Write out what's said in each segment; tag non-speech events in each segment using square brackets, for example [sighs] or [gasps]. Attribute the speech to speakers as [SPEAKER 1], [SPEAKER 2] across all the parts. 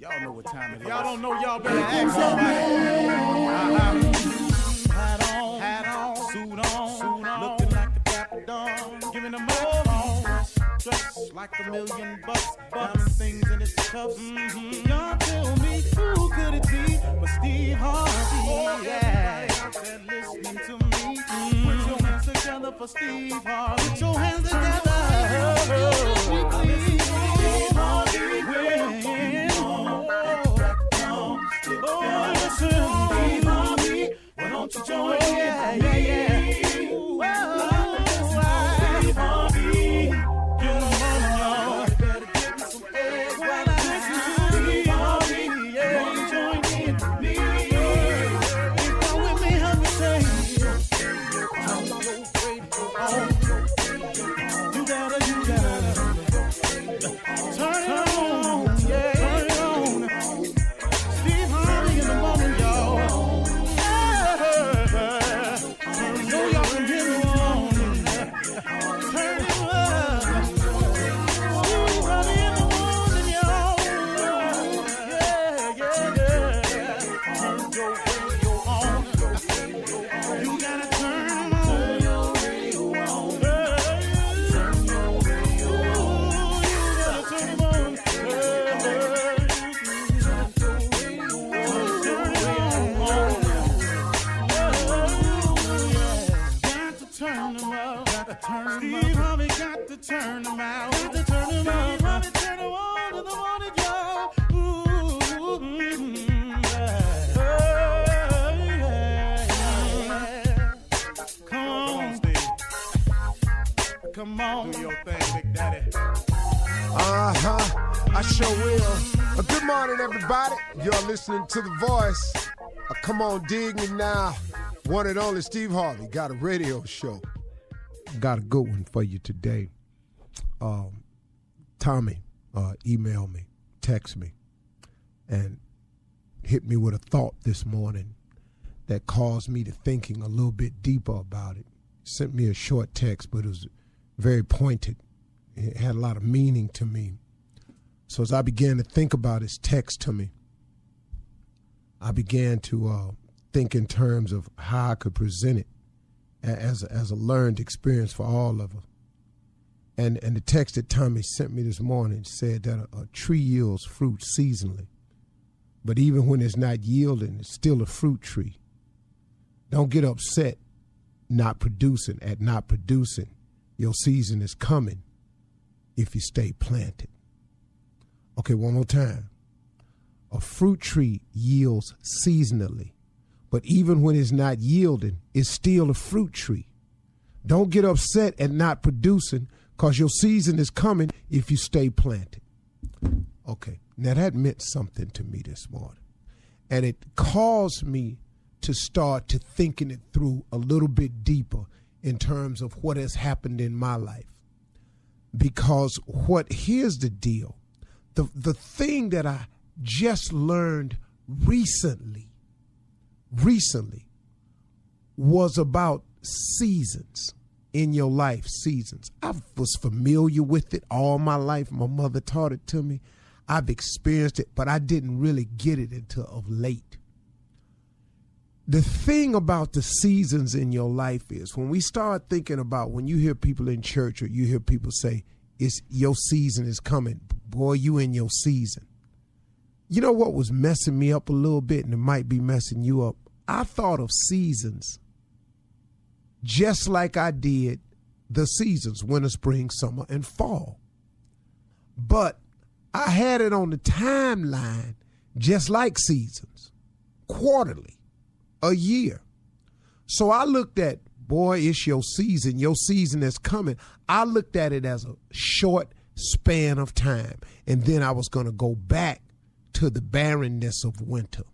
[SPEAKER 1] Y'all know what time it is. Y'all don't know, y'all better ask somebody. Uh-huh. Hat on, hat on, suit on, suit on. Looking like a dapper dawn. Giving them up on. Dressed like a million bucks. Bucks things in its cuffs. Mm-hmm. Y'all tell me who could it be but Steve Harvey? Oh, Yeah. Mm-hmm. Everybody listening to me. Put your hands together for Steve Harvey. Put your hands together. Steve Harvey win. Oh, listen, Steve Harvey, why don't you join in? Yeah, yeah. Ooh, wow. Steve Harvey, get on y'all. Better get me some eggs while I listen to Steve Harvey. Yeah, won't you join in with me? If you're with me, help me say, turn your radio on. You gotta, you gotta turn it on. Yeah, turn it on. Steve Harvey in the morning, y'all. Yeah. Know y'all can hear me on. Turn it up. Steve Harvey in the morning, y'all. Yeah, yeah, yeah. Turn your radio on. You gotta turn 'em on. Yeah. Ooh, you gotta turn 'em on. Yeah. Got to turn them up. Steve Harvey got to turn them out. Got to turn them up. Steve Harvey turn them on in the morning, y'all. Ooh, mm, yeah. Oh, yeah. Come on, Steve. Come on. Do your thing, Big Daddy.
[SPEAKER 2] Uh huh. I I sure will. Uh, good morning, everybody. You're listening to The Voice. Uh, come on, dig me now. One and only Steve Harvey got a radio show. Got a good one for you today. Um, Tommy uh, emailed me, text me, and hit me with a thought this morning that caused me to thinking a little bit deeper about it. Sent me a short text, but it was very pointed. It had a lot of meaning to me. So as I began to think about his text to me, I began to uh, think in terms of how I could present it a- as a, as a learned experience for all of us. And and the text that Tommy sent me this morning said that a, a tree yields fruit seasonally, but even when it's not yielding, it's still a fruit tree. Don't get upset, not producing at not producing. Your season is coming if you stay planted. Okay, one more time. A fruit tree yields seasonally, but even when it's not yielding, it's still a fruit tree. Don't get upset at not producing because your season is coming if you stay planted. Okay, now that meant something to me this morning. And it caused me to start to thinking it through a little bit deeper in terms of what has happened in my life. Because what here's the deal the the thing that I just learned recently, recently, was about seasons in your life. Seasons. I was familiar with it all my life. My mother taught it to me. I've experienced it, but I didn't really get it until of late. The thing about the seasons in your life is when we start thinking about when you hear people in church or you hear people say, it's your season is coming. Boy, you in your season. You know what was messing me up a little bit and it might be messing you up? I thought of seasons just like I did the seasons winter, spring, summer, and fall. But I had it on the timeline just like seasons, quarterly, a year. So I looked at, boy, it's your season. Your season is coming. I looked at it as a short span of time. And then I was going to go back to the barrenness of winter.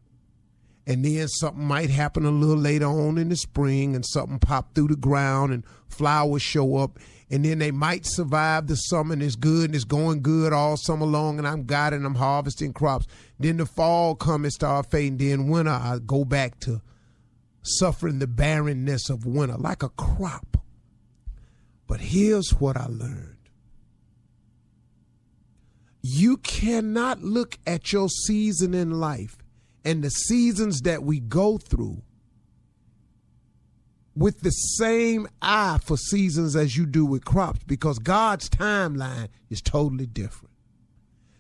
[SPEAKER 2] And then something might happen a little later on in the spring, and something pop through the ground, and flowers show up. And then they might survive the summer, and it's good, and it's going good all summer long. And I'm God, and I'm harvesting crops. Then the fall come and start fading. Then winter, I go back to suffering the barrenness of winter like a crop. But here's what I learned you cannot look at your season in life and the seasons that we go through with the same eye for seasons as you do with crops because God's timeline is totally different.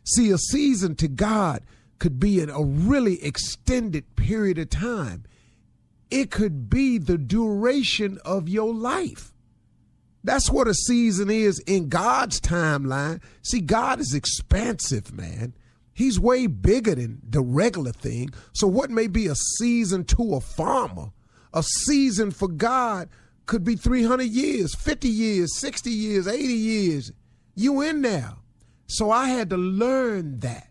[SPEAKER 2] See, a season to God could be in a really extended period of time it could be the duration of your life. That's what a season is in God's timeline. See, God is expansive, man. He's way bigger than the regular thing. So, what may be a season to a farmer, a season for God could be 300 years, 50 years, 60 years, 80 years. You in there. So, I had to learn that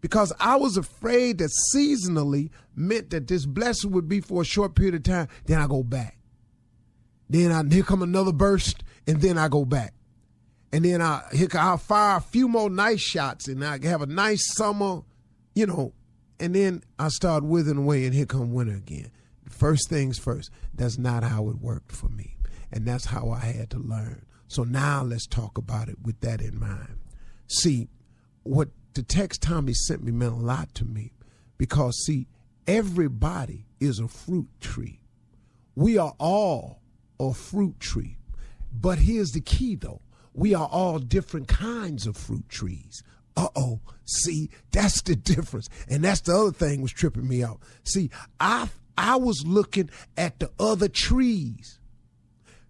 [SPEAKER 2] because I was afraid that seasonally meant that this blessing would be for a short period of time. Then I go back. Then I here come another burst, and then I go back. And then I here co- I'll fire a few more nice shots, and I have a nice summer, you know. And then I start withering away, and here come winter again. First things first. That's not how it worked for me, and that's how I had to learn. So now let's talk about it with that in mind. See, what the text Tommy sent me meant a lot to me because, see, everybody is a fruit tree. We are all a fruit tree. But here's the key, though we are all different kinds of fruit trees. Uh oh. See, that's the difference. And that's the other thing was tripping me out. See, I I was looking at the other trees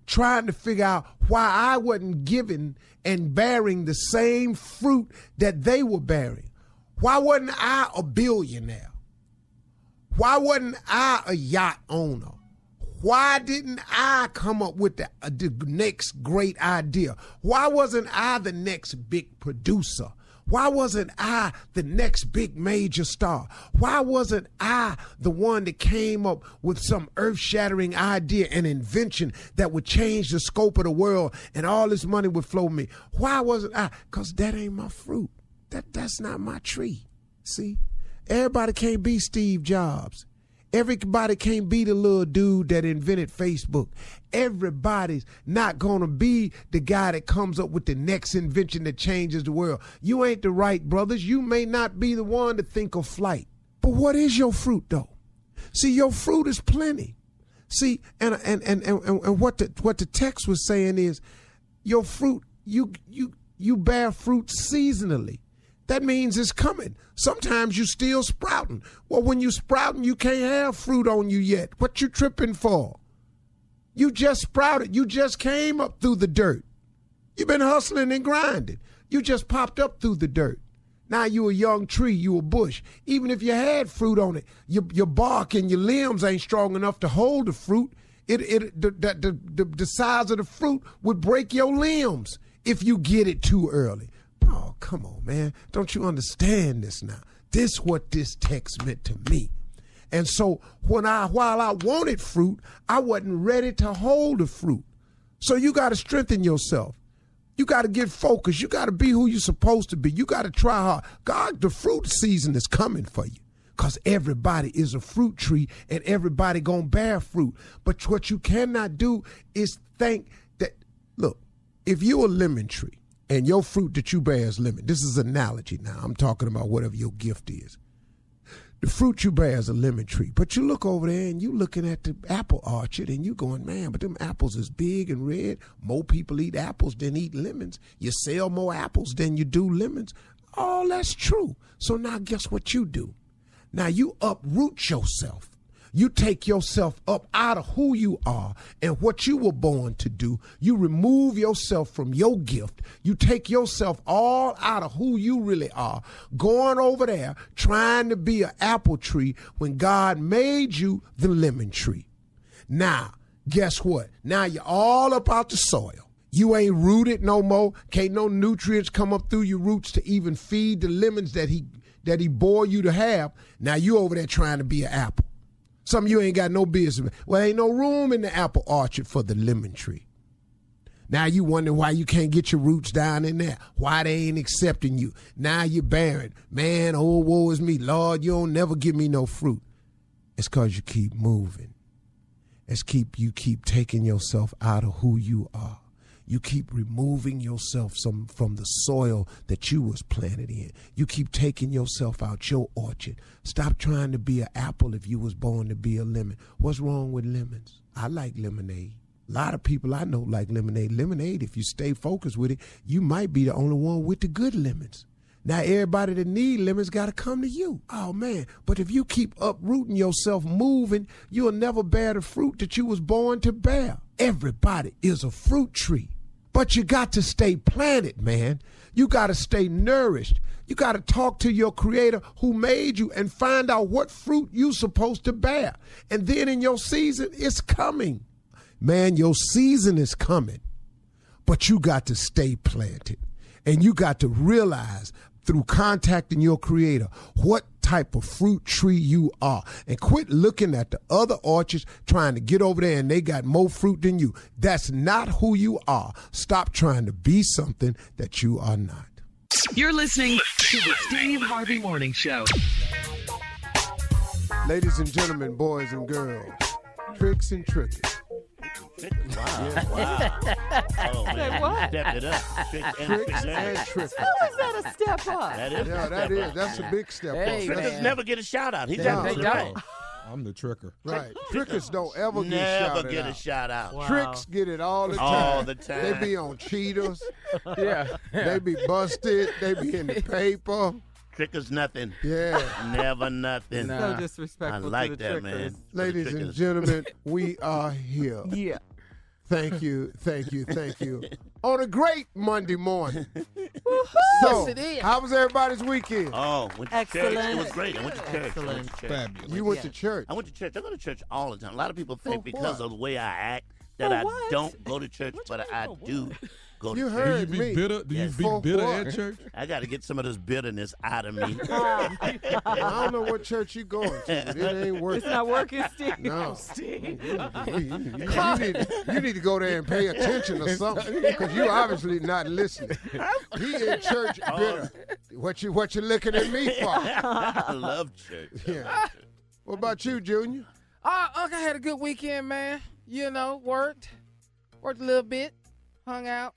[SPEAKER 2] trying to figure out why I wasn't giving and bearing the same fruit that they were bearing. Why wasn't I a billionaire? Why wasn't I a yacht owner? Why didn't I come up with the, uh, the next great idea? Why wasn't I the next big producer? Why wasn't I the next big major star? Why wasn't I the one that came up with some earth shattering idea and invention that would change the scope of the world and all this money would flow me? Why wasn't I? Because that ain't my fruit. That, that's not my tree. See? Everybody can't be Steve Jobs. Everybody can't be the little dude that invented Facebook. Everybody's not gonna be the guy that comes up with the next invention that changes the world. You ain't the right brothers. You may not be the one to think of flight. But what is your fruit though? See, your fruit is plenty. See, and and and and, and what the what the text was saying is your fruit, you you you bear fruit seasonally. That means it's coming. Sometimes you still sprouting. Well, when you sprouting, you can't have fruit on you yet. What you tripping for? You just sprouted. You just came up through the dirt. You've been hustling and grinding. You just popped up through the dirt. Now you a young tree, you a bush. Even if you had fruit on it, your, your bark and your limbs ain't strong enough to hold the fruit. It, it the, the, the, the size of the fruit would break your limbs if you get it too early. Oh, come on, man. Don't you understand this now? This what this text meant to me. And so when I while I wanted fruit, I wasn't ready to hold the fruit. So you got to strengthen yourself. You got to get focused. You got to be who you're supposed to be. You got to try hard. God, the fruit season is coming for you. Cause everybody is a fruit tree and everybody gonna bear fruit. But what you cannot do is think that look, if you're a lemon tree, and your fruit that you bear is lemon. This is analogy now. I'm talking about whatever your gift is. The fruit you bear is a lemon tree, but you look over there and you looking at the apple orchard and you going, man, but them apples is big and red. More people eat apples than eat lemons. You sell more apples than you do lemons. All that's true. So now guess what you do? Now you uproot yourself. You take yourself up out of who you are and what you were born to do. You remove yourself from your gift. You take yourself all out of who you really are, going over there trying to be an apple tree when God made you the lemon tree. Now, guess what? Now you're all up out the soil. You ain't rooted no more. Can't no nutrients come up through your roots to even feed the lemons that he that he bore you to have. Now you over there trying to be an apple. Some of you ain't got no business. Well, ain't no room in the apple orchard for the lemon tree. Now you wonder why you can't get your roots down in there. Why they ain't accepting you. Now you barren. Man, oh, woe is me. Lord, you don't never give me no fruit. It's cause you keep moving. It's keep you keep taking yourself out of who you are. You keep removing yourself some from the soil that you was planted in. You keep taking yourself out your orchard. Stop trying to be an apple if you was born to be a lemon. What's wrong with lemons? I like lemonade. A lot of people I know like lemonade. Lemonade, if you stay focused with it, you might be the only one with the good lemons. Now everybody that need lemons got to come to you. Oh man! But if you keep uprooting yourself, moving, you'll never bear the fruit that you was born to bear. Everybody is a fruit tree, but you got to stay planted, man. You got to stay nourished. You got to talk to your creator who made you and find out what fruit you supposed to bear. And then in your season, it's coming. Man, your season is coming, but you got to stay planted. And you got to realize through contacting your creator what type of fruit tree you are and quit looking at the other orchards trying to get over there and they got more fruit than you that's not who you are stop trying to be something that you are not
[SPEAKER 3] You're listening to the Steve Harvey Morning Show.
[SPEAKER 2] ladies and gentlemen boys and girls tricks and tricks
[SPEAKER 4] Wow. Oh, man.
[SPEAKER 5] what?
[SPEAKER 4] Stepped it up. Trick and
[SPEAKER 2] tricks and
[SPEAKER 4] trick.
[SPEAKER 2] tricks
[SPEAKER 5] How is that a step up?
[SPEAKER 4] That is.
[SPEAKER 2] yeah that is that's a big step up.
[SPEAKER 6] Hey,
[SPEAKER 2] That's-
[SPEAKER 4] Trickers
[SPEAKER 6] man.
[SPEAKER 4] never get a shout out. He's
[SPEAKER 6] They-
[SPEAKER 4] absolutely
[SPEAKER 6] they
[SPEAKER 4] right.
[SPEAKER 6] don't.
[SPEAKER 7] I'm the tricker.
[SPEAKER 2] right trickers don't ever get
[SPEAKER 4] Never
[SPEAKER 2] shouted
[SPEAKER 4] get a
[SPEAKER 2] out.
[SPEAKER 4] shout out.
[SPEAKER 2] Tricks get it all the time.
[SPEAKER 4] All the
[SPEAKER 2] They
[SPEAKER 4] time.
[SPEAKER 2] be on cheetahs.
[SPEAKER 6] Yeah.
[SPEAKER 2] They be busted. They be in the paper.
[SPEAKER 4] Trickers nothing.
[SPEAKER 2] Yeah.
[SPEAKER 4] Never nothing.
[SPEAKER 6] Nah.
[SPEAKER 5] So
[SPEAKER 6] Uh,
[SPEAKER 4] I
[SPEAKER 5] disrespectful to
[SPEAKER 4] like
[SPEAKER 5] the
[SPEAKER 4] that,
[SPEAKER 5] trickers.
[SPEAKER 4] man.
[SPEAKER 2] Ladies and
[SPEAKER 4] Trickers.
[SPEAKER 2] gentlemen, we are here.
[SPEAKER 5] Yeah.
[SPEAKER 2] Thank you, thank you, thank you. On a great Monday morning.
[SPEAKER 6] Yes, it is.
[SPEAKER 2] how was everybody's weekend?
[SPEAKER 4] Oh, went to church. It was
[SPEAKER 5] Excellent.
[SPEAKER 4] great. I went to church. I went to church.
[SPEAKER 7] Fabulous.
[SPEAKER 2] You went
[SPEAKER 5] Yeah.
[SPEAKER 2] to church.
[SPEAKER 4] I went to church. I go to church all the time. A lot of people think
[SPEAKER 2] For
[SPEAKER 4] because
[SPEAKER 2] what?
[SPEAKER 4] of the way I act that
[SPEAKER 5] For
[SPEAKER 4] I
[SPEAKER 5] what?
[SPEAKER 4] don't go to church, but I do. Go
[SPEAKER 2] You
[SPEAKER 4] to
[SPEAKER 2] heard
[SPEAKER 4] church.
[SPEAKER 5] Do you be
[SPEAKER 2] me.
[SPEAKER 5] bitter? Do you
[SPEAKER 4] Yes.
[SPEAKER 5] be
[SPEAKER 2] For
[SPEAKER 5] bitter
[SPEAKER 2] what?
[SPEAKER 5] at church?
[SPEAKER 4] I got to get some of this bitterness out of
[SPEAKER 5] [laughs]
[SPEAKER 4] me.
[SPEAKER 2] I don't know what church you going to. but It ain't working.
[SPEAKER 7] It's not working, [laughs] Steve.
[SPEAKER 2] No. You, you- you need, you need to go there and pay attention or something because you obviously not listening. He in
[SPEAKER 4] [laughs]
[SPEAKER 2] church
[SPEAKER 4] Um,
[SPEAKER 2] bitter. What you what you looking at me for?
[SPEAKER 4] I love church.
[SPEAKER 2] Yeah. What about you, Junior?
[SPEAKER 6] Oh, Unc, I had a good weekend, man. You know, worked, worked a little bit, hung out.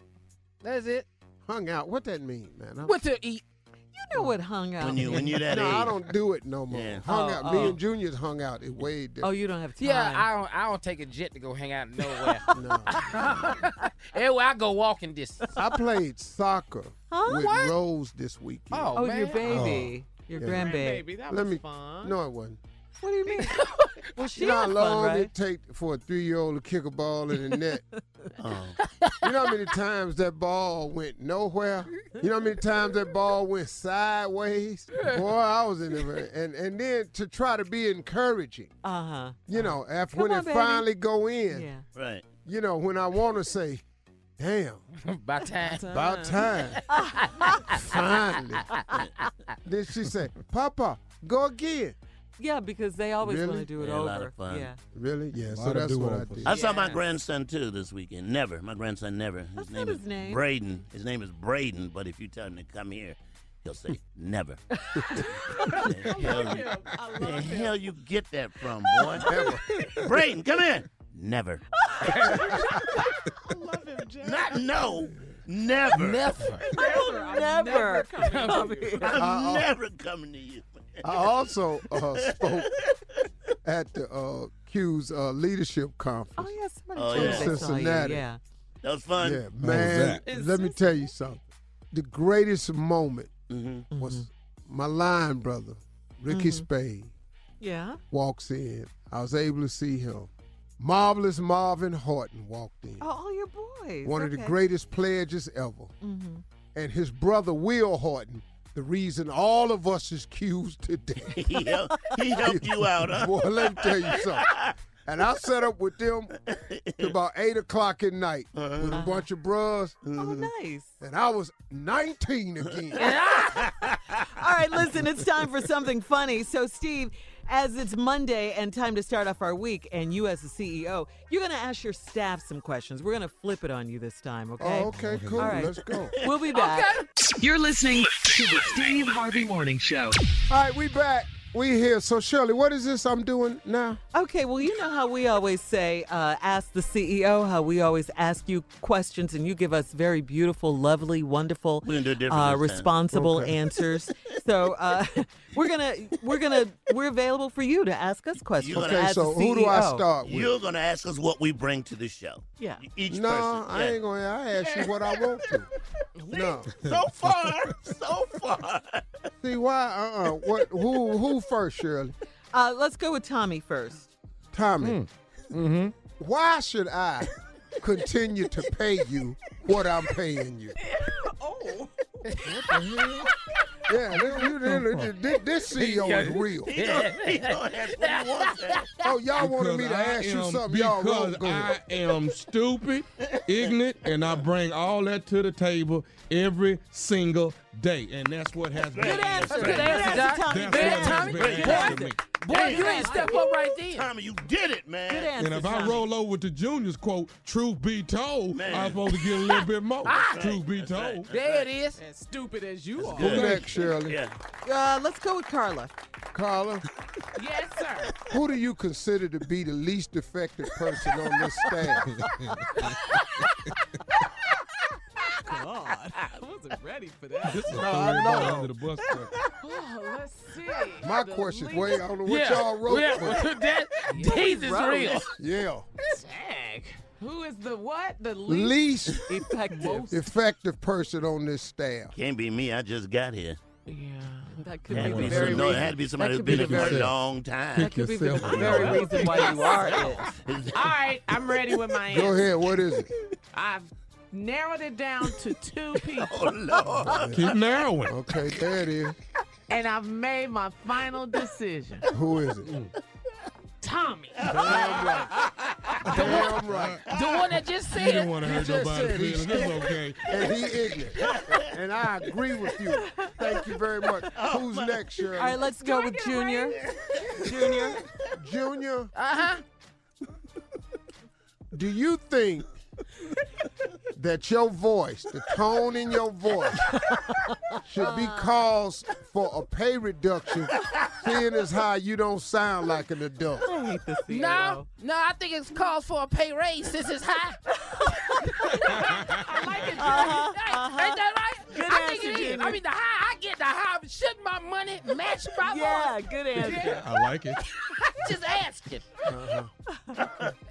[SPEAKER 6] That's it.
[SPEAKER 2] Hung out. What that mean, man? I'm-
[SPEAKER 6] Went to eat.
[SPEAKER 7] You know what hung out.
[SPEAKER 4] When you when you
[SPEAKER 7] [laughs]
[SPEAKER 4] that
[SPEAKER 2] no, I
[SPEAKER 4] age.
[SPEAKER 2] don't do it no more.
[SPEAKER 4] Yeah.
[SPEAKER 2] Hung
[SPEAKER 7] Oh,
[SPEAKER 2] out. Me
[SPEAKER 7] oh.
[SPEAKER 2] and Junior's hung out. It way
[SPEAKER 7] oh,
[SPEAKER 2] different.
[SPEAKER 7] you don't have time.
[SPEAKER 6] Yeah, I don't. I don't take a jet to go hang
[SPEAKER 7] [laughs]
[SPEAKER 6] out nowhere.
[SPEAKER 2] No.
[SPEAKER 6] [laughs] Everywhere I go, walking distance.
[SPEAKER 2] I played soccer
[SPEAKER 7] Huh?
[SPEAKER 2] with
[SPEAKER 6] What?
[SPEAKER 2] Rose this weekend. Uh-huh.
[SPEAKER 6] Oh,
[SPEAKER 7] Oh,
[SPEAKER 6] man.
[SPEAKER 7] your baby. Your
[SPEAKER 2] Yeah.
[SPEAKER 7] grandbaby.
[SPEAKER 6] that
[SPEAKER 2] Let me. No, it wasn't.
[SPEAKER 7] What do you
[SPEAKER 6] [laughs]
[SPEAKER 7] mean? well, she
[SPEAKER 2] you know how
[SPEAKER 7] had
[SPEAKER 2] long
[SPEAKER 7] fun,
[SPEAKER 2] it
[SPEAKER 7] right?
[SPEAKER 2] take for a three-year-old to kick a ball
[SPEAKER 7] [laughs]
[SPEAKER 2] in the net?
[SPEAKER 4] Oh.
[SPEAKER 6] Uh-huh.
[SPEAKER 2] You know how many times that ball went nowhere? You know how many times that ball went sideways? Boy, I was in the and and then to try to be encouraging,
[SPEAKER 7] Uh huh.
[SPEAKER 2] you know, after
[SPEAKER 7] Come
[SPEAKER 2] when
[SPEAKER 7] on,
[SPEAKER 2] it
[SPEAKER 7] baby.
[SPEAKER 2] finally go in,
[SPEAKER 7] Yeah.
[SPEAKER 4] Right.
[SPEAKER 2] you know, when I want to say, "Damn,
[SPEAKER 6] [laughs] By time.
[SPEAKER 2] about time,
[SPEAKER 7] [laughs]
[SPEAKER 2] finally," then she said, "Papa, go again."
[SPEAKER 7] Yeah, because they always
[SPEAKER 2] Really?
[SPEAKER 7] want to do it
[SPEAKER 4] Yeah, a
[SPEAKER 7] over.
[SPEAKER 4] lot of fun.
[SPEAKER 7] Yeah.
[SPEAKER 2] Really? Yeah.
[SPEAKER 5] Lot
[SPEAKER 2] So
[SPEAKER 5] of
[SPEAKER 2] that's what I
[SPEAKER 5] do-overs.
[SPEAKER 2] did.
[SPEAKER 4] I saw my grandson too this weekend. Never, my grandson never. His
[SPEAKER 7] That's
[SPEAKER 4] name
[SPEAKER 7] not
[SPEAKER 4] is
[SPEAKER 7] his name.
[SPEAKER 4] Braden. His name is Braden. But if you tell him to come here,
[SPEAKER 7] [laughs]
[SPEAKER 4] he'll say never. the hell, you- [laughs] the hell you get that from, boy? Braden,
[SPEAKER 7] [laughs]
[SPEAKER 4] come in. Never. Not no. Never.
[SPEAKER 6] Never.
[SPEAKER 4] [laughs]
[SPEAKER 7] Never. come here.
[SPEAKER 4] I'm never coming to you.
[SPEAKER 2] I
[SPEAKER 4] [laughs]
[SPEAKER 2] also uh, spoke at the uh, Q's uh, leadership
[SPEAKER 7] Oh
[SPEAKER 2] conference.
[SPEAKER 7] yeah, somebody
[SPEAKER 4] Oh,
[SPEAKER 7] told
[SPEAKER 4] yeah.
[SPEAKER 7] me they saw you.
[SPEAKER 2] Cincinnati.
[SPEAKER 7] Yeah.
[SPEAKER 4] That was fun.
[SPEAKER 2] Yeah, man.
[SPEAKER 5] that?
[SPEAKER 2] Let me tell you something. The greatest moment
[SPEAKER 4] Mm-hmm.
[SPEAKER 2] was my line brother,
[SPEAKER 7] Mm-hmm.
[SPEAKER 2] Ricky Spade,
[SPEAKER 7] Yeah.
[SPEAKER 2] walks in. I was able to see him. Marvelous Marvin Horton walked in.
[SPEAKER 7] Oh, all your boys.
[SPEAKER 2] One of the
[SPEAKER 7] Okay.
[SPEAKER 2] greatest pledges ever.
[SPEAKER 7] Mm-hmm.
[SPEAKER 2] And his brother Will Horton, the reason all of us is Q's today.
[SPEAKER 4] [laughs] he, helped, he helped
[SPEAKER 2] [laughs]
[SPEAKER 4] you out, huh?
[SPEAKER 2] Boy, let me tell you something. And I set up with them to about eight o'clock at night
[SPEAKER 4] Uh-huh.
[SPEAKER 2] with a bunch of bros,
[SPEAKER 7] Oh, nice.
[SPEAKER 2] and I was 19 [laughs] again.
[SPEAKER 7] [laughs] All right, listen, it's time for something funny. So, Steve, as it's Monday and time to start off our week, and you as the CEO, you're going to ask your staff some questions. We're going to flip it on you this time, okay?
[SPEAKER 2] Oh,
[SPEAKER 4] [laughs]
[SPEAKER 2] okay, cool.
[SPEAKER 7] All right.
[SPEAKER 2] Let's go.
[SPEAKER 7] We'll be back.
[SPEAKER 3] You're listening to the Steve Harvey Morning Show.
[SPEAKER 2] All right, we back. We here. So Shirley, what is this I'm doing now?
[SPEAKER 7] Okay, well, you know how we always say, uh, ask the CEO, how we always ask you questions and you give us very beautiful, lovely, wonderful,
[SPEAKER 4] We're gonna do it different this
[SPEAKER 7] uh,
[SPEAKER 4] time.
[SPEAKER 7] responsible answers. so uh, [laughs] we're gonna, we're gonna, we're available for you to ask us questions.
[SPEAKER 4] gotta-
[SPEAKER 2] Okay,
[SPEAKER 7] as
[SPEAKER 2] so
[SPEAKER 7] the
[SPEAKER 2] who do I
[SPEAKER 7] CEO.
[SPEAKER 2] start with?
[SPEAKER 4] E You're gonna ask us what we bring to the show.
[SPEAKER 7] Yeah.
[SPEAKER 4] E-, Each
[SPEAKER 2] no,
[SPEAKER 4] person.
[SPEAKER 2] I ain't gonna. I ask you what I want
[SPEAKER 4] [laughs]
[SPEAKER 2] to. No,
[SPEAKER 4] So far, so far.
[SPEAKER 2] see why? Uh, uh What? Who? Who first, Shirley?
[SPEAKER 7] Uh, let's go with Tommy first.
[SPEAKER 2] Tommy.
[SPEAKER 4] Hmm. Mm-hmm.
[SPEAKER 2] Why should I continue to pay you what I'm
[SPEAKER 7] [laughs]
[SPEAKER 2] paying you? Oh. Yeah, this, you, this, this- this CEO is real.
[SPEAKER 4] He gonna, he gonna ask
[SPEAKER 7] [laughs]
[SPEAKER 4] what he wants. to ask.
[SPEAKER 2] Oh, y'all wanted me to
[SPEAKER 5] Because I
[SPEAKER 2] ask you
[SPEAKER 5] am-
[SPEAKER 2] something. Y'all
[SPEAKER 5] Because
[SPEAKER 2] wrote. Go
[SPEAKER 5] I
[SPEAKER 2] ahead.
[SPEAKER 5] am stupid, ignorant, and I bring all that to the table every single day, and that's what has been.
[SPEAKER 7] Good answer.
[SPEAKER 6] Good
[SPEAKER 7] Good
[SPEAKER 6] answer,
[SPEAKER 7] answer,
[SPEAKER 6] Doc.
[SPEAKER 7] Tommy.
[SPEAKER 5] That's
[SPEAKER 7] Good
[SPEAKER 5] what
[SPEAKER 6] Man,
[SPEAKER 5] has
[SPEAKER 7] answer.
[SPEAKER 6] Tommy,
[SPEAKER 5] been
[SPEAKER 6] good
[SPEAKER 5] answered
[SPEAKER 6] answer.
[SPEAKER 5] to me.
[SPEAKER 6] Boy, if you ain't step up right then.
[SPEAKER 4] Tommy, you did it, man.
[SPEAKER 7] Good answer.
[SPEAKER 5] And if I
[SPEAKER 7] Tommy.
[SPEAKER 5] roll over with the juniors quote, truth be told,
[SPEAKER 4] Man.
[SPEAKER 5] I'm supposed to get a little bit
[SPEAKER 7] Ah!
[SPEAKER 5] more.
[SPEAKER 1] Ah.
[SPEAKER 5] truth be
[SPEAKER 4] That's right.
[SPEAKER 5] told.
[SPEAKER 6] There it is. As stupid as you are.
[SPEAKER 2] Who next, Shirley?
[SPEAKER 4] Yeah.
[SPEAKER 7] uh, let's go with Carla.
[SPEAKER 2] Carla,
[SPEAKER 6] Yes,
[SPEAKER 7] [laughs]
[SPEAKER 6] sir.
[SPEAKER 2] who do you consider to be the least effective person on this staff?
[SPEAKER 7] [laughs] God, I wasn't ready for that.
[SPEAKER 5] This is
[SPEAKER 2] I
[SPEAKER 5] throwing
[SPEAKER 2] know.
[SPEAKER 5] ball under the bus. truck.
[SPEAKER 6] [laughs] Oh, let's see.
[SPEAKER 2] My question, way I don't know what
[SPEAKER 6] yeah.
[SPEAKER 2] y'all wrote.
[SPEAKER 6] Yeah,
[SPEAKER 2] but-
[SPEAKER 6] that, these is real.
[SPEAKER 2] yeah.
[SPEAKER 6] Dang. Who is the what? The least
[SPEAKER 2] Least [laughs]
[SPEAKER 6] most?
[SPEAKER 2] effective person on this staff.
[SPEAKER 4] Can't be me. I just got here.
[SPEAKER 7] That could
[SPEAKER 4] Had
[SPEAKER 7] be
[SPEAKER 4] to
[SPEAKER 7] the
[SPEAKER 4] be
[SPEAKER 7] very
[SPEAKER 4] some, no, it
[SPEAKER 7] reason.
[SPEAKER 4] had to be somebody who's
[SPEAKER 7] could be
[SPEAKER 4] been here
[SPEAKER 7] the
[SPEAKER 4] for a
[SPEAKER 7] very-
[SPEAKER 4] long time.
[SPEAKER 5] Pick
[SPEAKER 7] could be the
[SPEAKER 5] yourself up.
[SPEAKER 7] very reason why you are it.
[SPEAKER 6] All right, I'm ready with my
[SPEAKER 2] Go
[SPEAKER 6] answer.
[SPEAKER 2] ahead, what is it?
[SPEAKER 6] I've narrowed it down
[SPEAKER 2] [laughs]
[SPEAKER 6] to two people,
[SPEAKER 4] Oh Lord.
[SPEAKER 5] Keep narrowing.
[SPEAKER 2] Okay, there it is.
[SPEAKER 6] and I've made my final decision.
[SPEAKER 2] Who is it?
[SPEAKER 6] Tommy.
[SPEAKER 2] Damn right. Damn right.
[SPEAKER 8] The one that just
[SPEAKER 5] You
[SPEAKER 8] said
[SPEAKER 5] didn't want to
[SPEAKER 2] He
[SPEAKER 5] hurt
[SPEAKER 2] just
[SPEAKER 5] nobody's
[SPEAKER 2] said he
[SPEAKER 5] feelings. It's
[SPEAKER 2] said-
[SPEAKER 5] okay.
[SPEAKER 2] And he ignorant. And I agree with you. Thank you very much.
[SPEAKER 4] Oh,
[SPEAKER 2] Who's next, Shirley?
[SPEAKER 7] All right, let's go with Junior.
[SPEAKER 2] Junior. Junior.
[SPEAKER 8] Uh-huh.
[SPEAKER 2] Do you think that your voice, the tone in your voice, should be cause for a pay reduction, seeing as how you don't sound like an adult?
[SPEAKER 7] I hate this
[SPEAKER 8] No, no, I think it's calls for a pay raise since
[SPEAKER 7] [laughs]
[SPEAKER 8] it's high. I like it, Junior. Hey, Ain't that right?
[SPEAKER 7] Uh-huh, Good
[SPEAKER 8] I think
[SPEAKER 7] answer,
[SPEAKER 8] it is.
[SPEAKER 7] Junior.
[SPEAKER 8] I mean, the high, I get the high. but Shouldn't my money match my
[SPEAKER 7] Yeah,
[SPEAKER 8] voice?
[SPEAKER 7] good
[SPEAKER 8] [laughs]
[SPEAKER 7] answer.
[SPEAKER 5] I like it.
[SPEAKER 8] Just asking.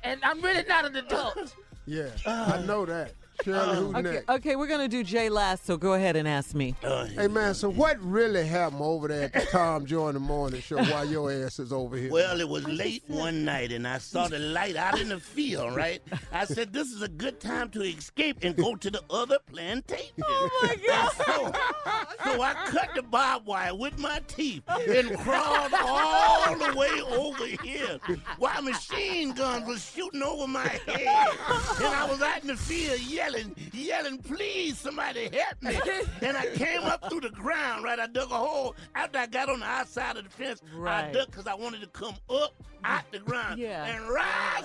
[SPEAKER 8] and I'm really not
[SPEAKER 7] [laughs]
[SPEAKER 8] an adult.
[SPEAKER 2] Yeah,
[SPEAKER 4] Uh,
[SPEAKER 2] I know that. Shirley, who's
[SPEAKER 7] Okay,
[SPEAKER 2] next?
[SPEAKER 7] okay, we're gonna do Jay last, so go ahead and ask me.
[SPEAKER 4] Uh,
[SPEAKER 2] Hey man, so what really happened over there at the Tom Joy in the morning show while your ass is over here?
[SPEAKER 4] Well, it was late one night, and I saw the light out in the field, right? I said, This is a good time to escape and go to the other plantation. Oh, [laughs] my God. So, so I cut the barbed wire with my teeth and crawled all the way over here while machine guns was shooting over my [laughs]
[SPEAKER 7] [laughs]
[SPEAKER 4] head. And I was out in the field yelling, yelling, Please, somebody
[SPEAKER 7] [laughs]
[SPEAKER 4] help me. And I came up through the ground, right? I dug a hole. After I got on the outside of the fence, I
[SPEAKER 7] Right.
[SPEAKER 4] ducked because I wanted to come up out the ground
[SPEAKER 7] Yeah.
[SPEAKER 4] and rise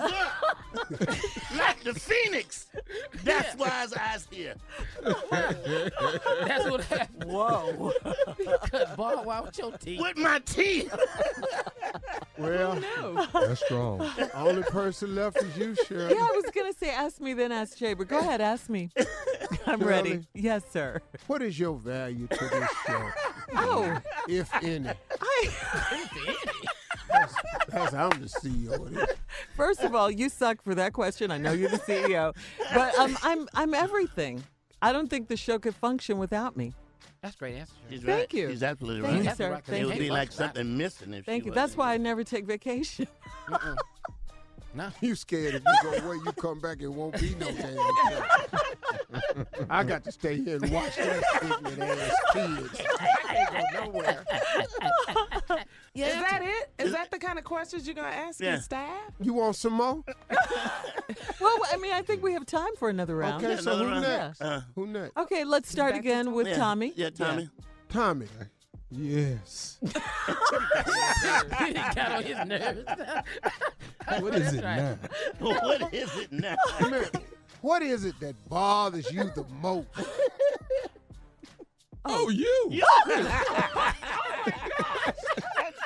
[SPEAKER 7] [laughs]
[SPEAKER 4] up like the phoenix. That's why his eyes
[SPEAKER 7] [laughs]
[SPEAKER 4] here.
[SPEAKER 8] That's what happened.
[SPEAKER 7] Whoa.
[SPEAKER 8] [laughs] Cut barbed wire with your
[SPEAKER 4] [laughs]
[SPEAKER 8] teeth.
[SPEAKER 4] With
[SPEAKER 6] [laughs]
[SPEAKER 4] my teeth.
[SPEAKER 2] Well,
[SPEAKER 5] That's strong.
[SPEAKER 2] [laughs] only person left is you,
[SPEAKER 7] [laughs]
[SPEAKER 2] Shirley.
[SPEAKER 7] Yeah, I was gonna say ask me, then ask Jay, but go ahead, ask
[SPEAKER 4] [laughs]
[SPEAKER 7] me. I'm ready.
[SPEAKER 2] Shirley?
[SPEAKER 7] Yes, sir.
[SPEAKER 2] What is your value to this show,
[SPEAKER 7] [laughs] Oh,
[SPEAKER 2] if any?
[SPEAKER 7] I.
[SPEAKER 4] [laughs]
[SPEAKER 2] That's I'm the
[SPEAKER 4] E
[SPEAKER 2] CEO of this.
[SPEAKER 7] [laughs] First of all, you suck for that question. I know you're the CEO, but um, I'm I'm everything. I don't think the show could function without me.
[SPEAKER 6] That's a great answer. Shirley.
[SPEAKER 4] She's
[SPEAKER 7] Thank you.
[SPEAKER 4] She's absolutely
[SPEAKER 7] Thank
[SPEAKER 4] right.
[SPEAKER 7] you, sir.
[SPEAKER 4] it
[SPEAKER 7] Thank
[SPEAKER 4] would
[SPEAKER 7] you.
[SPEAKER 4] be like something missing if
[SPEAKER 7] Thank
[SPEAKER 4] she
[SPEAKER 7] you. That's
[SPEAKER 4] wasn't
[SPEAKER 7] why I
[SPEAKER 4] here.
[SPEAKER 7] never take vacation.
[SPEAKER 2] You scared if you go away, you come back, it won't be no damn show. [laughs] I got to stay here and watch those ignorant ass kids. They ain't go nowhere.
[SPEAKER 1] Is that it? Is that the kind of questions you're gonna ask
[SPEAKER 4] Yeah.
[SPEAKER 1] your
[SPEAKER 2] [laughs]
[SPEAKER 1] staff?
[SPEAKER 2] You want some more?
[SPEAKER 7] [laughs] well, I mean, I think we have time for another round.
[SPEAKER 2] Okay,
[SPEAKER 4] Yeah,
[SPEAKER 2] so
[SPEAKER 4] another
[SPEAKER 2] who
[SPEAKER 4] round.
[SPEAKER 2] next?
[SPEAKER 4] Uh,
[SPEAKER 2] Who next?
[SPEAKER 7] Okay, let's start
[SPEAKER 1] Back to
[SPEAKER 7] again with
[SPEAKER 4] yeah.
[SPEAKER 7] Tommy.
[SPEAKER 4] Yeah, Tommy.
[SPEAKER 2] Tommy.
[SPEAKER 5] Yes.
[SPEAKER 8] He got on his nerves.
[SPEAKER 5] What is it
[SPEAKER 8] right.
[SPEAKER 5] now?
[SPEAKER 4] [laughs] what is it now?
[SPEAKER 2] Man, what is it that bothers you the most?
[SPEAKER 5] [laughs] Oh, you.
[SPEAKER 2] [laughs]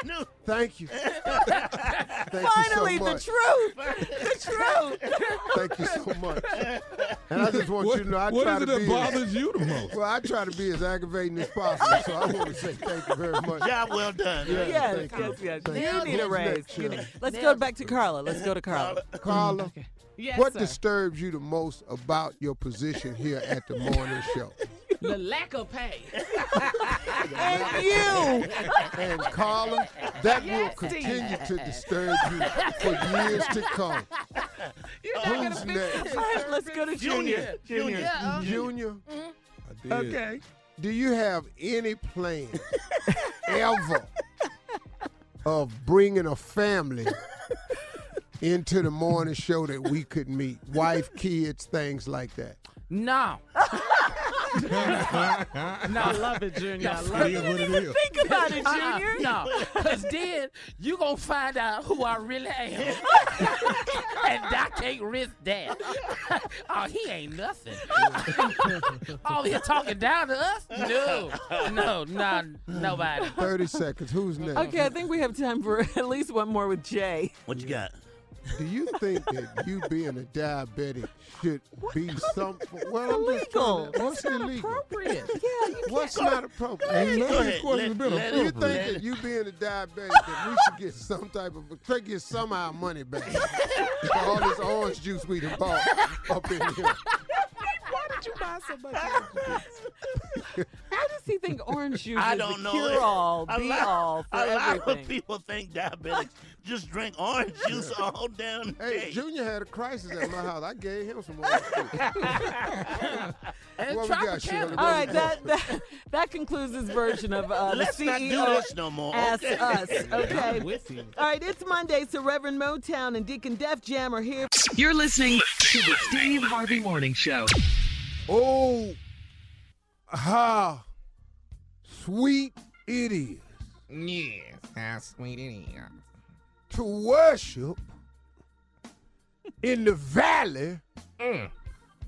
[SPEAKER 4] no,
[SPEAKER 2] Thank you. Thank
[SPEAKER 7] Finally,
[SPEAKER 2] you so
[SPEAKER 7] the
[SPEAKER 2] much.
[SPEAKER 7] truth. The truth.
[SPEAKER 2] Thank you so much. And I just want
[SPEAKER 5] What,
[SPEAKER 2] you to know I
[SPEAKER 5] what
[SPEAKER 2] try
[SPEAKER 5] is it
[SPEAKER 2] to
[SPEAKER 5] that
[SPEAKER 2] be
[SPEAKER 5] bothers you the most?
[SPEAKER 2] Well, I try to be as aggravating as possible, so I want to say thank you very much.
[SPEAKER 4] job well done.
[SPEAKER 2] Yeah.
[SPEAKER 7] Yes,
[SPEAKER 2] Thank you.
[SPEAKER 7] yes, yes.
[SPEAKER 2] Thank
[SPEAKER 7] you
[SPEAKER 2] you.
[SPEAKER 7] need a
[SPEAKER 2] Who's
[SPEAKER 7] raise.
[SPEAKER 2] next,
[SPEAKER 7] You need-
[SPEAKER 2] Shirley?
[SPEAKER 7] Let's go back to Carla. Let's
[SPEAKER 2] [laughs]
[SPEAKER 7] go to Carla.
[SPEAKER 2] Carla,
[SPEAKER 1] Yes,
[SPEAKER 2] what
[SPEAKER 1] sir.
[SPEAKER 2] disturbs you the most about your position here at the morning show?
[SPEAKER 8] the lack
[SPEAKER 2] [laughs]
[SPEAKER 8] of pay.
[SPEAKER 7] And you.
[SPEAKER 2] And Carla, that will
[SPEAKER 1] Steve.
[SPEAKER 2] continue to disturb you for years to come.
[SPEAKER 1] You're not gonna
[SPEAKER 2] Who's
[SPEAKER 1] fix
[SPEAKER 2] next?
[SPEAKER 1] this.
[SPEAKER 7] All right, let's go to Junior.
[SPEAKER 4] Junior.
[SPEAKER 2] Junior,
[SPEAKER 5] I did.
[SPEAKER 1] Okay.
[SPEAKER 2] do you have any plan ever of bringing a family into the morning show that we could meet? Wife, kids, things like that.
[SPEAKER 6] No.
[SPEAKER 1] No, I love it, Junior. I love
[SPEAKER 5] It is what it is.
[SPEAKER 7] Think about it,
[SPEAKER 6] Uh-uh,
[SPEAKER 7] Junior.
[SPEAKER 6] No, because then you gonna find out who I really am, and I can't risk that. [laughs] oh, he ain't nothing. oh, he talking down to us? No, no, nah, nobody.
[SPEAKER 2] 30 seconds. Who's next?
[SPEAKER 7] Okay, I think we have time for [laughs] at least one more with Jay.
[SPEAKER 4] What you got?
[SPEAKER 2] Do you think that you being a diabetic
[SPEAKER 7] [laughs]
[SPEAKER 2] should be some? Well, I'm just
[SPEAKER 7] Illegal.
[SPEAKER 2] trying to- What's illegal?
[SPEAKER 4] [laughs]
[SPEAKER 1] appropriate.
[SPEAKER 7] Yeah, you
[SPEAKER 2] What's not appropriate?
[SPEAKER 5] Ain't none
[SPEAKER 4] Go
[SPEAKER 5] of
[SPEAKER 4] ahead.
[SPEAKER 5] these
[SPEAKER 4] Let-
[SPEAKER 5] questions been
[SPEAKER 4] let
[SPEAKER 2] Do you
[SPEAKER 4] it-
[SPEAKER 2] think
[SPEAKER 5] appropriate.
[SPEAKER 2] that you being a diabetic that we should get some type of try to get some of our money back for all this orange juice we done bought up in here?
[SPEAKER 1] Why did you buy so much?
[SPEAKER 7] How does he think orange juice
[SPEAKER 4] I
[SPEAKER 7] is
[SPEAKER 4] don't
[SPEAKER 7] the
[SPEAKER 4] know.
[SPEAKER 7] cure all,
[SPEAKER 4] a
[SPEAKER 7] be
[SPEAKER 4] lot,
[SPEAKER 7] all for
[SPEAKER 4] a lot
[SPEAKER 7] everything?
[SPEAKER 4] of people think diabetics just drink orange juice all damn day.
[SPEAKER 2] Hey, Junior had a crisis at my house. I gave him some orange juice.
[SPEAKER 7] And
[SPEAKER 2] What we got, Shirley? What
[SPEAKER 7] All
[SPEAKER 2] we
[SPEAKER 7] right, that,
[SPEAKER 2] got?
[SPEAKER 7] that [laughs] that concludes this version of uh, the
[SPEAKER 4] Let's not do
[SPEAKER 7] CEO
[SPEAKER 4] this no more,
[SPEAKER 7] Ask
[SPEAKER 4] okay?
[SPEAKER 7] us,
[SPEAKER 4] [laughs] Yeah, I'm
[SPEAKER 7] okay?
[SPEAKER 4] with you.
[SPEAKER 7] All right, it's Monday, so Reverend Motown and Deacon Def Jam are
[SPEAKER 2] [laughs]
[SPEAKER 7] here.
[SPEAKER 3] You're listening to the Steve Harvey Morning Show.
[SPEAKER 2] Oh, how sweet it is
[SPEAKER 9] Yes, how sweet it is.
[SPEAKER 2] to worship in the valley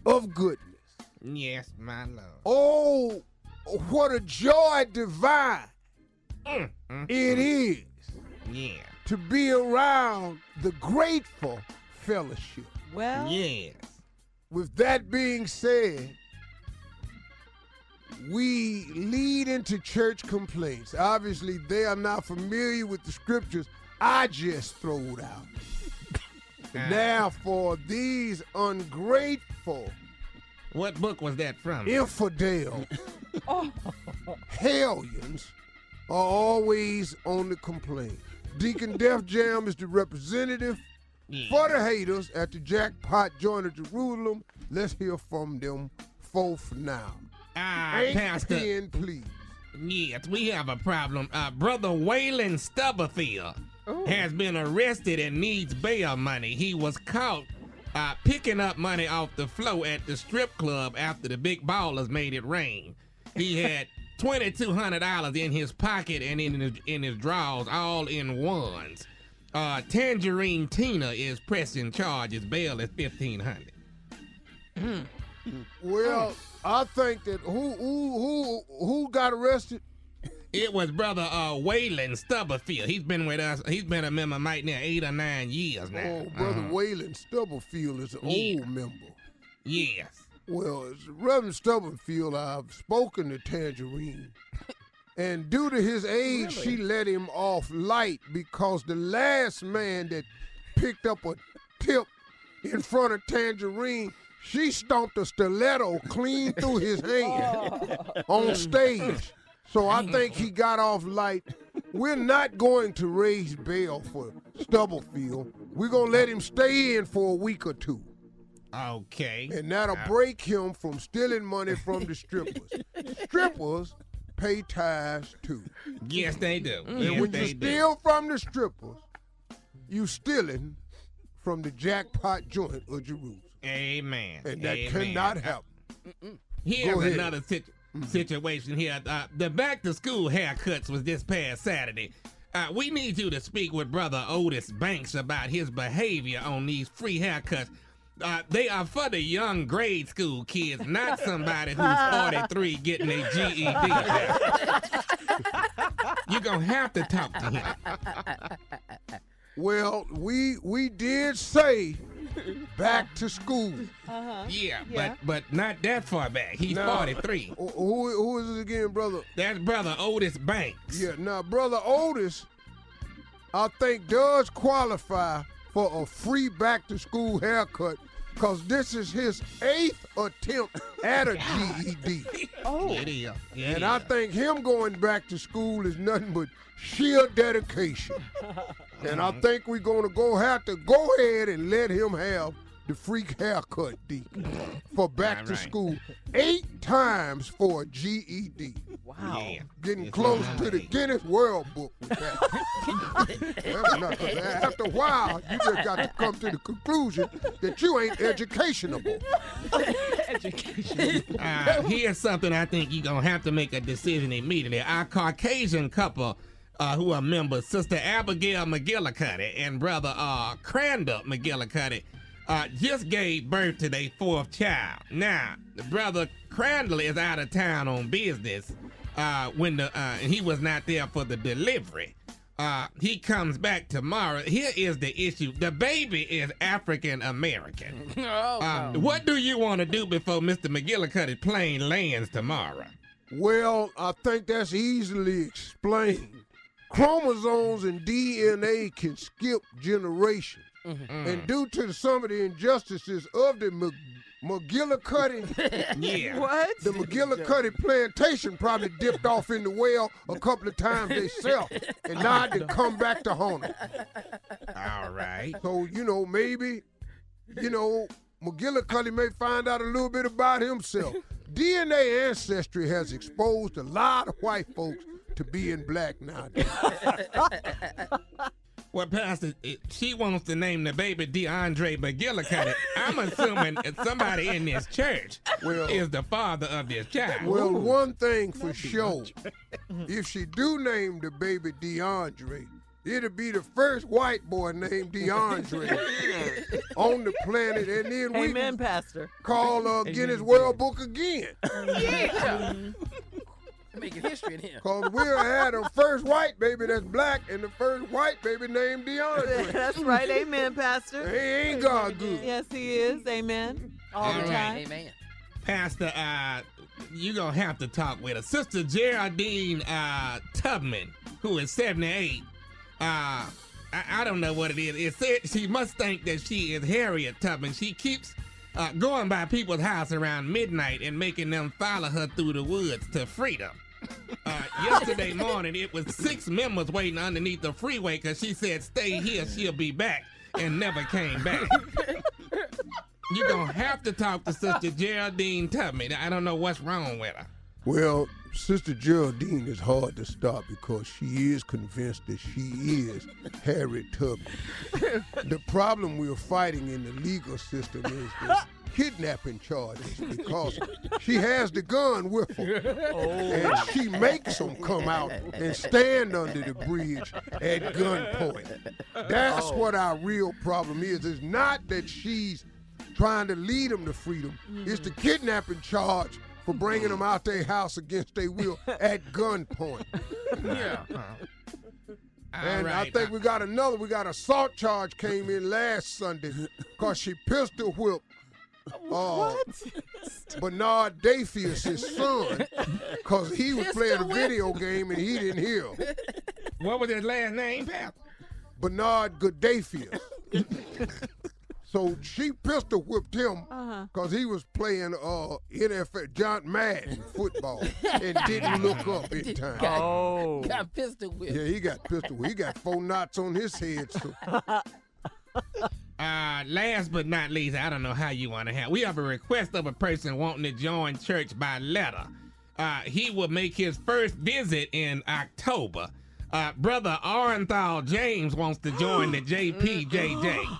[SPEAKER 2] of goodness.
[SPEAKER 9] Mm. Yes, my love.
[SPEAKER 2] Oh, what a joy divine
[SPEAKER 9] Mm, mm,
[SPEAKER 2] it
[SPEAKER 9] mm.
[SPEAKER 2] is
[SPEAKER 9] Yeah.
[SPEAKER 2] to be around the grateful fellowship.
[SPEAKER 7] Well,
[SPEAKER 9] yes.
[SPEAKER 2] With that being said, we lead into church complaints. Obviously, they are not familiar with the scriptures I just throwed out. now, for these ungrateful,
[SPEAKER 9] What book was that from?
[SPEAKER 2] infidel hellions are always on the complaint. Deacon Def Jam is the representative for the haters at the jackpot joint of Jerusalem. Let's hear from them forth now.
[SPEAKER 9] Ah,
[SPEAKER 2] Ain't
[SPEAKER 9] Pastor.
[SPEAKER 2] pen, please.
[SPEAKER 9] Yes, we have a problem. Uh, Brother Waylon Stubberfield has been arrested and needs bail money. He was caught uh, picking up money off the floor at the strip club after the big ballers made it rain. He had twenty-two hundred dollars in his pocket and in his, in his drawers, all in ones. Uh, Tangerine Tina is pressing charges. Bail is fifteen hundred.
[SPEAKER 2] Well, I think that who who who who got arrested?
[SPEAKER 9] It was brother uh Waylon Stubberfield. He's been with us. He's been a member right now eight or nine years now.
[SPEAKER 2] Oh, brother
[SPEAKER 9] Uh-huh.
[SPEAKER 2] Waylon Stubblefield is an
[SPEAKER 9] Yeah.
[SPEAKER 2] old member.
[SPEAKER 9] Yes.
[SPEAKER 2] Well, it's Reverend Stubblefield, I've spoken to Tangerine. And due to his age, she let him off light because the last man that picked up a tip in front of Tangerine, she stomped a stiletto clean through his hand on stage. So I think he got off light. We're not going to raise bail for Stubblefield. We're going to let him stay in for a week or two.
[SPEAKER 9] Okay.
[SPEAKER 2] And that'll
[SPEAKER 9] Uh,
[SPEAKER 2] break him from stealing money from the
[SPEAKER 9] [laughs]
[SPEAKER 2] strippers. strippers pay tithes too.
[SPEAKER 9] Yes, they do.
[SPEAKER 2] and
[SPEAKER 9] Yes,
[SPEAKER 2] when you
[SPEAKER 9] Hmm. they do.
[SPEAKER 2] steal from the strippers, you stealing from the jackpot joint of Jerusalem.
[SPEAKER 9] Amen.
[SPEAKER 2] And that
[SPEAKER 9] Amen.
[SPEAKER 2] cannot
[SPEAKER 9] Uh, [laughs]
[SPEAKER 2] happen.
[SPEAKER 9] Here's
[SPEAKER 2] Go ahead. Mm-hmm.
[SPEAKER 9] another sit- situation here. Uh, the back to school haircuts was this past Saturday. Uh, we need you to speak with Brother Otis Banks about his behavior on these free haircuts. Uh, they are for the young grade school kids, not somebody who's 43 getting a GED. You're going to have to talk to him.
[SPEAKER 2] Well, we we did say back to school.
[SPEAKER 7] Uh-huh.
[SPEAKER 9] Yeah, But, but not that far back. He's
[SPEAKER 2] Now,
[SPEAKER 9] 43.
[SPEAKER 2] who- Who, who is it again, brother?
[SPEAKER 9] That's Brother Otis Banks.
[SPEAKER 2] Yeah, now brother Otis, I think does qualify for a free back to school haircut because this is his eighth attempt
[SPEAKER 7] [laughs]
[SPEAKER 2] at a GED.
[SPEAKER 7] Oh.
[SPEAKER 9] It is. It
[SPEAKER 2] And I
[SPEAKER 9] is.
[SPEAKER 2] think him going back to school is nothing but sheer
[SPEAKER 7] [laughs]
[SPEAKER 2] dedication. And I think we're gonna go have to go ahead and let him have the freak haircut, D, for back to
[SPEAKER 9] Alright.
[SPEAKER 2] school eight times for a GED.
[SPEAKER 7] Wow.
[SPEAKER 9] Yeah.
[SPEAKER 2] Getting
[SPEAKER 9] It's
[SPEAKER 2] close
[SPEAKER 9] not
[SPEAKER 2] to the
[SPEAKER 9] right.
[SPEAKER 2] Guinness World Book with that. That's not- 'cause after a while, you just got to come to the conclusion that you ain't educationable.
[SPEAKER 9] Uh, here's something I think you're going to have to make a decision immediately. Our Caucasian couple uh, who are members, Sister Abigail McGillicuddy and Brother uh, Crandall McGillicuddy, uh, just gave birth to their fourth child. Now, Brother Crandall is out of town on business uh, when the, uh, and he was not there for the delivery. Uh, he comes back tomorrow. Here is the issue. The baby is African American. Uh, what do you want to do before Mr. McGillicuddy plane lands tomorrow?
[SPEAKER 2] Well, I think that's easily explained. Chromosomes and DNA can skip generations. And due to some of the injustices of the Mc- McGillicuddy.
[SPEAKER 10] Yeah.
[SPEAKER 2] What? The McGillicuddy plantation probably dipped off in the well a couple of times themselves, and now they come back to haunt 'em.
[SPEAKER 9] All right.
[SPEAKER 2] So you know maybe, you know McGillicuddy may find out a little bit about
[SPEAKER 9] [laughs]
[SPEAKER 2] himself. DNA ancestry has exposed a lot of white folks to being black
[SPEAKER 9] [laughs]
[SPEAKER 2] nowadays.
[SPEAKER 9] Well, Pastor, it- she wants to name the baby DeAndre McGillicuddy. I'm assuming that somebody in this church is the father of this child.
[SPEAKER 2] Well, one thing for sure,
[SPEAKER 9] [laughs]
[SPEAKER 2] if she do name the baby DeAndre, it'll be the first white boy named
[SPEAKER 9] [laughs]
[SPEAKER 2] DeAndre on the planet, and then we
[SPEAKER 7] Amen,
[SPEAKER 2] can
[SPEAKER 7] Pastor.
[SPEAKER 2] call uh, Guinness World Book
[SPEAKER 9] [laughs]
[SPEAKER 2] again.
[SPEAKER 8] Yeah. Making history in here.
[SPEAKER 2] Cause we'll have the first white baby that's black and the first white baby named
[SPEAKER 7] [laughs]
[SPEAKER 2] DeAndre.
[SPEAKER 7] That's right. Amen, Pastor.
[SPEAKER 2] Hey, ain't God good?
[SPEAKER 7] Yes, he is. Amen. All the
[SPEAKER 9] All right.
[SPEAKER 7] time.
[SPEAKER 8] Amen.
[SPEAKER 9] Pastor, uh, you gonna have to talk with her. Sister Geraldine uh, Tubman, who is 78. Uh, I, I don't know what it is. It said she must think that she is Harriet Tubman. She keeps uh, going by people's house around midnight and making them follow her through the woods to freedom. Uh, yesterday morning, it was six members waiting underneath the freeway because she said, "Stay here, she'll be back," and never came back. You're gonna have to talk to Sister Geraldine Tubman. I don't know what's wrong with her.
[SPEAKER 2] [laughs] Well, Sister Geraldine is hard to stop because she is convinced that she is Harriet
[SPEAKER 7] [laughs]
[SPEAKER 2] Tubman. the problem we're fighting in the legal system is
[SPEAKER 7] [laughs]
[SPEAKER 2] the kidnapping charges because she has the gun with
[SPEAKER 7] [laughs]
[SPEAKER 2] her.
[SPEAKER 7] Oh.
[SPEAKER 2] And she makes them come out and stand under the bridge at gunpoint. That's
[SPEAKER 10] Oh.
[SPEAKER 2] what our real problem is. It's not that she's trying to lead them to freedom. It's the kidnapping charge for bringing them out their house against their will at gunpoint.
[SPEAKER 9] Yeah.
[SPEAKER 2] And I think we got another. We got assault charge came in last Sunday because she pistol whipped. Uh, Bernard Dayfius, his son, because he was playing a video game and he didn't hear. him.
[SPEAKER 9] What was his last name, Pap?
[SPEAKER 2] Bernard
[SPEAKER 9] [laughs]
[SPEAKER 2] Gaddafius. so she pistol whipped him
[SPEAKER 10] Uh-huh.
[SPEAKER 2] because he was playing uh, NFL John Madden football and didn't look up
[SPEAKER 8] [laughs]
[SPEAKER 2] in time.
[SPEAKER 8] Got,
[SPEAKER 9] Oh.
[SPEAKER 2] Oh.
[SPEAKER 8] got pistol whipped.
[SPEAKER 2] Yeah, he got pistol. whipped. He got four knots on his head.
[SPEAKER 8] [laughs]
[SPEAKER 2] So.
[SPEAKER 9] Uh, last but not least, I don't know how you want to have. We have a request of a person wanting to join church by letter. Uh, he will make his first visit in October. Uh, Brother Orenthal James wants to join the JPJJ.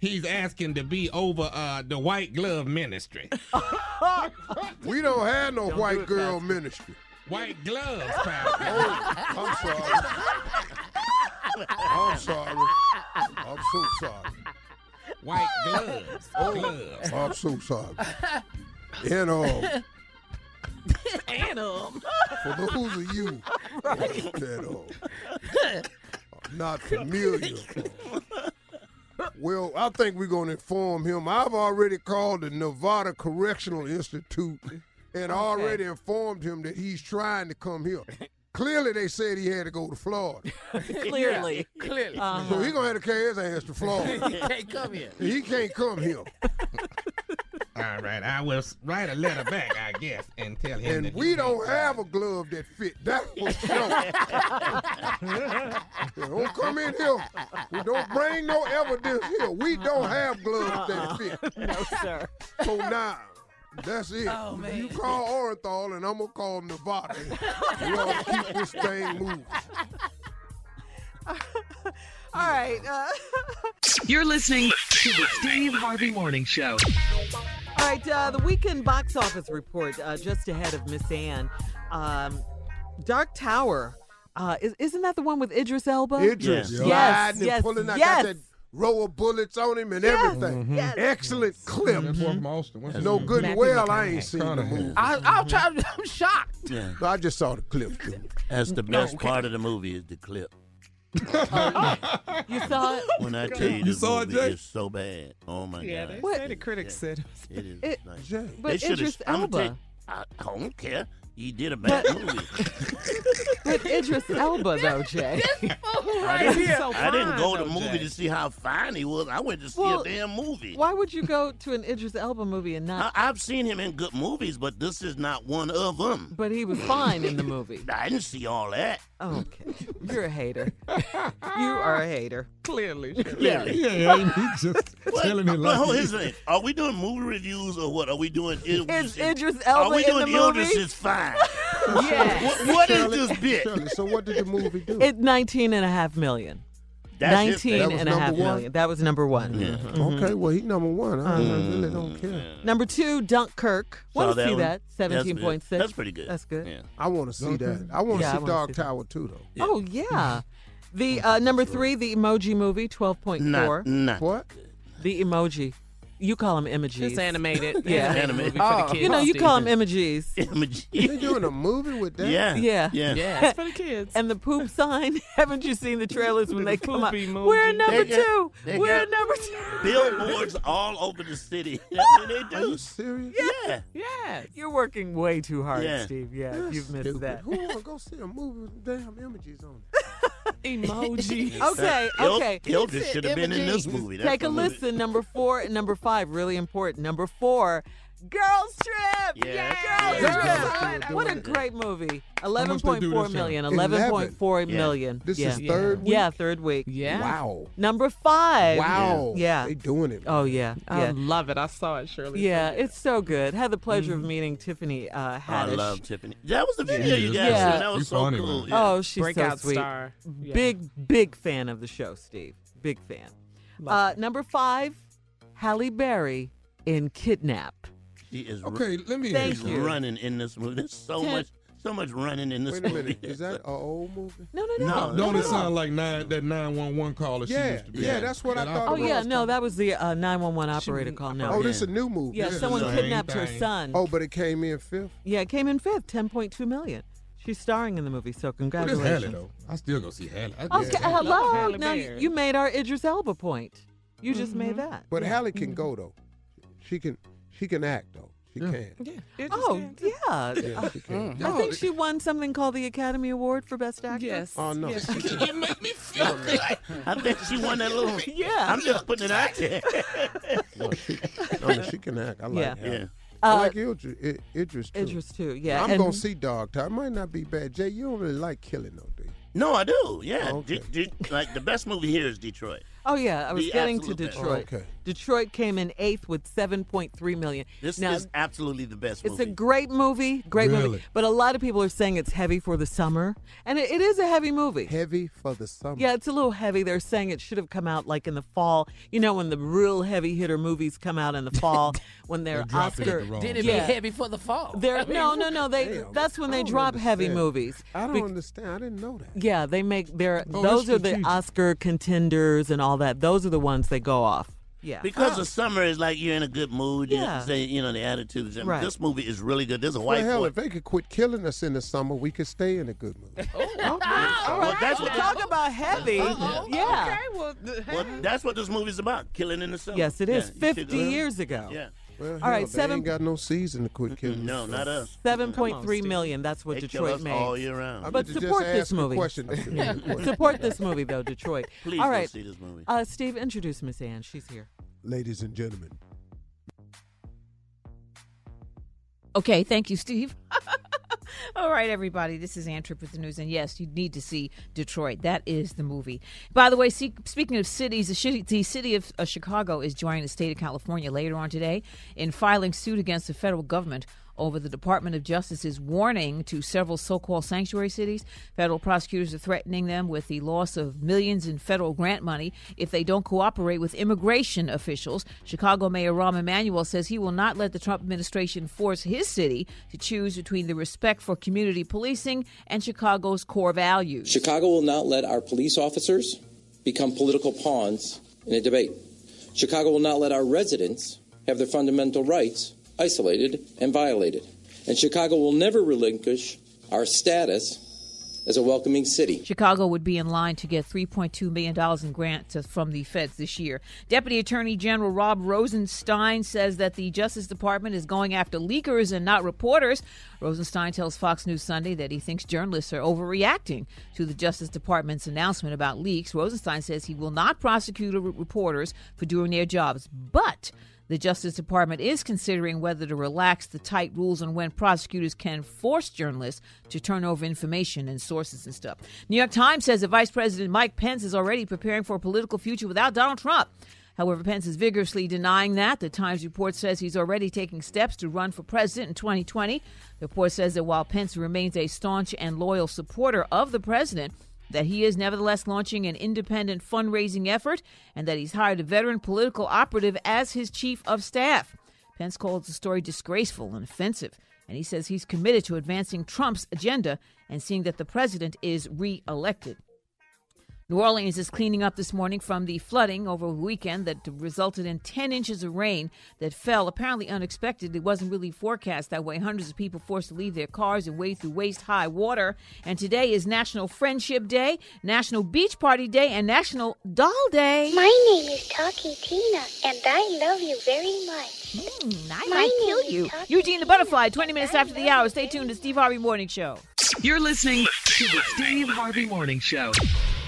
[SPEAKER 9] He's asking to be over uh, the White
[SPEAKER 2] [laughs]
[SPEAKER 9] Glove Ministry.
[SPEAKER 2] we don't have no white girl ministry.
[SPEAKER 9] White
[SPEAKER 2] [laughs]
[SPEAKER 9] gloves, Pastor.
[SPEAKER 2] I'm sorry. I'm sorry. I'm so sorry. Oh.
[SPEAKER 9] White gloves. gloves.
[SPEAKER 2] I'm so sorry. And uh,
[SPEAKER 8] Animal.
[SPEAKER 2] for those of
[SPEAKER 8] [laughs]
[SPEAKER 2] you that uh,
[SPEAKER 8] [laughs]
[SPEAKER 2] not familiar. Well, I think we're going to inform him. I've already called the Nevada Correctional Institute and already informed him that he's trying to come here. Clearly, they said he had to go to Florida.
[SPEAKER 7] Clearly.
[SPEAKER 8] Clearly.
[SPEAKER 2] So he's going to have to carry his ass to
[SPEAKER 8] [laughs]
[SPEAKER 2] Florida.
[SPEAKER 8] Can't come here.
[SPEAKER 2] he can't come here.
[SPEAKER 9] All right, I will s- write a letter back, I guess, and tell him.
[SPEAKER 2] And
[SPEAKER 9] that
[SPEAKER 2] we
[SPEAKER 9] you-
[SPEAKER 2] don't have a glove that fit. That's for
[SPEAKER 8] [laughs]
[SPEAKER 2] sure. don't come in here. We don't bring no evidence here. We don't have gloves
[SPEAKER 8] Uh-uh.
[SPEAKER 2] that fit.
[SPEAKER 7] No, sir.
[SPEAKER 2] So now, that's it.
[SPEAKER 8] Oh, man.
[SPEAKER 2] You call Orenthal and I'm going to call Nevada. We ought to keep this thing moving.
[SPEAKER 7] All right. Uh, [laughs]
[SPEAKER 3] You're listening to the Steve Harvey Morning Show.
[SPEAKER 7] all right. Uh, the weekend box office report uh, just ahead of Miss Ann. Um, Dark Tower. Uh, is, isn't that the one with Idris Elba?
[SPEAKER 2] Idris
[SPEAKER 7] Yes.
[SPEAKER 2] riding
[SPEAKER 7] Yes.
[SPEAKER 2] and
[SPEAKER 7] Yes.
[SPEAKER 2] pulling out
[SPEAKER 7] yes.
[SPEAKER 2] got that row of bullets on him and
[SPEAKER 7] Yes.
[SPEAKER 2] everything.
[SPEAKER 7] Yes.
[SPEAKER 2] Excellent clip. No good and well, I ain't seen the movie.
[SPEAKER 6] I,
[SPEAKER 2] Mm-hmm.
[SPEAKER 6] I'm, trying, I'm shocked.
[SPEAKER 4] Yeah.
[SPEAKER 2] I just saw the clip. too.
[SPEAKER 4] That's the
[SPEAKER 6] No,
[SPEAKER 4] best
[SPEAKER 6] okay.
[SPEAKER 4] part of the movie is the clip.
[SPEAKER 7] You saw it.
[SPEAKER 4] When
[SPEAKER 1] [laughs]
[SPEAKER 4] I tell you
[SPEAKER 7] You
[SPEAKER 4] this
[SPEAKER 7] saw it,
[SPEAKER 4] movie
[SPEAKER 7] Jay?
[SPEAKER 4] is so bad. Oh my
[SPEAKER 1] Yeah,
[SPEAKER 4] god.
[SPEAKER 1] they say the critics said it was
[SPEAKER 4] It is.
[SPEAKER 7] It-
[SPEAKER 4] nice.
[SPEAKER 7] but
[SPEAKER 4] shoulda-
[SPEAKER 7] Idris
[SPEAKER 4] I'ma tell
[SPEAKER 7] Elba.
[SPEAKER 4] you, I, I don't care. He did a bad
[SPEAKER 7] [laughs]
[SPEAKER 4] movie.
[SPEAKER 7] With Idris Elba, though,
[SPEAKER 2] [laughs]
[SPEAKER 7] Jay.
[SPEAKER 4] I
[SPEAKER 7] This
[SPEAKER 4] didn't,
[SPEAKER 7] is so
[SPEAKER 4] I didn't
[SPEAKER 7] fine,
[SPEAKER 4] go to
[SPEAKER 7] though,
[SPEAKER 4] movie
[SPEAKER 7] Jay.
[SPEAKER 4] to see how fine he was. I went to see a damn movie.
[SPEAKER 7] Why would you go to an Idris Elba movie and
[SPEAKER 4] I,
[SPEAKER 7] not?
[SPEAKER 4] I've seen him in good movies, but this is not one of them.
[SPEAKER 7] But he was fine in the movie.
[SPEAKER 4] [laughs] I didn't see all that.
[SPEAKER 7] Okay. You're a hater. You are a hater.
[SPEAKER 8] Clearly.
[SPEAKER 4] Yeah,
[SPEAKER 7] Clearly.
[SPEAKER 4] yeah,
[SPEAKER 5] he's just
[SPEAKER 4] telling
[SPEAKER 5] it like
[SPEAKER 4] Well,
[SPEAKER 5] it
[SPEAKER 4] here's the thing. Are we doing movie reviews or what? Are we doing?
[SPEAKER 7] Is Idris
[SPEAKER 4] Are
[SPEAKER 7] Elba
[SPEAKER 4] we
[SPEAKER 7] in
[SPEAKER 4] doing
[SPEAKER 7] the movie?
[SPEAKER 4] Idris is fine?
[SPEAKER 7] Yes.
[SPEAKER 4] What- what is
[SPEAKER 7] Shirley-
[SPEAKER 4] this bit?
[SPEAKER 7] Shirley,
[SPEAKER 2] so what did the movie do?
[SPEAKER 7] It 19 and a half million.
[SPEAKER 2] That's it?
[SPEAKER 7] 19
[SPEAKER 2] That was
[SPEAKER 7] and a half
[SPEAKER 2] number one?
[SPEAKER 7] million. That was number one. Mhm.
[SPEAKER 2] Okay, well, he number one. I, I really don't care.
[SPEAKER 7] Number two, Dunkirk.
[SPEAKER 2] Mm-hmm. Saw
[SPEAKER 7] Want to
[SPEAKER 2] that
[SPEAKER 7] see
[SPEAKER 2] one.
[SPEAKER 7] that?
[SPEAKER 2] That's good.
[SPEAKER 7] Seventeen point six.
[SPEAKER 2] That's pretty good.
[SPEAKER 7] That's good.
[SPEAKER 2] I want to see that. I want to
[SPEAKER 7] Yeah,
[SPEAKER 2] see
[SPEAKER 7] wanna
[SPEAKER 2] Dog
[SPEAKER 7] that.
[SPEAKER 2] Tower too, though.
[SPEAKER 7] Oh yeah. The uh, number three, the Emoji movie, twelve point four.
[SPEAKER 2] Not- not What?
[SPEAKER 7] The Emoji. You call them emojis.
[SPEAKER 8] It's
[SPEAKER 7] [laughs]
[SPEAKER 8] animated.
[SPEAKER 7] Yeah.
[SPEAKER 8] Animated movie for the Oh. kids,
[SPEAKER 7] You know, you call them
[SPEAKER 8] Stephen.
[SPEAKER 7] emojis.
[SPEAKER 4] Emojis.
[SPEAKER 2] They doing a movie with that?
[SPEAKER 7] Yeah. Yeah.
[SPEAKER 4] Yeah.
[SPEAKER 8] Yeah,
[SPEAKER 7] [laughs]
[SPEAKER 8] it's
[SPEAKER 7] for the kids. and the poop sign. [laughs] Haven't you seen the trailers when they come out?
[SPEAKER 4] poopy emoji.
[SPEAKER 7] We're at number
[SPEAKER 4] They got-
[SPEAKER 7] two.
[SPEAKER 4] they
[SPEAKER 7] We're at
[SPEAKER 4] got-
[SPEAKER 7] number two.
[SPEAKER 4] Billboards all over the city. I mean, they do. Are you
[SPEAKER 2] serious?
[SPEAKER 4] Yeah.
[SPEAKER 7] Yes. You're working way too hard,
[SPEAKER 4] Yeah.
[SPEAKER 7] Steve. Yeah,
[SPEAKER 2] That's
[SPEAKER 7] you've missed
[SPEAKER 2] stupid.
[SPEAKER 7] that.
[SPEAKER 2] [laughs] Who want to go see a movie with damn images on it?
[SPEAKER 7] [laughs] Emoji. okay,
[SPEAKER 4] Il-
[SPEAKER 7] okay.
[SPEAKER 4] Ildris should have been in this movie. That's
[SPEAKER 7] Take a
[SPEAKER 4] the movie.
[SPEAKER 7] listen. Number four and number five, really important. Number four, Girls Trip.
[SPEAKER 4] Yeah,
[SPEAKER 7] Girls
[SPEAKER 4] that's
[SPEAKER 7] Trip. What a great movie. Eleven point four million.
[SPEAKER 8] time?
[SPEAKER 7] Eleven point four
[SPEAKER 8] Eleven.
[SPEAKER 7] million.
[SPEAKER 8] This is
[SPEAKER 7] Yeah.
[SPEAKER 8] third week?
[SPEAKER 7] Yeah, third week.
[SPEAKER 8] Yeah. Wow.
[SPEAKER 7] Number five.
[SPEAKER 8] Wow.
[SPEAKER 7] Yeah.
[SPEAKER 2] They doing it.
[SPEAKER 7] Oh yeah.
[SPEAKER 8] I
[SPEAKER 7] Yeah.
[SPEAKER 8] love it. I saw it, Shirley.
[SPEAKER 7] Yeah, it's so good. Had the pleasure of meeting Tiffany uh, Haddish.
[SPEAKER 4] Mm-hmm. Oh, I love Tiffany. That was the video you guys
[SPEAKER 7] Yeah.
[SPEAKER 4] seen. That was so cool. Yeah.
[SPEAKER 7] Oh, she's
[SPEAKER 8] Breakout
[SPEAKER 7] so sweet.
[SPEAKER 8] star. Yeah.
[SPEAKER 7] Big, big fan of the show, Steve. Big fan. Uh, number five, Halle Berry in Kidnap.
[SPEAKER 4] She is
[SPEAKER 2] Okay, let me
[SPEAKER 7] Thank
[SPEAKER 4] she's
[SPEAKER 7] you.
[SPEAKER 4] running in this movie. There's so
[SPEAKER 7] Ten-
[SPEAKER 4] much, so much running in this
[SPEAKER 2] Wait a
[SPEAKER 4] movie.
[SPEAKER 2] minute. Is
[SPEAKER 4] [laughs]
[SPEAKER 2] that an old movie?
[SPEAKER 7] No,
[SPEAKER 4] No, no,
[SPEAKER 5] don't
[SPEAKER 4] no.
[SPEAKER 5] it sound like nine, that 911 caller she
[SPEAKER 2] Yeah,
[SPEAKER 5] used to be?
[SPEAKER 2] yeah, that's what I thought
[SPEAKER 7] Oh, yeah, no, that was the uh, 911 operator call. No.
[SPEAKER 2] Oh, this a new movie.
[SPEAKER 7] Yeah,
[SPEAKER 2] This is
[SPEAKER 7] someone
[SPEAKER 2] the same
[SPEAKER 7] kidnapped her
[SPEAKER 2] thing.
[SPEAKER 7] son.
[SPEAKER 2] Oh, but it came in fifth.
[SPEAKER 7] Yeah, it came in fifth, 10.2 million. She's starring in the movie, so
[SPEAKER 5] But it's Halle,
[SPEAKER 7] congratulations.
[SPEAKER 5] though. I still go see Halle. I
[SPEAKER 7] Oh, Okay, uh,
[SPEAKER 5] just-
[SPEAKER 7] hello.
[SPEAKER 8] Halle
[SPEAKER 7] now you
[SPEAKER 8] Berry.
[SPEAKER 7] you [laughs] made our Idris Elba point. You just made that.
[SPEAKER 2] But
[SPEAKER 7] Yeah.
[SPEAKER 2] Halle can go though. She can. She can act though. She can.
[SPEAKER 7] Oh, yeah.
[SPEAKER 2] Yeah, she can.
[SPEAKER 7] mm-hmm. I think she won something called the Academy Award for Best Actress.
[SPEAKER 8] Yes.
[SPEAKER 2] Oh no.
[SPEAKER 7] [laughs]
[SPEAKER 8] it made me feel good.
[SPEAKER 4] I think she won that little.
[SPEAKER 7] Yeah.
[SPEAKER 4] I'm just putting it out there.
[SPEAKER 2] No, [laughs] she, I mean, she can act. I like
[SPEAKER 7] Yeah.
[SPEAKER 2] Halle.
[SPEAKER 4] Yeah.
[SPEAKER 2] I
[SPEAKER 7] Uh,
[SPEAKER 2] like Idris, I- Idris too.
[SPEAKER 7] Idris too, yeah,
[SPEAKER 2] I'm
[SPEAKER 7] and-
[SPEAKER 2] gonna see Dog Tower. It might not be bad. Jay, you don't really like killing though, do you?
[SPEAKER 4] No, I do. Yeah.
[SPEAKER 2] Oh, okay.
[SPEAKER 4] De- de- like the best movie here is Detroit.
[SPEAKER 7] [laughs] Oh yeah, I was
[SPEAKER 4] The
[SPEAKER 7] getting to
[SPEAKER 4] absolute best. Oh,
[SPEAKER 7] Detroit.
[SPEAKER 2] Okay.
[SPEAKER 7] [laughs] Detroit came in eighth with 7.3 million.
[SPEAKER 4] This
[SPEAKER 7] now,
[SPEAKER 4] is absolutely the best
[SPEAKER 7] it's
[SPEAKER 4] movie.
[SPEAKER 7] a great movie, great
[SPEAKER 2] Really?
[SPEAKER 7] movie. But a lot of people are saying it's heavy for the summer, and it, it is a heavy movie.
[SPEAKER 2] Heavy for the summer.
[SPEAKER 7] Yeah, it's a little heavy. They're saying it should have come out like in the fall. You know, when the real heavy hitter movies come out in the fall, when they're
[SPEAKER 5] drop it at
[SPEAKER 7] Oscar.
[SPEAKER 5] the wrong
[SPEAKER 8] Did it
[SPEAKER 7] yeah.
[SPEAKER 8] be heavy for the fall?
[SPEAKER 7] They're,
[SPEAKER 8] I mean,
[SPEAKER 7] no, no, no. They that's when
[SPEAKER 2] I
[SPEAKER 7] they
[SPEAKER 2] don't
[SPEAKER 7] drop heavy
[SPEAKER 2] understand.
[SPEAKER 7] movies.
[SPEAKER 2] I don't
[SPEAKER 7] Be-
[SPEAKER 2] understand. I didn't know that.
[SPEAKER 7] yeah, they make their
[SPEAKER 2] Oh,
[SPEAKER 7] those
[SPEAKER 2] that's
[SPEAKER 7] are the
[SPEAKER 2] strategic.
[SPEAKER 7] Oscar contenders and all that. Those are the ones they go off. Yeah.
[SPEAKER 4] Because the summer is like you're in a good mood.
[SPEAKER 7] Yeah.
[SPEAKER 4] You say, you know, the attitudes.
[SPEAKER 7] Right.
[SPEAKER 4] This movie is really good. There's a
[SPEAKER 2] Well,
[SPEAKER 4] white
[SPEAKER 2] hell,
[SPEAKER 4] boy.
[SPEAKER 2] if they could quit killing us in the summer, we could stay in a good mood.
[SPEAKER 7] All
[SPEAKER 4] Well,
[SPEAKER 7] right,
[SPEAKER 4] that's
[SPEAKER 7] we
[SPEAKER 4] what-
[SPEAKER 7] talk about heavy.
[SPEAKER 8] Uh-oh.
[SPEAKER 7] Yeah.
[SPEAKER 8] Okay, well, th-
[SPEAKER 4] Well, that's what this movie's about. Killing in the summer.
[SPEAKER 7] Yes, it is.
[SPEAKER 4] Yeah, you
[SPEAKER 7] 50
[SPEAKER 4] figure-
[SPEAKER 7] years ago.
[SPEAKER 4] Yeah.
[SPEAKER 2] Well, hell,
[SPEAKER 7] All right,
[SPEAKER 2] they
[SPEAKER 7] seven-
[SPEAKER 2] ain't got no season to quit killing.
[SPEAKER 4] No,
[SPEAKER 2] us.
[SPEAKER 4] not us.
[SPEAKER 7] 7.3 million. That's what
[SPEAKER 4] They kill
[SPEAKER 7] Detroit
[SPEAKER 4] us
[SPEAKER 7] made.
[SPEAKER 4] all year round.
[SPEAKER 2] I
[SPEAKER 7] But
[SPEAKER 2] meant to
[SPEAKER 7] support
[SPEAKER 2] just
[SPEAKER 7] this
[SPEAKER 2] ask a
[SPEAKER 7] movie. [laughs]
[SPEAKER 2] question.
[SPEAKER 7] Support this movie, though, Detroit.
[SPEAKER 4] Please
[SPEAKER 7] all
[SPEAKER 4] go
[SPEAKER 7] right.
[SPEAKER 4] see this movie.
[SPEAKER 7] Uh, Steve, introduce Miss Ann. She's here.
[SPEAKER 2] Ladies and gentlemen,
[SPEAKER 11] Okay, thank you, Steve. [laughs] All right, everybody, this is Ann Tripp with the news. And yes, you need to see Detroit. That is the movie. By the way, see, speaking of cities, the city, the city of uh, Chicago is joining the state of California later on today in filing suit against the federal government over the Department of Justice's warning to several so called sanctuary cities. Federal prosecutors are threatening them with the loss of millions in federal grant money if they don't cooperate with immigration officials. Chicago Mayor Rahm Emanuel says he will not let the Trump administration force his city to choose between the respect for community policing and Chicago's core values.
[SPEAKER 12] Chicago will not let our police officers become political pawns in a debate. Chicago will not let our residents have their fundamental rights isolated and violated. And Chicago will never relinquish our status as a welcoming city.
[SPEAKER 11] Chicago would be in line to get $3.2 million in grants from the feds this year. Deputy Attorney General Rob Rosenstein says that the Justice Department is going after leakers and not reporters. Rosenstein tells Fox News Sunday that he thinks journalists are overreacting to the Justice Department's announcement about leaks. Rosenstein says he will not prosecute re- reporters for doing their jobs, but. The Justice Department is considering whether to relax the tight rules on when prosecutors can force journalists to turn over information and sources and stuff. New York Times says that Vice President Mike Pence is already preparing for a political future without Donald Trump. However, Pence is vigorously denying that. The Times report says he's already taking steps to run for president in 2020. The report says that while Pence remains a staunch and loyal supporter of the president, that he is nevertheless launching an independent fundraising effort and that he's hired a veteran political operative as his chief of staff. Pence calls the story disgraceful and offensive, and he says he's committed to advancing Trump's agenda and seeing that the president is reelected. New Orleans is cleaning up this morning from the flooding over the weekend that resulted in 10 inches of rain that fell apparently unexpected. It wasn't really forecast that way. Hundreds of people forced to leave their cars and wade through waist high water. And today is National Friendship Day, National Beach Party Day, and National Doll Day.
[SPEAKER 13] My name is Talkie Tina, and I love you very much.
[SPEAKER 11] Hmm,
[SPEAKER 13] My
[SPEAKER 11] I might
[SPEAKER 13] name
[SPEAKER 11] kill
[SPEAKER 13] is
[SPEAKER 11] you.
[SPEAKER 13] Talkie
[SPEAKER 11] Eugene the Butterfly, 20 minutes after the hour. Stay tuned to Steve Harvey Morning Show.
[SPEAKER 3] You're listening to the Steve Harvey Morning Show.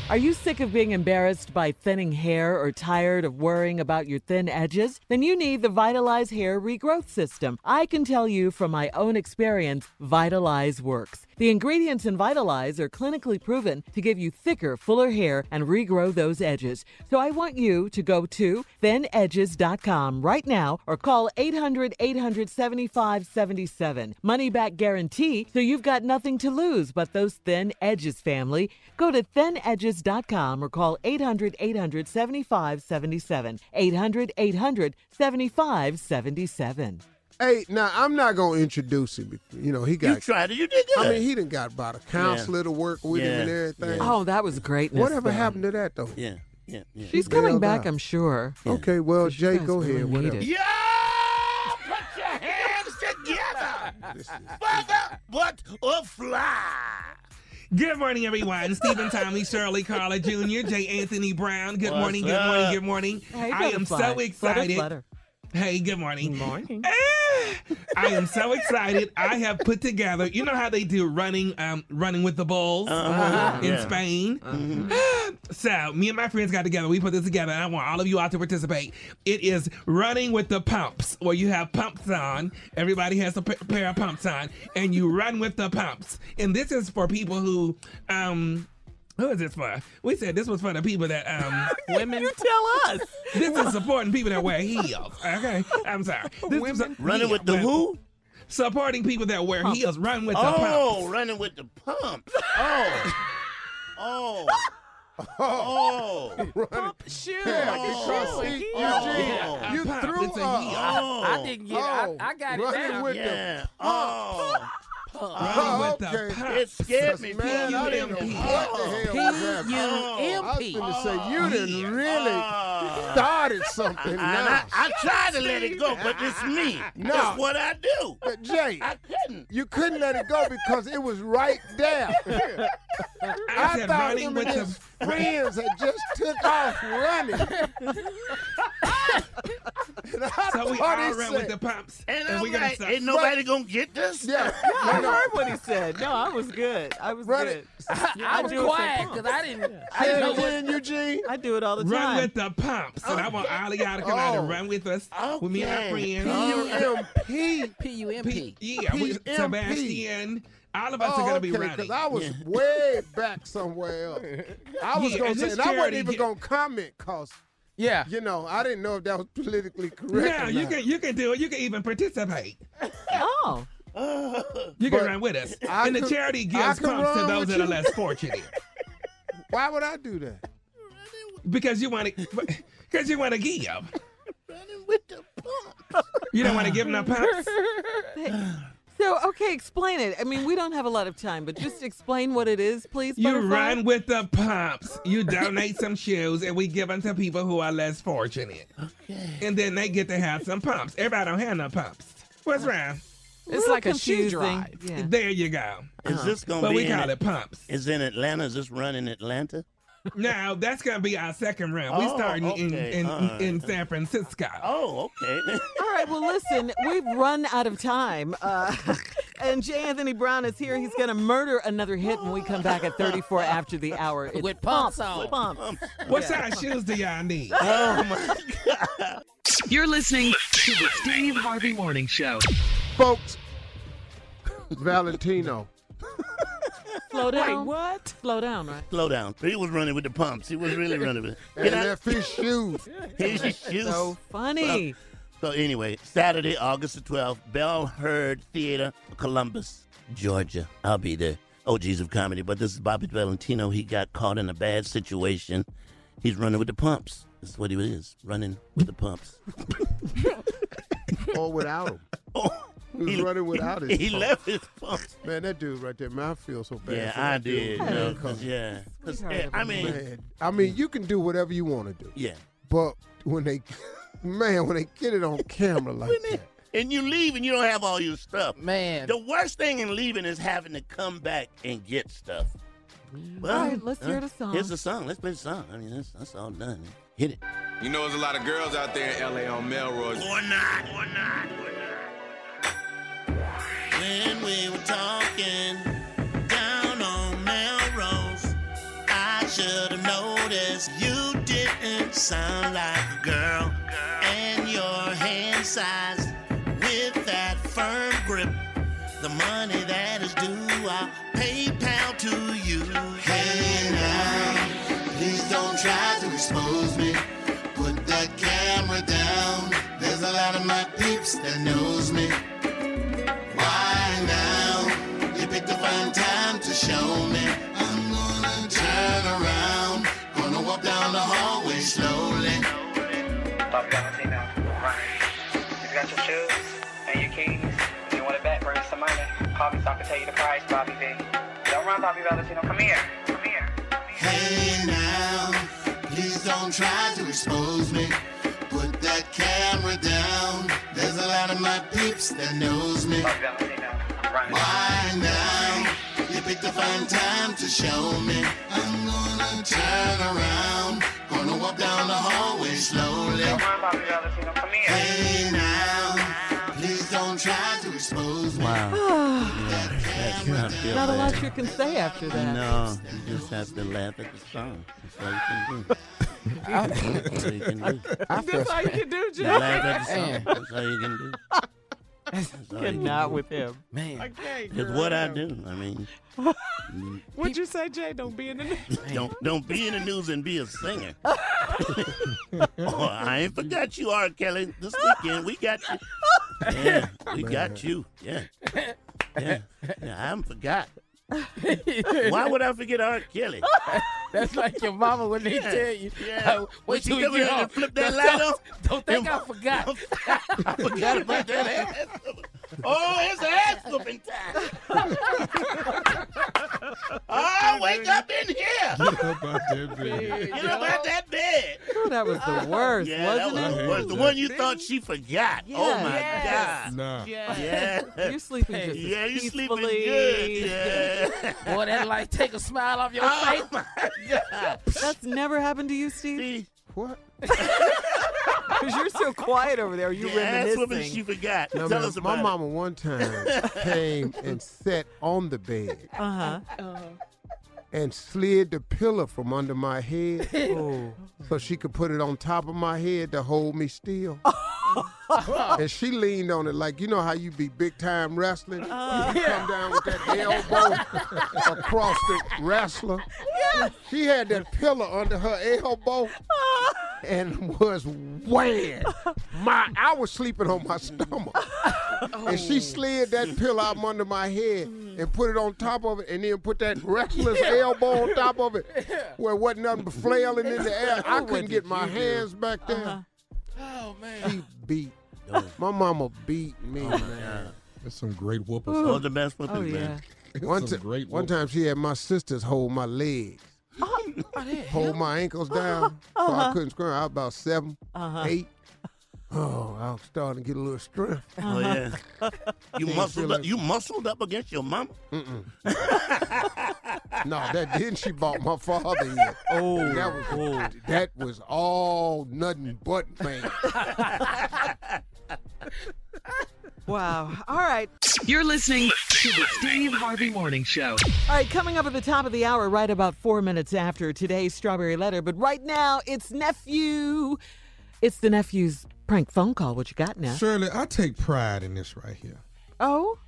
[SPEAKER 7] Are you sick of being embarrassed by thinning hair or tired of worrying about your thin edges? Then you need the Vitalize Hair Regrowth System. I can tell you from my own experience, Vitalize works. The ingredients in Vitalize are clinically proven to give you thicker, fuller hair and regrow those edges. So I want you to go to thinedges.com right now or call 800 875 77. Money back guarantee, so you've got nothing to lose but those thin edges, family. Go to thinedges.com or call 800 875 77. 800 875 77.
[SPEAKER 2] Hey, now I'm not gonna introduce him. You know, he got.
[SPEAKER 7] You tried it, you did
[SPEAKER 2] I
[SPEAKER 7] good.
[SPEAKER 2] mean, he done got about a counselor to work with him and
[SPEAKER 7] Yeah,
[SPEAKER 2] everything.
[SPEAKER 7] yeah. Oh, that was greatness,
[SPEAKER 2] Whatever
[SPEAKER 7] though.
[SPEAKER 2] happened to that though?
[SPEAKER 4] Yeah, yeah, yeah.
[SPEAKER 7] She's coming back, I'm sure.
[SPEAKER 2] Okay, well, Jay, go
[SPEAKER 7] really
[SPEAKER 2] ahead.
[SPEAKER 7] need
[SPEAKER 2] Whatever.
[SPEAKER 7] it.
[SPEAKER 4] Yo! Put your hands together! Father, what a fly!
[SPEAKER 8] Good morning, everyone. Stephen Tommy, Shirley Carla Jr., J. Anthony Brown. Good
[SPEAKER 4] What's
[SPEAKER 8] morning, good
[SPEAKER 4] up?
[SPEAKER 8] morning, good morning.
[SPEAKER 4] Hey,
[SPEAKER 8] I am
[SPEAKER 4] butterfly.
[SPEAKER 8] so
[SPEAKER 4] Flutter,
[SPEAKER 8] excited.
[SPEAKER 4] flutter.
[SPEAKER 8] Hey, good morning. Good morning. [laughs] I am so excited. I have put together, you know how they do running um, running with the bulls
[SPEAKER 4] Uh-huh.
[SPEAKER 8] in
[SPEAKER 4] Yeah.
[SPEAKER 8] Spain? So, me and my friends got together. We put this together, and I want all of you out to participate. It is running with the pumps, where you have pumps on. Everybody has a p- pair of pumps on, and you run with the pumps. And this is for people who, um, who is this for? We said this was for the people that, um, women. You
[SPEAKER 7] tell us.
[SPEAKER 8] This is supporting people that wear heels. Okay, I'm sorry. This is a-
[SPEAKER 4] Running with the
[SPEAKER 8] yeah,
[SPEAKER 4] who?
[SPEAKER 8] Supporting people that wear
[SPEAKER 4] Pumps.
[SPEAKER 8] heels. Run with
[SPEAKER 4] oh,
[SPEAKER 8] the pumps.
[SPEAKER 4] running with the pumps.
[SPEAKER 7] [laughs]
[SPEAKER 4] Oh. oh. Oh. [laughs] Pump
[SPEAKER 1] shoe.
[SPEAKER 4] Yeah,
[SPEAKER 1] Like a
[SPEAKER 4] oh.
[SPEAKER 1] shoe.
[SPEAKER 4] See,
[SPEAKER 1] Oh.
[SPEAKER 4] Eugene, you
[SPEAKER 1] Pump.
[SPEAKER 4] threw
[SPEAKER 1] It's a
[SPEAKER 4] up.
[SPEAKER 1] heel.
[SPEAKER 4] Oh.
[SPEAKER 1] I, I didn't get it. I, I got
[SPEAKER 4] Running
[SPEAKER 1] it down.
[SPEAKER 4] with the Yeah. pump. Oh.
[SPEAKER 1] Oh,
[SPEAKER 8] Running with the pumps.
[SPEAKER 4] It scared me.
[SPEAKER 8] Man, I didn't know
[SPEAKER 2] what the hell was happening. Oh, I was going to say, you didn't really started something.
[SPEAKER 4] Oh, And
[SPEAKER 2] now.
[SPEAKER 4] I, I tried to let it go, but it's me.
[SPEAKER 2] No.
[SPEAKER 4] That's what I do.
[SPEAKER 2] But Jay,
[SPEAKER 4] I couldn't.
[SPEAKER 2] You couldn't let it go because it was right
[SPEAKER 4] [laughs]
[SPEAKER 2] there. I,
[SPEAKER 8] said
[SPEAKER 2] thought
[SPEAKER 8] running
[SPEAKER 2] him
[SPEAKER 8] with
[SPEAKER 2] and
[SPEAKER 8] the-
[SPEAKER 2] his friends had just took off
[SPEAKER 4] [laughs]
[SPEAKER 2] running. [laughs] And I
[SPEAKER 8] So we
[SPEAKER 2] thought
[SPEAKER 8] all
[SPEAKER 2] he
[SPEAKER 8] ran
[SPEAKER 2] said-
[SPEAKER 8] with the pumps.
[SPEAKER 4] And I'm
[SPEAKER 8] we gonna
[SPEAKER 4] like,
[SPEAKER 8] stop-
[SPEAKER 4] ain't nobody gonna get this?
[SPEAKER 2] Yeah.
[SPEAKER 7] I heard what he said. No, I was good. I was
[SPEAKER 2] Run
[SPEAKER 7] good.
[SPEAKER 2] it.
[SPEAKER 6] [laughs]
[SPEAKER 7] I,
[SPEAKER 1] was
[SPEAKER 7] do it for
[SPEAKER 1] quiet
[SPEAKER 7] fun.
[SPEAKER 1] because I didn't.
[SPEAKER 7] I
[SPEAKER 2] Say
[SPEAKER 7] do
[SPEAKER 2] it
[SPEAKER 7] it-
[SPEAKER 2] again, Eugene.
[SPEAKER 7] I do it all the
[SPEAKER 8] Run
[SPEAKER 7] time.
[SPEAKER 8] with the pumps. And I want all of y'all to come out and
[SPEAKER 2] Oh.
[SPEAKER 8] run with us. With me and our
[SPEAKER 2] P
[SPEAKER 8] friends.
[SPEAKER 7] [laughs]
[SPEAKER 2] U M P.
[SPEAKER 1] P U M
[SPEAKER 8] P- yeah, we,
[SPEAKER 2] PMP.
[SPEAKER 8] Sebastian. All of us are
[SPEAKER 2] Oh,
[SPEAKER 8] gonna be
[SPEAKER 2] okay,
[SPEAKER 8] running.
[SPEAKER 2] 'cause I was way back somewhere else. I was
[SPEAKER 8] Yeah,
[SPEAKER 2] gonna
[SPEAKER 8] and
[SPEAKER 2] say,
[SPEAKER 8] this
[SPEAKER 2] and I wasn't
[SPEAKER 8] charity
[SPEAKER 2] even
[SPEAKER 8] get-
[SPEAKER 2] gonna comment cause,
[SPEAKER 1] yeah,
[SPEAKER 2] you know, I didn't know if that was politically correct.
[SPEAKER 8] No,
[SPEAKER 2] or
[SPEAKER 8] you
[SPEAKER 2] not.
[SPEAKER 8] can you can do it. You can even participate.
[SPEAKER 7] [laughs] Oh.
[SPEAKER 8] You can
[SPEAKER 2] But
[SPEAKER 8] run with us.
[SPEAKER 2] I
[SPEAKER 8] and the
[SPEAKER 2] could-
[SPEAKER 8] charity
[SPEAKER 2] I
[SPEAKER 8] gives
[SPEAKER 2] could
[SPEAKER 8] pumps to
[SPEAKER 2] run
[SPEAKER 8] those
[SPEAKER 2] with
[SPEAKER 8] that are
[SPEAKER 2] you.
[SPEAKER 8] less fortunate.
[SPEAKER 2] [laughs] Why would I do that?
[SPEAKER 8] Because you want to, because you want to give. Running with the pumps. You don't want to
[SPEAKER 7] [laughs]
[SPEAKER 8] give no pumps.
[SPEAKER 7] So, okay, explain it. I mean, we don't have a lot of time, but just explain what it is, please.
[SPEAKER 8] You
[SPEAKER 7] Butterfly.
[SPEAKER 8] run with the pumps. You donate some shoes, and we give them to people who are less fortunate. And then they get to have some pumps. Everybody don't have no pumps. What's wrong?
[SPEAKER 1] It's like a shoe drive.
[SPEAKER 5] There you go.
[SPEAKER 4] Is
[SPEAKER 8] Uh-huh.
[SPEAKER 4] this gonna
[SPEAKER 5] but
[SPEAKER 4] be?
[SPEAKER 5] we
[SPEAKER 4] in
[SPEAKER 5] call
[SPEAKER 4] At-
[SPEAKER 5] it pumps.
[SPEAKER 4] Is in Atlanta. Is this run in Atlanta?
[SPEAKER 5] Now that's gonna be our second round. we
[SPEAKER 4] Oh,
[SPEAKER 5] starting in
[SPEAKER 4] okay.
[SPEAKER 5] in,
[SPEAKER 4] All right.
[SPEAKER 5] in San Francisco.
[SPEAKER 4] Oh, okay. [laughs]
[SPEAKER 7] All right, well, listen, we've run out of time. Uh, [laughs] and J. Anthony Brown is here. He's going to murder another hit when we come back at 34 after the hour. It's
[SPEAKER 8] With pumps on.
[SPEAKER 7] With pumps.
[SPEAKER 5] What size shoes do
[SPEAKER 7] [laughs]
[SPEAKER 5] y'all need?
[SPEAKER 8] Oh, my God. You're listening to the Steve Harvey Morning Show.
[SPEAKER 2] Folks, Valentino.
[SPEAKER 7] Slow down.
[SPEAKER 1] Wait,
[SPEAKER 7] what? Slow down, right?
[SPEAKER 4] Slow down. He was running with the pumps. He was really
[SPEAKER 2] [laughs]
[SPEAKER 4] running with it.
[SPEAKER 2] And that fish
[SPEAKER 4] [laughs]
[SPEAKER 2] shoes.
[SPEAKER 4] His shoes.
[SPEAKER 2] So funny.
[SPEAKER 4] So, so anyway, Saturday, August the 12th, Bell Heard Theater, Columbus, Georgia. I'll be there. OGs of comedy. But this is Bobby Valentino. He got caught in a bad situation. He's running with the pumps. That's what he is. Running with the pumps.
[SPEAKER 2] or without him. He was
[SPEAKER 4] He-
[SPEAKER 2] running without his
[SPEAKER 4] he
[SPEAKER 2] pump.
[SPEAKER 4] left his pumps.
[SPEAKER 2] Man, that dude right there, man, I feel so bad.
[SPEAKER 4] Yeah,
[SPEAKER 2] for
[SPEAKER 4] I
[SPEAKER 2] that dude.
[SPEAKER 4] did. you know, 'cause,
[SPEAKER 2] Man,
[SPEAKER 4] yeah. 'Cause, eh, I mean,
[SPEAKER 2] man, I mean, you can do whatever you want to do.
[SPEAKER 4] Yeah.
[SPEAKER 2] But when they, [laughs] man, when they get it on camera like that.
[SPEAKER 4] and you leave and you don't have all your stuff.
[SPEAKER 6] Man.
[SPEAKER 4] The worst thing in leaving is having to come back and get stuff. Well, uh,
[SPEAKER 7] All right, let's hear the song.
[SPEAKER 4] Here's the song. Let's play the song. I mean, that's, that's all done. Hit it.
[SPEAKER 14] You know, there's a lot of girls out there in LA on Melrose.
[SPEAKER 4] Or not, or not, or not. When we were talking down on Melrose, I should have noticed you didn't sound like a girl. And your hand size with that firm grip. The money that is due, I'll PayPal to you. Hey now, please don't try to expose me. Put that camera down. There's a lot of my peeps that knows me. Why now? You picked a fine time to show me. I'm gonna turn around. Gonna walk down the hallway slowly.
[SPEAKER 15] Bobby Valentino. Right. You got your shoes and your keys. You want it back, bring me some money. Call me so I can tell you the price, Bobby V. Don't run, Bobby Valentino. Come here. Come here.
[SPEAKER 14] Hey now, please don't try to expose me. Put that camera down. There's a lot of my peeps that knows me.
[SPEAKER 15] Why
[SPEAKER 14] now? You picked a fine time to show me. I'm gonna turn around. Gonna walk down the hallway slowly.
[SPEAKER 15] Don't run, Bobby Valentino. Come here.
[SPEAKER 14] Hey now, please don't try to expose
[SPEAKER 7] [sighs]
[SPEAKER 14] me.
[SPEAKER 4] [sighs] That's not feel
[SPEAKER 7] Not a
[SPEAKER 4] bad.
[SPEAKER 7] lot you can say after that.
[SPEAKER 4] No, you just have to laugh at the song. That's all you can do.
[SPEAKER 7] [laughs]
[SPEAKER 4] That's all you can do.
[SPEAKER 7] I feel That's all you can do,
[SPEAKER 4] You
[SPEAKER 7] Jeff.
[SPEAKER 4] Laugh at the song.
[SPEAKER 7] Man.
[SPEAKER 4] That's all you can do. That's all you can
[SPEAKER 7] Cannot
[SPEAKER 4] do.
[SPEAKER 7] with him.
[SPEAKER 6] Man.
[SPEAKER 1] I can't,
[SPEAKER 4] It's
[SPEAKER 1] girl,
[SPEAKER 4] what
[SPEAKER 1] I
[SPEAKER 4] I
[SPEAKER 1] know.
[SPEAKER 4] do. I mean,
[SPEAKER 1] What'd you say, Jay? Don't be in the [laughs] news.
[SPEAKER 4] don't don't be in the news and be
[SPEAKER 7] [laughs]
[SPEAKER 4] a singer. [laughs] oh, I ain't forgot you, R. Kelly. This weekend we got
[SPEAKER 7] [laughs]
[SPEAKER 4] you. Yeah, we got you. Yeah, yeah. yeah I forgot. Why would I forget R. Kelly?
[SPEAKER 6] That's like your mama when they
[SPEAKER 4] Yeah,
[SPEAKER 6] tell you.
[SPEAKER 4] yeah.
[SPEAKER 6] uh,
[SPEAKER 4] When
[SPEAKER 6] wait
[SPEAKER 4] she
[SPEAKER 6] till
[SPEAKER 4] come
[SPEAKER 6] we
[SPEAKER 4] in
[SPEAKER 6] get
[SPEAKER 4] and
[SPEAKER 6] home.
[SPEAKER 4] flip that
[SPEAKER 6] Don't-
[SPEAKER 4] light
[SPEAKER 6] [laughs]
[SPEAKER 4] off.
[SPEAKER 6] Don't think I forgot.
[SPEAKER 4] I forgot about that
[SPEAKER 7] [laughs]
[SPEAKER 4] ass. Oh, it's ass whooping time. oh, wake up in here. Get up
[SPEAKER 7] Uh,
[SPEAKER 4] out that bed.
[SPEAKER 7] Oh, that was the worst,
[SPEAKER 4] Yeah,
[SPEAKER 7] wasn't
[SPEAKER 4] that was
[SPEAKER 7] it?
[SPEAKER 4] the worst. The one you thought she forgot. Oh my
[SPEAKER 7] Yes.
[SPEAKER 4] God.
[SPEAKER 5] Nah.
[SPEAKER 4] [laughs] Yeah.
[SPEAKER 7] You're sleeping just as
[SPEAKER 4] Yeah, you sleeping
[SPEAKER 7] peacefully.
[SPEAKER 4] good. Yeah.
[SPEAKER 8] Boy, that like take a smile off your face.
[SPEAKER 4] Oh my God.
[SPEAKER 7] That's never happened to you, Steve? [laughs]
[SPEAKER 2] What?
[SPEAKER 7] Because you're so quiet over there. You
[SPEAKER 4] The ass whooping
[SPEAKER 7] reminiscing.
[SPEAKER 4] she forgot.
[SPEAKER 2] No,
[SPEAKER 4] [laughs] Tell
[SPEAKER 2] man,
[SPEAKER 4] us
[SPEAKER 2] my
[SPEAKER 4] about
[SPEAKER 2] mama one time
[SPEAKER 4] [laughs]
[SPEAKER 2] came and sat on the bed
[SPEAKER 7] Uh-huh.
[SPEAKER 2] and slid the pillow from under my head
[SPEAKER 4] Oh.
[SPEAKER 2] so she could put it on top of my head to hold me
[SPEAKER 4] [laughs]
[SPEAKER 2] still. and she leaned on it like you know how you be big time wrestling.
[SPEAKER 7] uh,
[SPEAKER 4] Uh,
[SPEAKER 2] You come down
[SPEAKER 7] [laughs]
[SPEAKER 2] with that elbow across the wrestler. She had that pillow under her elbow and was wham. My I was sleeping on my stomach. And she slid that pillow out from under my head and put it on top of it and then put that restless elbow on top of it where it wasn't nothing but flailing in the air. I couldn't get my hands back there.
[SPEAKER 8] Oh, man.
[SPEAKER 2] She beat. My mama beat me, man.
[SPEAKER 5] That's some great whoopers.
[SPEAKER 4] it. Those the best whoopings,
[SPEAKER 5] Oh,
[SPEAKER 4] man.
[SPEAKER 2] One,
[SPEAKER 5] Some
[SPEAKER 2] ti-
[SPEAKER 5] great
[SPEAKER 2] one time she had my sisters hold my legs,
[SPEAKER 7] Oh,
[SPEAKER 2] [laughs]
[SPEAKER 7] [laughs]
[SPEAKER 2] hold my ankles down so I couldn't squirm. I was about 7
[SPEAKER 7] Uh-huh.
[SPEAKER 2] eight. Oh, I'm starting to get a little strength.
[SPEAKER 4] Oh yeah. You
[SPEAKER 2] Uh-huh. Can't
[SPEAKER 4] muscled
[SPEAKER 2] feel
[SPEAKER 4] up.
[SPEAKER 2] it.
[SPEAKER 4] You muscled up against your mama.
[SPEAKER 2] Mm-mm. no, that then she bought my father in. Oh, that was that was all nothing but
[SPEAKER 7] [laughs]
[SPEAKER 2] man.
[SPEAKER 7] Wow. All right.
[SPEAKER 3] You're listening to the Steve Harvey Morning Show.
[SPEAKER 7] All right, coming up at the top of the hour, right about four minutes after today's strawberry letter. But right now, it's nephew. It's the nephew's prank phone call. What you got now?
[SPEAKER 5] Shirley, I take pride in this right here.
[SPEAKER 7] Oh,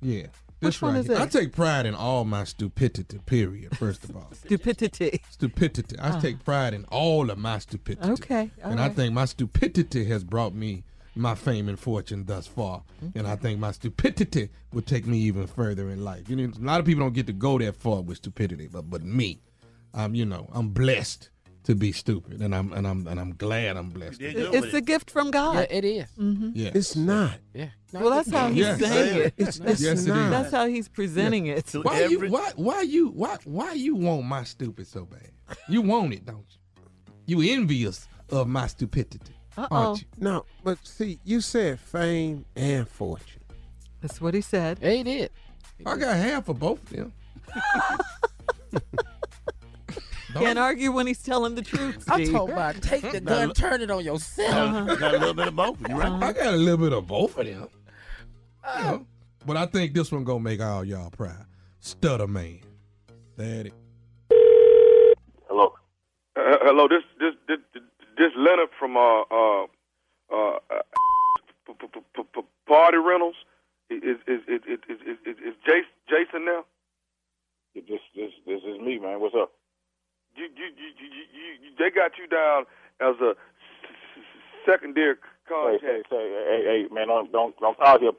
[SPEAKER 5] Yeah.
[SPEAKER 7] Which
[SPEAKER 5] this
[SPEAKER 7] one
[SPEAKER 5] right
[SPEAKER 7] is
[SPEAKER 5] here. I
[SPEAKER 7] it?
[SPEAKER 5] take pride in all my stupidity, period, first
[SPEAKER 7] [laughs]
[SPEAKER 5] of all.
[SPEAKER 7] stupidity.
[SPEAKER 5] Stupidity. I
[SPEAKER 7] Ah.
[SPEAKER 5] take pride in all of my stupidity.
[SPEAKER 7] Okay, all
[SPEAKER 5] and I
[SPEAKER 7] right.
[SPEAKER 5] think my stupidity has brought me my fame and fortune thus far. And I think my stupidity will take me even further in life. You know, a lot of people don't get to go that far with stupidity, but but me, I'm you know, I'm blessed to be stupid and I'm and I'm and I'm glad I'm blessed. to be
[SPEAKER 7] It's a gift from God.
[SPEAKER 6] Yeah, it is.
[SPEAKER 7] Mm-hmm.
[SPEAKER 5] Yeah. It's not.
[SPEAKER 6] Yeah.
[SPEAKER 7] Well, that's how he's
[SPEAKER 5] Yes.
[SPEAKER 7] saying it.
[SPEAKER 5] It's- it's Yes, it not. is.
[SPEAKER 7] That's how he's presenting it.
[SPEAKER 5] Why you why why you why why you want my stupid so bad? You want it, don't you? You envious of my stupidity, aren't you?
[SPEAKER 2] No, but see, you said fame and fortune.
[SPEAKER 7] That's what he said.
[SPEAKER 6] He did.
[SPEAKER 5] I got half of both of them.
[SPEAKER 7] Can't argue when he's telling the truth.
[SPEAKER 6] I
[SPEAKER 7] Steve.
[SPEAKER 6] told Bob, take the gun, turn it on yourself.
[SPEAKER 7] Uh-huh.
[SPEAKER 4] Got, got a little bit of both. You right?
[SPEAKER 5] I got a little bit of both of them.
[SPEAKER 7] Uh,
[SPEAKER 5] Yeah. But I think this one gonna make all y'all proud. Stutter man. That it.
[SPEAKER 16] Hello. Uh, hello. This this this this Leonard from uh uh uh p- p- p- p- p- party rentals. Is is is is is, is, is, is Jason, Jason now? This this this is me, man. What's up? You you you you, you, you they got you down as a s- s- secondary contact. Hey, hey, hey, man, don't don't don't call here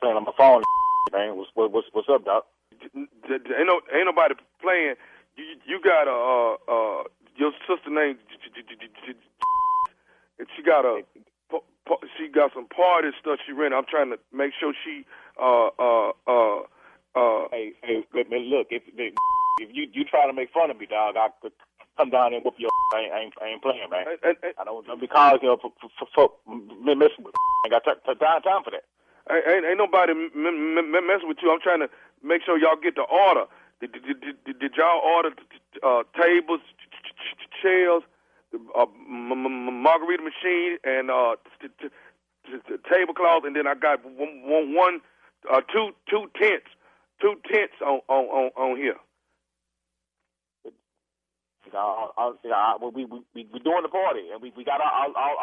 [SPEAKER 16] playing on my phone, [laughs] man. What's what's what's up, doc? Ain't no ain't nobody playing. You you got a uh, uh your sister named J- J- J- J- J- and she got a pa- pa- she got some party stuff she rented. I'm trying to make sure she uh uh uh uh. Hey hey, man, look if if you you try to make fun of me, dog, I could come down and whoop your. [laughs] I ain't, I ain't, I ain't playing, man. I don't don't be calling you for for, for, for me messing with. I ain't got t- t- time time for that. Ain't, ain't, ain't nobody m- m- m- messing with you. I'm trying to make sure y'all get the order. Did, did, did, did, did y'all order t- t- uh, tables, ch- ch- ch- chairs, uh, m- m- m- margarita machine, and uh, t- t- t- t- tablecloth? And then I got one, one, one uh, two, two tents, two tents on on on, on here. I, I, I, we, we, we, we doing the party, and we, we got our, our, our,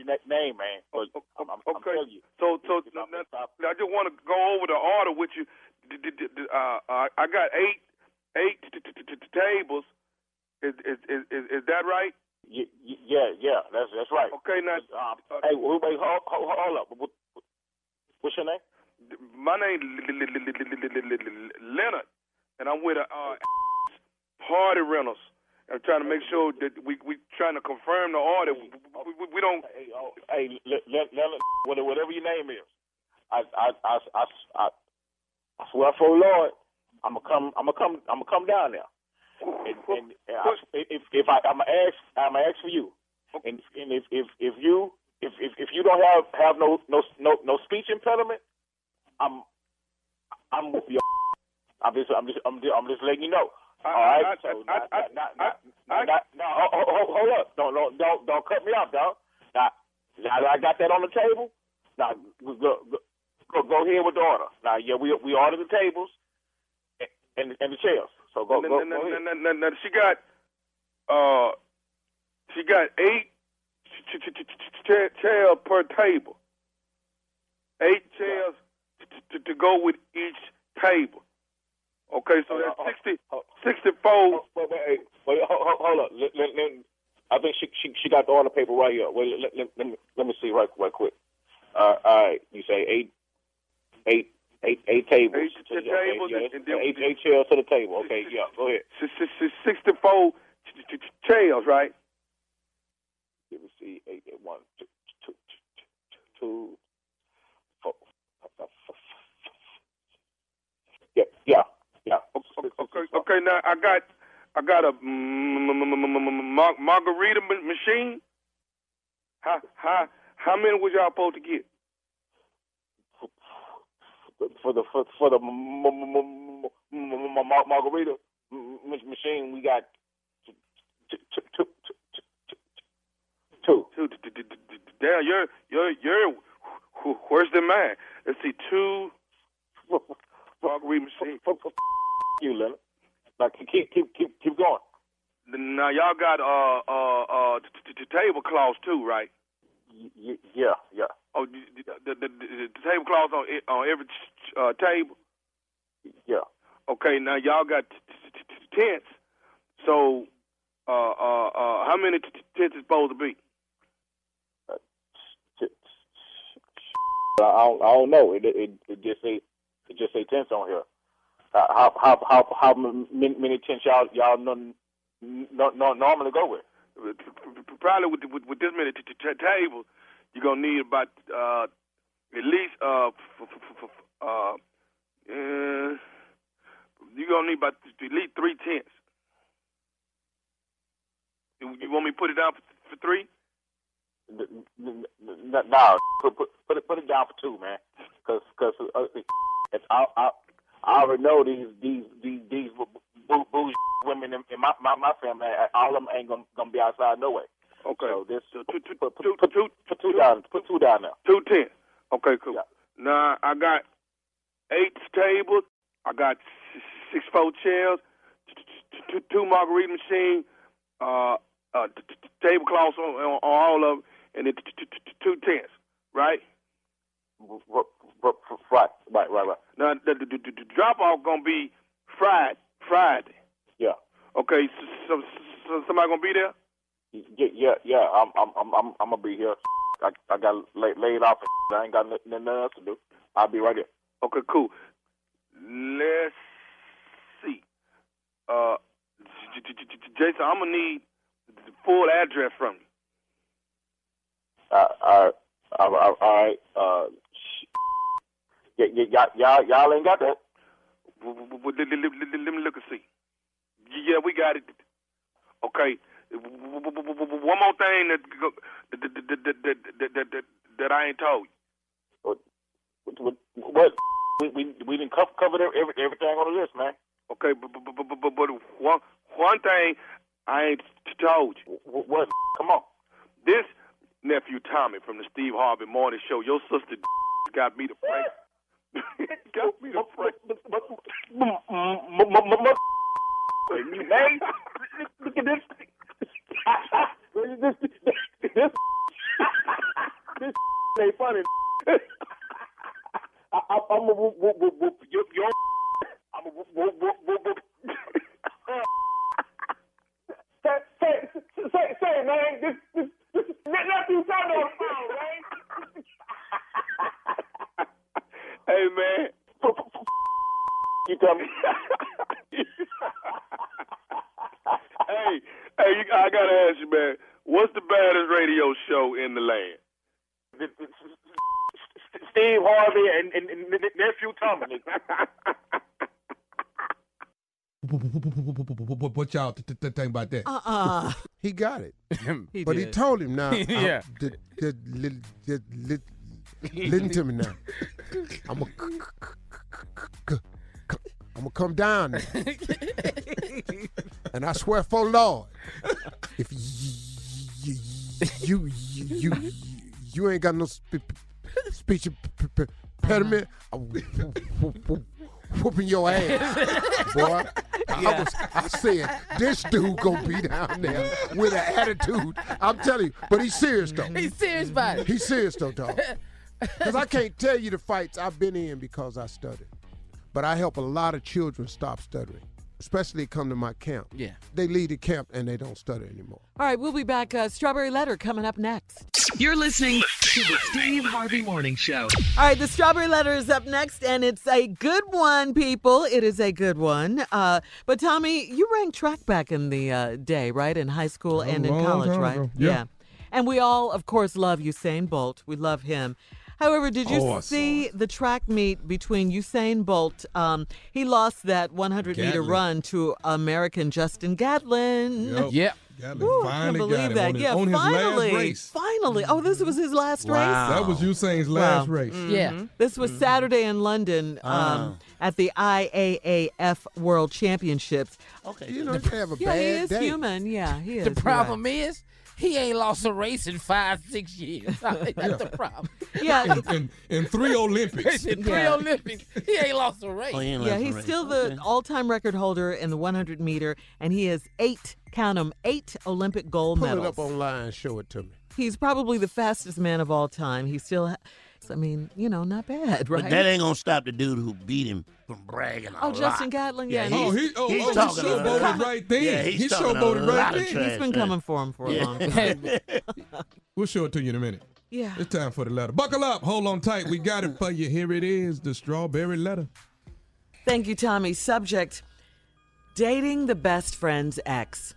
[SPEAKER 16] [laughs] our name, man. But I'm, I'm, I'm telling you. So, so now, now, I just want to go over the order with you. D- d- d- d- Uh, I I got eight, eight t- t- t- t- tables. Is, is, is, is is that right? Yeah, yeah, that's that's right. Okay, now. uh, hey, wait, hold, hold, hold up. What, what's your name? My name Leonard, and I'm with a uh, [laughs] party rentals. I'm trying to make sure that we we trying to confirm the order. We, we, we don't. Hey, oh, hey Le- Le- Leonard, what- whatever your name is, I I I I, I, I swear for the Lord, I'm gonna come. I'm gonna come. I'm gonna come down there. And, and, and I, if if I I'm gonna ask, I'm gonna ask for you. And and if if if you if if, if you don't have have no no no no speech impediment, I'm I'm with you. I'm just I'm just I'm just, I'm just letting you know. All right. so not, not, not, not, not, no, ho- ho- ho- hold up! Don't don't don't don't cut me off, dog. Now, now that I got that on the table. Now go go, go, go ahead with the order. Now yeah, we we ordered the tables and and the chairs. So go go, go ahead. She got uh she got eight chairs per table. Eight chairs to, to go with each table. Okay, so that's 60, 64. Wait, wait, wait, wait hold, hold, hold up. Let, let, let, I think she, she she got the order paper right here. Wait, let, let, let, me, let me see right right quick. Uh, all right, you say eight, eight, eight, eight tables. Eight, to the tables eight, eight chairs to the table. Okay, yeah, go ahead. Sixty-four chairs, right? Let me see. Eight, eight, one, two, two, two, two, four, five, five, five, yeah, yeah, yeah. Okay, okay, okay, now I got I got a m- m- m- m- m- m- mar- margarita ma- machine. How how How many was y'all supposed to get?
[SPEAKER 17] for the for, for the m- m- m- m- m- m- mar- margarita m- m- machine, we got t- t- t- t- Two.
[SPEAKER 16] Two. d- d- d- d- d- Damn, you're you're you're wh- wh- worse than mine. Let's see, two. Margarita machine.
[SPEAKER 17] you, Leonard. Like keep keep keep keep going.
[SPEAKER 16] Now y'all got uh uh uh t- t- t- tablecloths too, right?
[SPEAKER 17] Y- yeah, yeah.
[SPEAKER 16] Oh, d- d- the the, the, the tablecloths on e- on every ch- uh, table.
[SPEAKER 17] Yeah.
[SPEAKER 16] Okay, now y'all got t- t- t- t- tents. So, uh, uh, uh, how many t- t- tents is supposed to be?
[SPEAKER 17] I I don't, I don't know. It, it it just say it just say tents on here. Uh, How how how how m- many, many tents y'all y'all no, no, no, normally go with?
[SPEAKER 16] Probably with with, with this many t- t- t- tables, you're gonna need about uh, at least uh, f- f- f- f- uh, uh, you're gonna need about at least three tents. You, you want me to put it down for, for three?
[SPEAKER 17] N- n- n- n- No, put put put it, put it down for two, man. Cause cause uh, it's, I, I I already know these these these these bu- bu- bougie women in, in my, my my family. All of them ain't gonna gonna be outside no way.
[SPEAKER 16] Okay.
[SPEAKER 17] So this
[SPEAKER 16] two two
[SPEAKER 17] put, put, put, put two down put two down there.
[SPEAKER 16] Two tents. Okay, cool. Now I got eight tables. I got s- six fold chairs, t- t- t- t- two margarita machine, uh, uh, t- t- t- tablecloths on, on, on all of them, and then t- t- t- t- two tents. Right.
[SPEAKER 17] R- r- r- Right, right, right, right.
[SPEAKER 16] Now the, the, the, the drop off gonna be Friday. Friday.
[SPEAKER 17] Yeah.
[SPEAKER 16] Okay. So, so, so somebody gonna be there?
[SPEAKER 17] Yeah, yeah, yeah. I'm, I'm, I'm, I'm, I'm gonna be here. I, I got laid, laid off. And I ain't got nothing, nothing else to do. I'll be right here.
[SPEAKER 16] Okay, cool. Let's see. Uh, J- J- J- J- Jason, I'm gonna need the full address from you.
[SPEAKER 17] I, I, I, I, I uh, sh- y- y- y'all, y'all, y'all ain't got that.
[SPEAKER 16] W- w- w- Let let- let- let- let me look and see. Yeah, we got it. Okay. W- w- w- w- One more thing that go- that that that that- that- that- that- that I ain't told you.
[SPEAKER 17] What? what we, we, we didn't cover, cover every, everything on the list, man.
[SPEAKER 16] Okay, but but but- but- but- but one one thing I ain't t- told you.
[SPEAKER 17] What? Come on.
[SPEAKER 16] This nephew Tommy from the Steve Harvey Morning Show. Your sister [laughs] got me to prank. [laughs] got me to prank.
[SPEAKER 17] Man, look at this. [laughs] this, this, [laughs] this [laughs] ain't funny. I, I, I'm a whoop whoop whoop whoop your, your [laughs] I'm a whoop whoop whoop whoop whoop. [laughs] say say say say man, this this this nephew sound on fire, man.
[SPEAKER 16] Hey man.
[SPEAKER 17] [laughs] You tell me.
[SPEAKER 16] hey, hey, you, I gotta ask you, man. What's the baddest radio show in the land?
[SPEAKER 17] [laughs] Steve Harvey and, and, and nephew Tommy. [laughs]
[SPEAKER 5] What y'all th- th- th- think about that?
[SPEAKER 2] [laughs]
[SPEAKER 7] Uh-uh.
[SPEAKER 2] He got it.
[SPEAKER 7] He
[SPEAKER 2] but he
[SPEAKER 7] did.
[SPEAKER 2] told him
[SPEAKER 7] [laughs]
[SPEAKER 2] now. I'm-
[SPEAKER 5] Yeah.
[SPEAKER 2] d- d- li- d- li- Listen to me now. I'm going to come down there. And I swear for Lord, if you you you you, you, you ain't got no spe- speech imp- impediment, I'm whooping your ass, boy. I,
[SPEAKER 10] Yeah.
[SPEAKER 2] was, I said this dude gonna be down there with an attitude. I'm telling you, but he's serious though.
[SPEAKER 10] He's serious about it.
[SPEAKER 2] He's serious though, dog. Because I can't tell you the fights I've been in because I stuttered. But I help a lot of children stop stuttering, especially come to my camp. Yeah. They leave the camp and they don't stutter anymore.
[SPEAKER 7] All right, we'll be back. Uh, Strawberry Letter coming up next.
[SPEAKER 3] You're listening to the Steve Harvey Morning Show.
[SPEAKER 7] All right, the Strawberry Letter is up next, and it's a good one, people. It is a good one. Uh, but Tommy, you rang track back in the uh, day, right? In high school
[SPEAKER 9] A
[SPEAKER 7] and in
[SPEAKER 9] long
[SPEAKER 7] college,
[SPEAKER 9] time
[SPEAKER 7] right?
[SPEAKER 9] ago. Yeah.
[SPEAKER 7] And we all, of course, love Usain Bolt. We love him. However, did you
[SPEAKER 9] Oh, I saw
[SPEAKER 7] see the track meet between Usain Bolt? Um, he lost that 100 meter
[SPEAKER 9] Gatlin.
[SPEAKER 7] run to American Justin Gatlin.
[SPEAKER 5] Yep.
[SPEAKER 7] Yeah,
[SPEAKER 5] Yep. Gatlin
[SPEAKER 7] Woo, I
[SPEAKER 5] finally
[SPEAKER 7] can't
[SPEAKER 5] got
[SPEAKER 7] believe
[SPEAKER 5] him
[SPEAKER 7] that.
[SPEAKER 5] on his-
[SPEAKER 7] yeah,
[SPEAKER 5] on his last
[SPEAKER 7] finally,
[SPEAKER 5] race.
[SPEAKER 7] Finally. Oh, this was his last race?
[SPEAKER 5] That was Usain's last
[SPEAKER 7] Wow. Mm. Mm-hmm.
[SPEAKER 5] race.
[SPEAKER 2] Mm-hmm.
[SPEAKER 7] Yeah. This was Saturday in London um, at the IAAF World Championships.
[SPEAKER 4] Okay.
[SPEAKER 2] You know, they have a
[SPEAKER 7] yeah,
[SPEAKER 2] bad
[SPEAKER 7] he is
[SPEAKER 2] day. [laughs]
[SPEAKER 7] human. Yeah, he is.
[SPEAKER 8] The problem is, he ain't lost a race in five, six years. [laughs] I think that's the problem.
[SPEAKER 7] Yeah.
[SPEAKER 5] In, in, in
[SPEAKER 7] [laughs]
[SPEAKER 5] three Olympics.
[SPEAKER 8] In three
[SPEAKER 2] oh
[SPEAKER 8] Olympics, he ain't lost a race.
[SPEAKER 7] yeah, he's still the all-time record holder in the 100 meter, and he has eight, count 'em, eight Olympic gold
[SPEAKER 2] Pull
[SPEAKER 7] medals.
[SPEAKER 2] it up online and show it to me.
[SPEAKER 7] He's probably the fastest man of all time. He still, ha- I mean, you know, not bad, right?
[SPEAKER 4] But that ain't gonna stop the dude who beat him from bragging. A
[SPEAKER 7] Oh, Justin
[SPEAKER 4] lot.
[SPEAKER 7] Gatlin, yeah.
[SPEAKER 4] he's,
[SPEAKER 7] Oh, he- oh,
[SPEAKER 4] he's
[SPEAKER 7] oh, he
[SPEAKER 4] talking a
[SPEAKER 7] showboated
[SPEAKER 4] lot.
[SPEAKER 7] right then.
[SPEAKER 4] Yeah, he's
[SPEAKER 7] He
[SPEAKER 4] talking a
[SPEAKER 7] showboated right
[SPEAKER 4] lot of
[SPEAKER 7] then. He's
[SPEAKER 4] trash,
[SPEAKER 7] been
[SPEAKER 4] man.
[SPEAKER 7] coming for him for a long
[SPEAKER 4] [laughs]
[SPEAKER 5] We'll show it to you in a minute.
[SPEAKER 7] Yeah.
[SPEAKER 5] It's time for the letter. Buckle up. Hold on tight. We got it for you. Here it is the strawberry letter.
[SPEAKER 7] Thank you, Tommy. Subject Dating the Best Friend's Ex.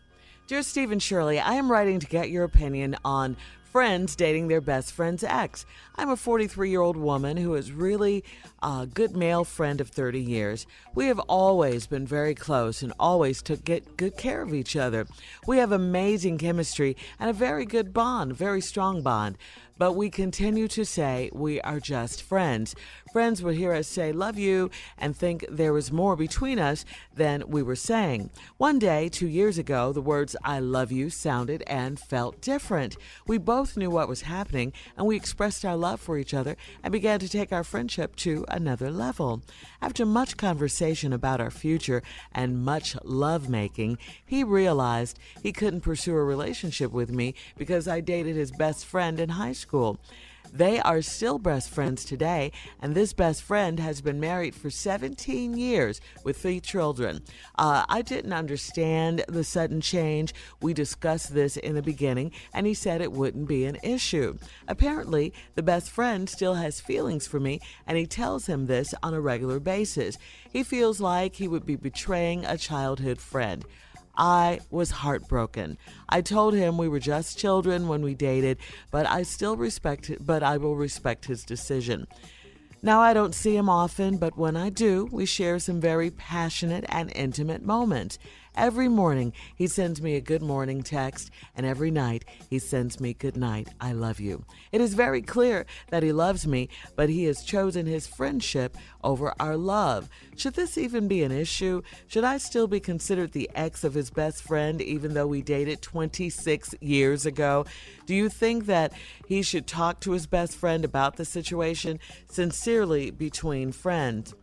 [SPEAKER 7] Dear Stephen Shirley, I am writing to get your opinion on friends dating their best friend's ex. I'm a 43 year old woman who is really a good male friend of 30 years. We have always been very close and always took get good care of each other. We have amazing chemistry and a very good bond, very strong bond but we continue to say we are just friends. Friends would hear us say, Love you, and think there was more between us than we were saying. One day, two years ago, the words I love you sounded and felt different. We both knew what was happening, and we expressed our love for each other and began to take our friendship to another level. After much conversation about our future and much lovemaking, he realized he couldn't pursue a relationship with me because I dated his best friend in high school. They are still best friends today, and this best friend has been married for 17 years with three children. Uh, I didn't understand the sudden change. We discussed this in the beginning, and he said it wouldn't be an issue. Apparently, the best friend still has feelings for me, and he tells him this on a regular basis. He feels like he would be betraying a childhood friend. I was heartbroken. I told him we were just children when we dated, but I still respect but I will respect his decision. Now I don't see him often, but when I do, we share some very passionate and intimate moments. Every morning, he sends me a good morning text, and every night, he sends me good night, I love you. It is very clear that he loves me, but he has chosen his friendship over our love. Should this even be an issue? Should I still be considered the ex of his best friend, even though we dated 26 years ago? Do you think that he should talk to his best friend about the situation? Sincerely, between friends.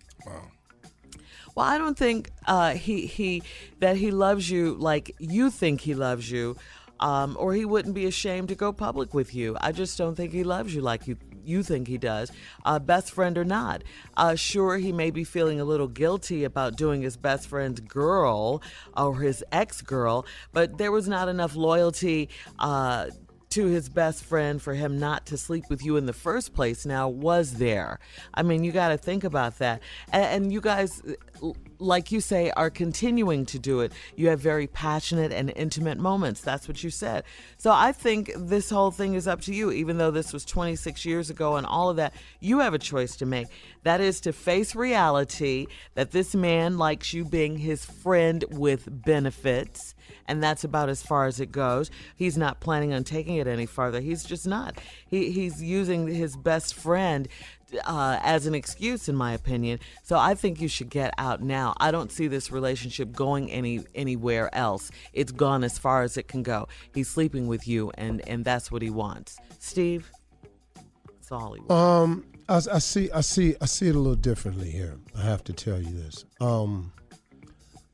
[SPEAKER 7] Well, I don't think uh, he he that he loves you like you think he loves you, um, or he wouldn't be ashamed to go public with you. I just don't think he loves you like you you think he does, uh, best friend or not. Uh, sure, he may be feeling a little guilty about doing his best friend's girl or his ex girl, but there was not enough loyalty. Uh, to his best friend for him not to sleep with you in the first place now was there. I mean, you got to think about that. And, and you guys, l- like you say, are continuing to do it. You have very passionate and intimate moments. That's what you said. So I think this whole thing is up to you, even though this was 26 years ago and all of that. You have a choice to make. That is to face reality that this man likes you being his friend with benefits and that's about as far as it goes. He's not planning on taking it any farther. He's just not. He, he's using his best friend uh, as an excuse, in my opinion. So I think you should get out now. I don't see this relationship going any anywhere else. It's gone as far as it can go. He's sleeping with you, and and that's what he wants. Steve, that's all he wants.
[SPEAKER 2] Um, I, I see, I see, I see it a little differently here. I have to tell you this. Um,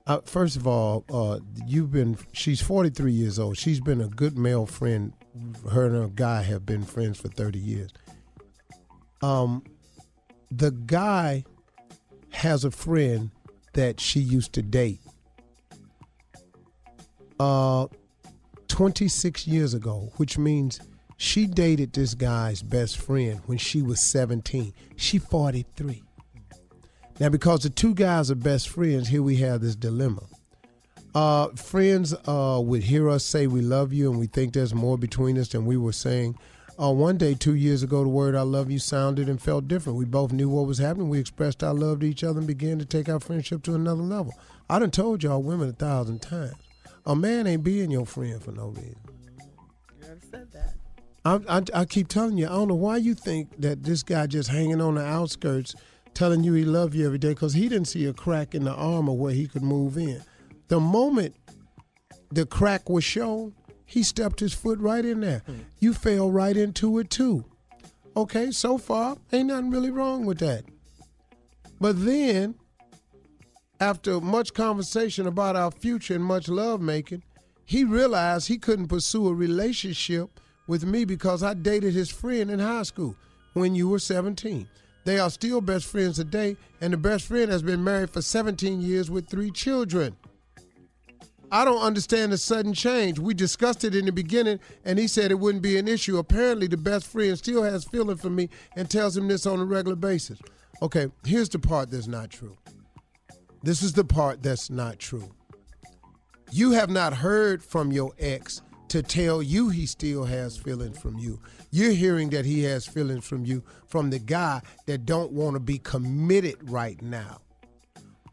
[SPEAKER 2] I, first of all, uh, you've been. She's forty three years old. She's been a good male friend. Her and her guy have been friends for thirty years. Um, the guy has a friend that she used to date. Uh, twenty six years ago, which means she dated this guy's best friend when she was seventeen. She forty three. Now, because the two guys are best friends, here we have this dilemma. Uh, friends uh, would hear us say we love you and we think there's more between us than we were saying. Uh, one day, two years ago, the word I love you sounded and felt different. We both knew what was happening. We expressed our love to each other and began to take our friendship to another level. I done told y'all women a thousand times. A man ain't being your friend for no reason.
[SPEAKER 1] I've said that.
[SPEAKER 2] I'm, I, I keep telling you, I don't know why you think that this guy just hanging on the outskirts, telling you he love you every day, because he didn't see a crack in the armor where he could move in. The moment the crack was shown, he stepped his foot right in there. You fell right into it too. Okay, so far, ain't nothing really wrong with that. But then, after much conversation about our future and much love making, he realized he couldn't pursue a relationship with me because I dated his friend in high school when you were 17. They are still best friends today, and the best friend has been married for 17 years with three children. I don't understand the sudden change. We discussed it in the beginning, and he said it wouldn't be an issue. Apparently, the best friend still has feeling for me and tells him this on a regular basis. Okay, here's the part that's not true. This is the part that's not true. You have not heard from your ex to tell you he still has feelings from you. You're hearing that he has feelings from you from the guy that don't want to be committed right now.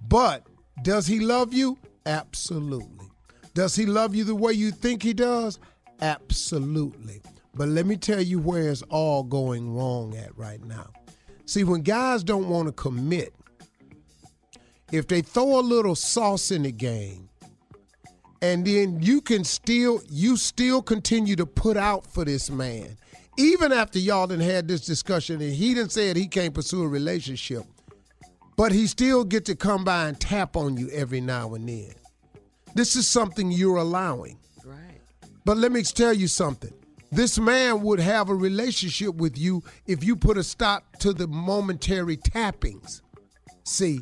[SPEAKER 2] But does he love you? Absolutely. Does he love you the way you think he does? Absolutely. But let me tell you where it's all going wrong at right now. See, when guys don't want to commit, if they throw a little sauce in the game, and then you can still you still continue to put out for this man, even after y'all done had this discussion and he done said he can't pursue a relationship, but he still get to come by and tap on you every now and then. This is something you're allowing.
[SPEAKER 7] Right.
[SPEAKER 2] But let me tell you something. This man would have a relationship with you if you put a stop to the momentary tappings. See,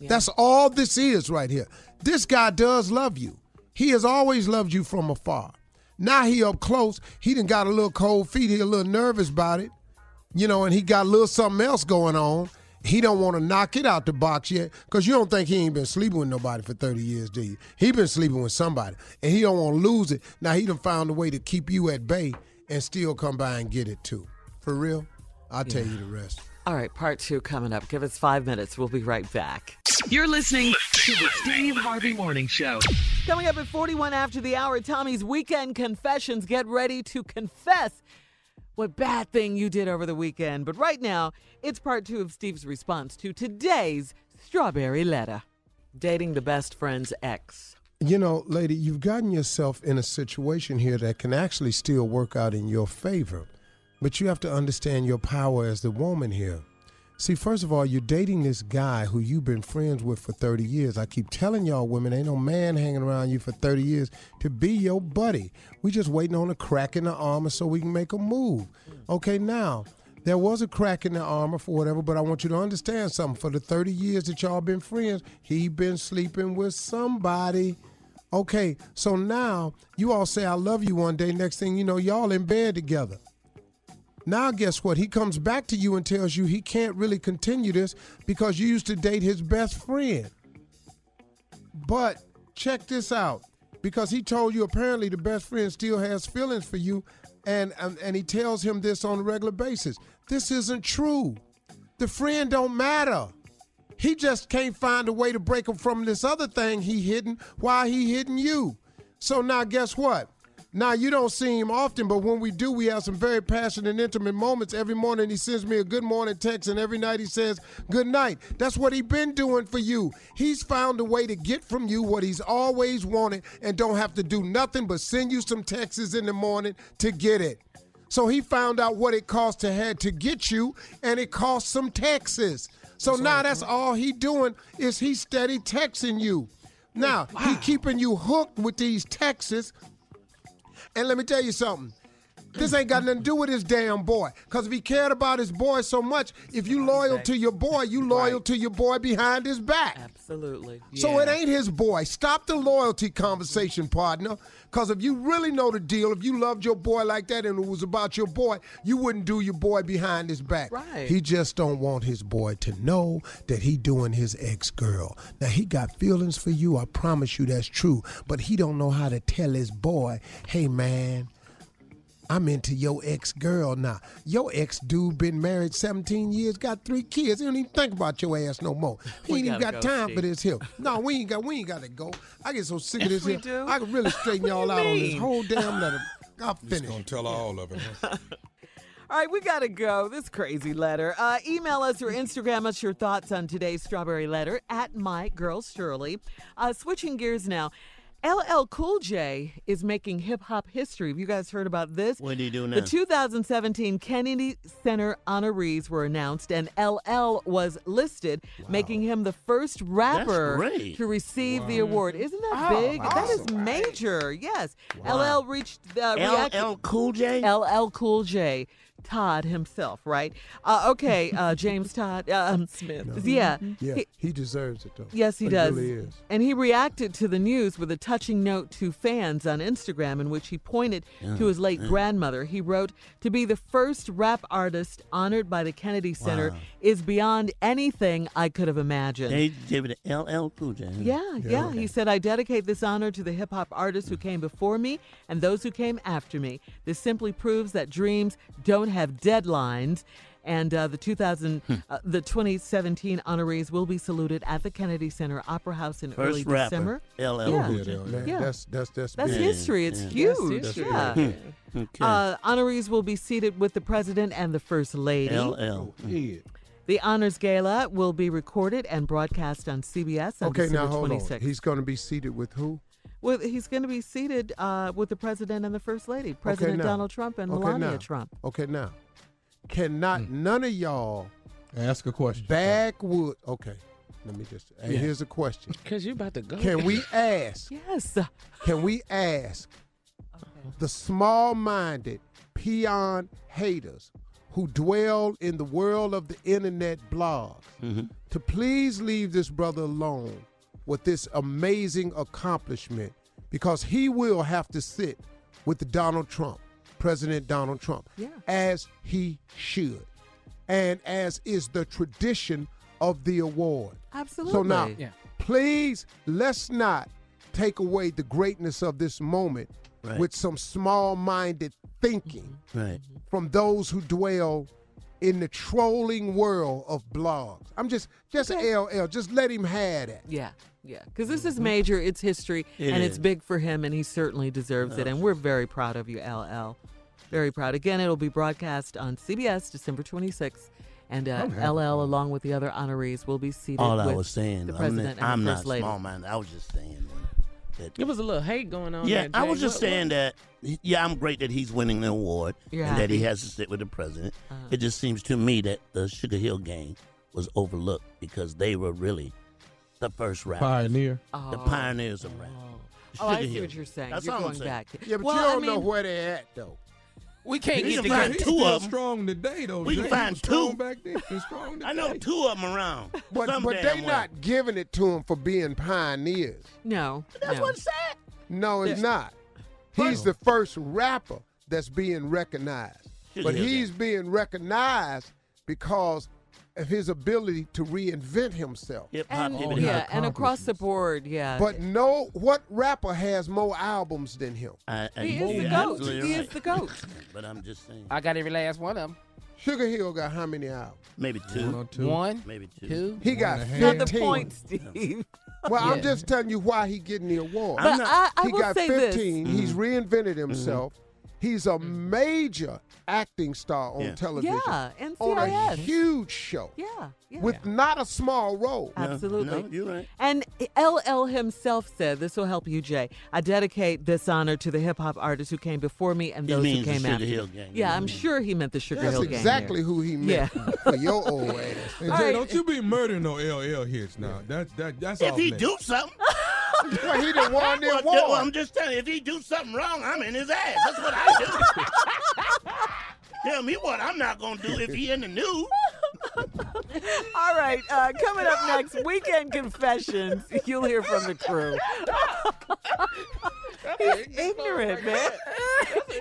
[SPEAKER 2] that's all this is right here. This guy does love you. He has always loved you from afar. Now he up close. He done got a little cold feet. He a little nervous about it, you know, and he got a little something else going on. He don't want to knock it out the box yet, cause you don't think he ain't been sleeping with nobody for thirty years, do you? He been sleeping with somebody, and he don't want to lose it. Now he done found a way to keep you at bay and still come by and get it too. For real, I'll tell
[SPEAKER 7] Yeah.
[SPEAKER 2] you the rest.
[SPEAKER 7] All right, part two coming up. Give us five minutes. We'll be right back.
[SPEAKER 3] You're listening to the Steve Harvey Morning Show.
[SPEAKER 7] Coming up at 41 after the hour, Tommy's weekend confessions. Get ready to confess what bad thing you did over the weekend. But right now, it's part two of Steve's response to today's strawberry letter dating the best friend's ex.
[SPEAKER 2] you know, lady, you've gotten yourself in a situation here that can actually still work out in your favor, but you have to understand your power as the woman here. See, first of all, you're dating this guy who you've been friends with for 30 years. I keep telling y'all women, ain't no man hanging around you for 30 years to be your buddy. We just waiting on a crack in the armor so we can make a move. Okay, now, there was a crack in the armor for whatever, but I want you to understand something. For the 30 years that y'all been friends, he been sleeping with somebody. Okay, so now you all say I love you one day. Next thing you know, y'all in bed together. Now guess what? He comes back to you and tells you he can't really continue this because you used to date his best friend. But check this out. Because he told you apparently the best friend still has feelings for you and and, and he tells him this on a regular basis. This isn't true. The friend don't matter. He just can't find a way to break him from this other thing he hidden. Why he hidden you? So now guess what? Now you don't see him often, but when we do, we have some very passionate and intimate moments. Every morning he sends me a good morning text, and every night he says good night. That's what he been doing for you. He's found a way to get from you what he's always wanted, and don't have to do nothing but send you some texts in the morning to get it. So he found out what it cost to had to get you, and it cost some taxes. So now that's all he doing is he steady texting you. Now he keeping you hooked with these texts. And let me tell you something. This ain't got nothing to do with his damn boy. Cause if he cared about his boy so much, if you loyal to your boy, you loyal to your boy behind his back.
[SPEAKER 7] Absolutely.
[SPEAKER 2] So it ain't his boy. Stop the loyalty conversation, partner. Because if you really know the deal, if you loved your boy like that and it was about your boy, you wouldn't do your boy behind his back.
[SPEAKER 7] Right.
[SPEAKER 2] He just don't want his boy to know that he doing his ex-girl. Now he got feelings for you. I promise you that's true. But he don't know how to tell his boy, hey man, I'm into your ex girl now. Your ex dude been married 17 years, got three kids. He don't even think about your ass no more. He
[SPEAKER 18] We
[SPEAKER 2] ain't even
[SPEAKER 18] gotta
[SPEAKER 2] got
[SPEAKER 18] go,
[SPEAKER 2] time for
[SPEAKER 18] Steve.
[SPEAKER 2] this here. No, we ain't got we ain't got to go. I get so sick of
[SPEAKER 18] Yes,
[SPEAKER 2] this
[SPEAKER 18] we
[SPEAKER 2] here.
[SPEAKER 18] do.
[SPEAKER 2] [laughs] I could really straighten
[SPEAKER 18] What do
[SPEAKER 2] y'all
[SPEAKER 18] you
[SPEAKER 2] out on this
[SPEAKER 7] [laughs]
[SPEAKER 2] [laughs]
[SPEAKER 18] mean?
[SPEAKER 2] whole damn letter. I'm
[SPEAKER 5] Just gonna tell her all of it. huh?
[SPEAKER 7] All right, we gotta go. This crazy letter. Uh, email us or Instagram us your thoughts on today's strawberry letter at my girl Shirley. Uh, switching gears now. LL Cool J is making hip hop history. Have you guys heard about this?
[SPEAKER 4] What do you do
[SPEAKER 7] The
[SPEAKER 4] now?
[SPEAKER 7] 2017 Kennedy Center honorees were announced, and LL was listed, making him the first rapper
[SPEAKER 4] great.
[SPEAKER 7] to receive the
[SPEAKER 4] Wow.
[SPEAKER 7] award. Isn't that
[SPEAKER 4] Oh,
[SPEAKER 7] big? That is major. Yes.
[SPEAKER 4] Wow.
[SPEAKER 7] LL reached uh,
[SPEAKER 4] LL Cool J?
[SPEAKER 7] LL Cool J. Todd himself, right? Uh, okay, uh, James Todd. Um, Smith. Yeah.
[SPEAKER 2] Yeah,
[SPEAKER 7] He-
[SPEAKER 2] he deserves it though.
[SPEAKER 7] Yes, he does.
[SPEAKER 2] Really is.
[SPEAKER 7] And he reacted to the news with a touching note to fans on Instagram in which he pointed
[SPEAKER 2] Yeah,
[SPEAKER 7] to his late
[SPEAKER 2] yeah.
[SPEAKER 7] grandmother. He wrote, To be the first rap artist honored by the Kennedy Center
[SPEAKER 4] Wow.
[SPEAKER 7] is beyond anything I could have imagined.
[SPEAKER 4] They gave it to LL Cool J. huh?
[SPEAKER 7] yeah, yeah. He said, I dedicate this honor to the hip hop artists who came before me and those who came after me. This simply proves that dreams don't have deadlines. And uh, the 2000,
[SPEAKER 4] Hmm.
[SPEAKER 7] uh, the 2017 honorees will be saluted at the Kennedy Center Opera House in early
[SPEAKER 4] First rapper,
[SPEAKER 7] December.
[SPEAKER 4] LL
[SPEAKER 7] yeah.
[SPEAKER 4] Cool J.
[SPEAKER 7] Yeah.
[SPEAKER 4] Man,
[SPEAKER 2] that's- that's- that's
[SPEAKER 7] That's
[SPEAKER 2] big.
[SPEAKER 7] history. It's
[SPEAKER 2] Yeah.
[SPEAKER 7] huge.
[SPEAKER 2] That's big.
[SPEAKER 7] yeah.
[SPEAKER 2] Hmm.
[SPEAKER 4] Okay.
[SPEAKER 7] Uh, honorees will be seated with the president and the first lady.
[SPEAKER 4] LL.
[SPEAKER 7] The honors gala will be recorded and broadcast on CBS on
[SPEAKER 2] Okay,
[SPEAKER 7] December
[SPEAKER 2] now hold
[SPEAKER 7] 26th.
[SPEAKER 2] on. He's going to be seated with who?
[SPEAKER 7] Well, he's going to be seated uh, with the president and the first lady, President
[SPEAKER 2] now.
[SPEAKER 7] Donald Trump and
[SPEAKER 2] Okay,
[SPEAKER 7] Melania
[SPEAKER 2] now.
[SPEAKER 7] Trump.
[SPEAKER 2] Okay, now. Cannot none of y'all Hmm. ask a question. Backwood. Okay. Let me just. hey,
[SPEAKER 8] Yeah.
[SPEAKER 2] Here's a question.
[SPEAKER 8] Because you about to go.
[SPEAKER 2] Can we ask?
[SPEAKER 7] Yes.
[SPEAKER 2] Can we ask the small minded peon haters who dwell in the world of the internet blogs to please leave this brother alone with this amazing accomplishment because he will have to sit with the Donald Trump, President Donald Trump, as he should, and as is the tradition of the award.
[SPEAKER 7] Absolutely.
[SPEAKER 2] So now, please let's not take away the greatness of this moment
[SPEAKER 4] Right.
[SPEAKER 2] with some small-minded thinking
[SPEAKER 4] Right.
[SPEAKER 2] from those who dwell in the trolling world of blogs. I'm just just LL, just let him have that.
[SPEAKER 7] Yeah, yeah. Because this is major, it's history,
[SPEAKER 2] It
[SPEAKER 7] and
[SPEAKER 2] is.
[SPEAKER 7] it's big for him, and he certainly deserves
[SPEAKER 4] Oh,
[SPEAKER 7] it. And we're very proud of you, LL. Very proud. Again, it'll be broadcast on CBS December 26th. And uh,
[SPEAKER 4] I'm happy
[SPEAKER 7] LL, along with the other honorees, will be seated
[SPEAKER 4] All I
[SPEAKER 7] with
[SPEAKER 4] was saying,
[SPEAKER 7] the
[SPEAKER 4] I'm,
[SPEAKER 7] president
[SPEAKER 4] not,
[SPEAKER 7] and
[SPEAKER 4] I'm
[SPEAKER 7] the
[SPEAKER 4] not
[SPEAKER 7] first lady.
[SPEAKER 4] small minded. I was just saying that.
[SPEAKER 8] There was a little hate going on.
[SPEAKER 4] Yeah,
[SPEAKER 8] there,
[SPEAKER 4] I
[SPEAKER 8] Jay.
[SPEAKER 4] was just
[SPEAKER 8] What-
[SPEAKER 4] saying
[SPEAKER 8] what-
[SPEAKER 4] that. Yeah, I'm great that he's winning the award
[SPEAKER 8] You're
[SPEAKER 4] and that he
[SPEAKER 8] happy.
[SPEAKER 4] has to sit with the president.
[SPEAKER 7] Uh-huh.
[SPEAKER 4] It just seems to me that the Sugar Hill Gang was overlooked because they were really the first rappers,
[SPEAKER 5] Pioneer.
[SPEAKER 4] the pioneers of rap.
[SPEAKER 7] Oh, I
[SPEAKER 4] Sugar
[SPEAKER 7] see
[SPEAKER 4] Hill.
[SPEAKER 7] what you're saying.
[SPEAKER 4] That's
[SPEAKER 7] you're
[SPEAKER 4] all I'm
[SPEAKER 7] going
[SPEAKER 4] saying.
[SPEAKER 7] back.
[SPEAKER 2] Yeah, but
[SPEAKER 7] Well,
[SPEAKER 2] you
[SPEAKER 7] I
[SPEAKER 2] don't know
[SPEAKER 7] mean-
[SPEAKER 2] where they're at though.
[SPEAKER 7] We
[SPEAKER 4] can't
[SPEAKER 5] He
[SPEAKER 4] get
[SPEAKER 5] can
[SPEAKER 4] together.
[SPEAKER 5] find
[SPEAKER 4] Two
[SPEAKER 5] still
[SPEAKER 4] of 'em.
[SPEAKER 5] strong today though.
[SPEAKER 4] We can
[SPEAKER 5] Jay. He
[SPEAKER 4] find
[SPEAKER 5] was strong
[SPEAKER 4] two.
[SPEAKER 5] back then. He's strong today.
[SPEAKER 4] I know two of them around.
[SPEAKER 2] But
[SPEAKER 4] Some
[SPEAKER 2] but
[SPEAKER 4] damn
[SPEAKER 2] they
[SPEAKER 4] way.
[SPEAKER 2] not giving it to him for being pioneers.
[SPEAKER 7] No. That's
[SPEAKER 2] no.
[SPEAKER 7] what
[SPEAKER 4] it said.
[SPEAKER 2] No, it's
[SPEAKER 4] Yeah.
[SPEAKER 2] not. He's the first rapper that's being recognized.
[SPEAKER 4] Should
[SPEAKER 2] But
[SPEAKER 4] hear
[SPEAKER 2] he's being recognized because of his ability to reinvent himself.
[SPEAKER 7] And, yeah, and across the board, yeah.
[SPEAKER 2] But no, what rapper has more albums than him?
[SPEAKER 4] I, I,
[SPEAKER 7] He is
[SPEAKER 4] you're
[SPEAKER 7] the goat.
[SPEAKER 4] absolutely
[SPEAKER 7] He
[SPEAKER 4] right.
[SPEAKER 7] is the goat.
[SPEAKER 4] But I'm just saying,
[SPEAKER 6] I got every last one of them.
[SPEAKER 2] Sugar Hill got how many albums?
[SPEAKER 4] maybe two.
[SPEAKER 2] One or two. One,
[SPEAKER 4] Maybe two.
[SPEAKER 2] He got 15.
[SPEAKER 7] Not the point, Steve.
[SPEAKER 2] [laughs] Well, I'm
[SPEAKER 7] Yeah.
[SPEAKER 2] just telling you why he getting the award.
[SPEAKER 7] But I'm not- Mm-hmm. I- I
[SPEAKER 2] he
[SPEAKER 7] will
[SPEAKER 2] got
[SPEAKER 7] say this.
[SPEAKER 2] 15. He's reinvented himself. He's a major acting star on
[SPEAKER 7] Yeah.
[SPEAKER 2] television.
[SPEAKER 7] Yeah,
[SPEAKER 2] on a
[SPEAKER 7] NCIS.
[SPEAKER 2] huge show.
[SPEAKER 7] Yeah, yeah.
[SPEAKER 2] With not a small role.
[SPEAKER 7] Absolutely. And LL himself said, this will help you, Jay. I dedicate this honor to the hip hop artists who came before me and
[SPEAKER 4] He
[SPEAKER 7] those who
[SPEAKER 4] means the
[SPEAKER 7] came
[SPEAKER 4] Sugar
[SPEAKER 7] after
[SPEAKER 4] Hill
[SPEAKER 7] me.
[SPEAKER 4] Gang.
[SPEAKER 7] Yeah, I'm sure he meant the Sugar
[SPEAKER 2] That's
[SPEAKER 7] Hill Gang.
[SPEAKER 2] exactly
[SPEAKER 7] there.
[SPEAKER 2] who he meant
[SPEAKER 7] Yeah.
[SPEAKER 2] [laughs] for your
[SPEAKER 7] [laughs]
[SPEAKER 2] old ass.
[SPEAKER 5] Hey, Jay, don't you be murdering no LL hits now. That's that that's
[SPEAKER 4] If
[SPEAKER 5] off
[SPEAKER 4] he
[SPEAKER 5] limits.
[SPEAKER 4] do
[SPEAKER 5] [laughs]
[SPEAKER 4] something,
[SPEAKER 2] well, he didn't
[SPEAKER 4] [laughs]
[SPEAKER 2] want
[SPEAKER 4] well,
[SPEAKER 2] them
[SPEAKER 4] ju- well,
[SPEAKER 2] war.
[SPEAKER 4] I'm just telling you, if he do something wrong, I'm in his ass. That's what I do. [laughs] Tell me what I'm not gonna do if he in the news.
[SPEAKER 7] [laughs] All right, uh, coming up next, Weekend Confessions. You'll hear from the crew. He's ignorant, man.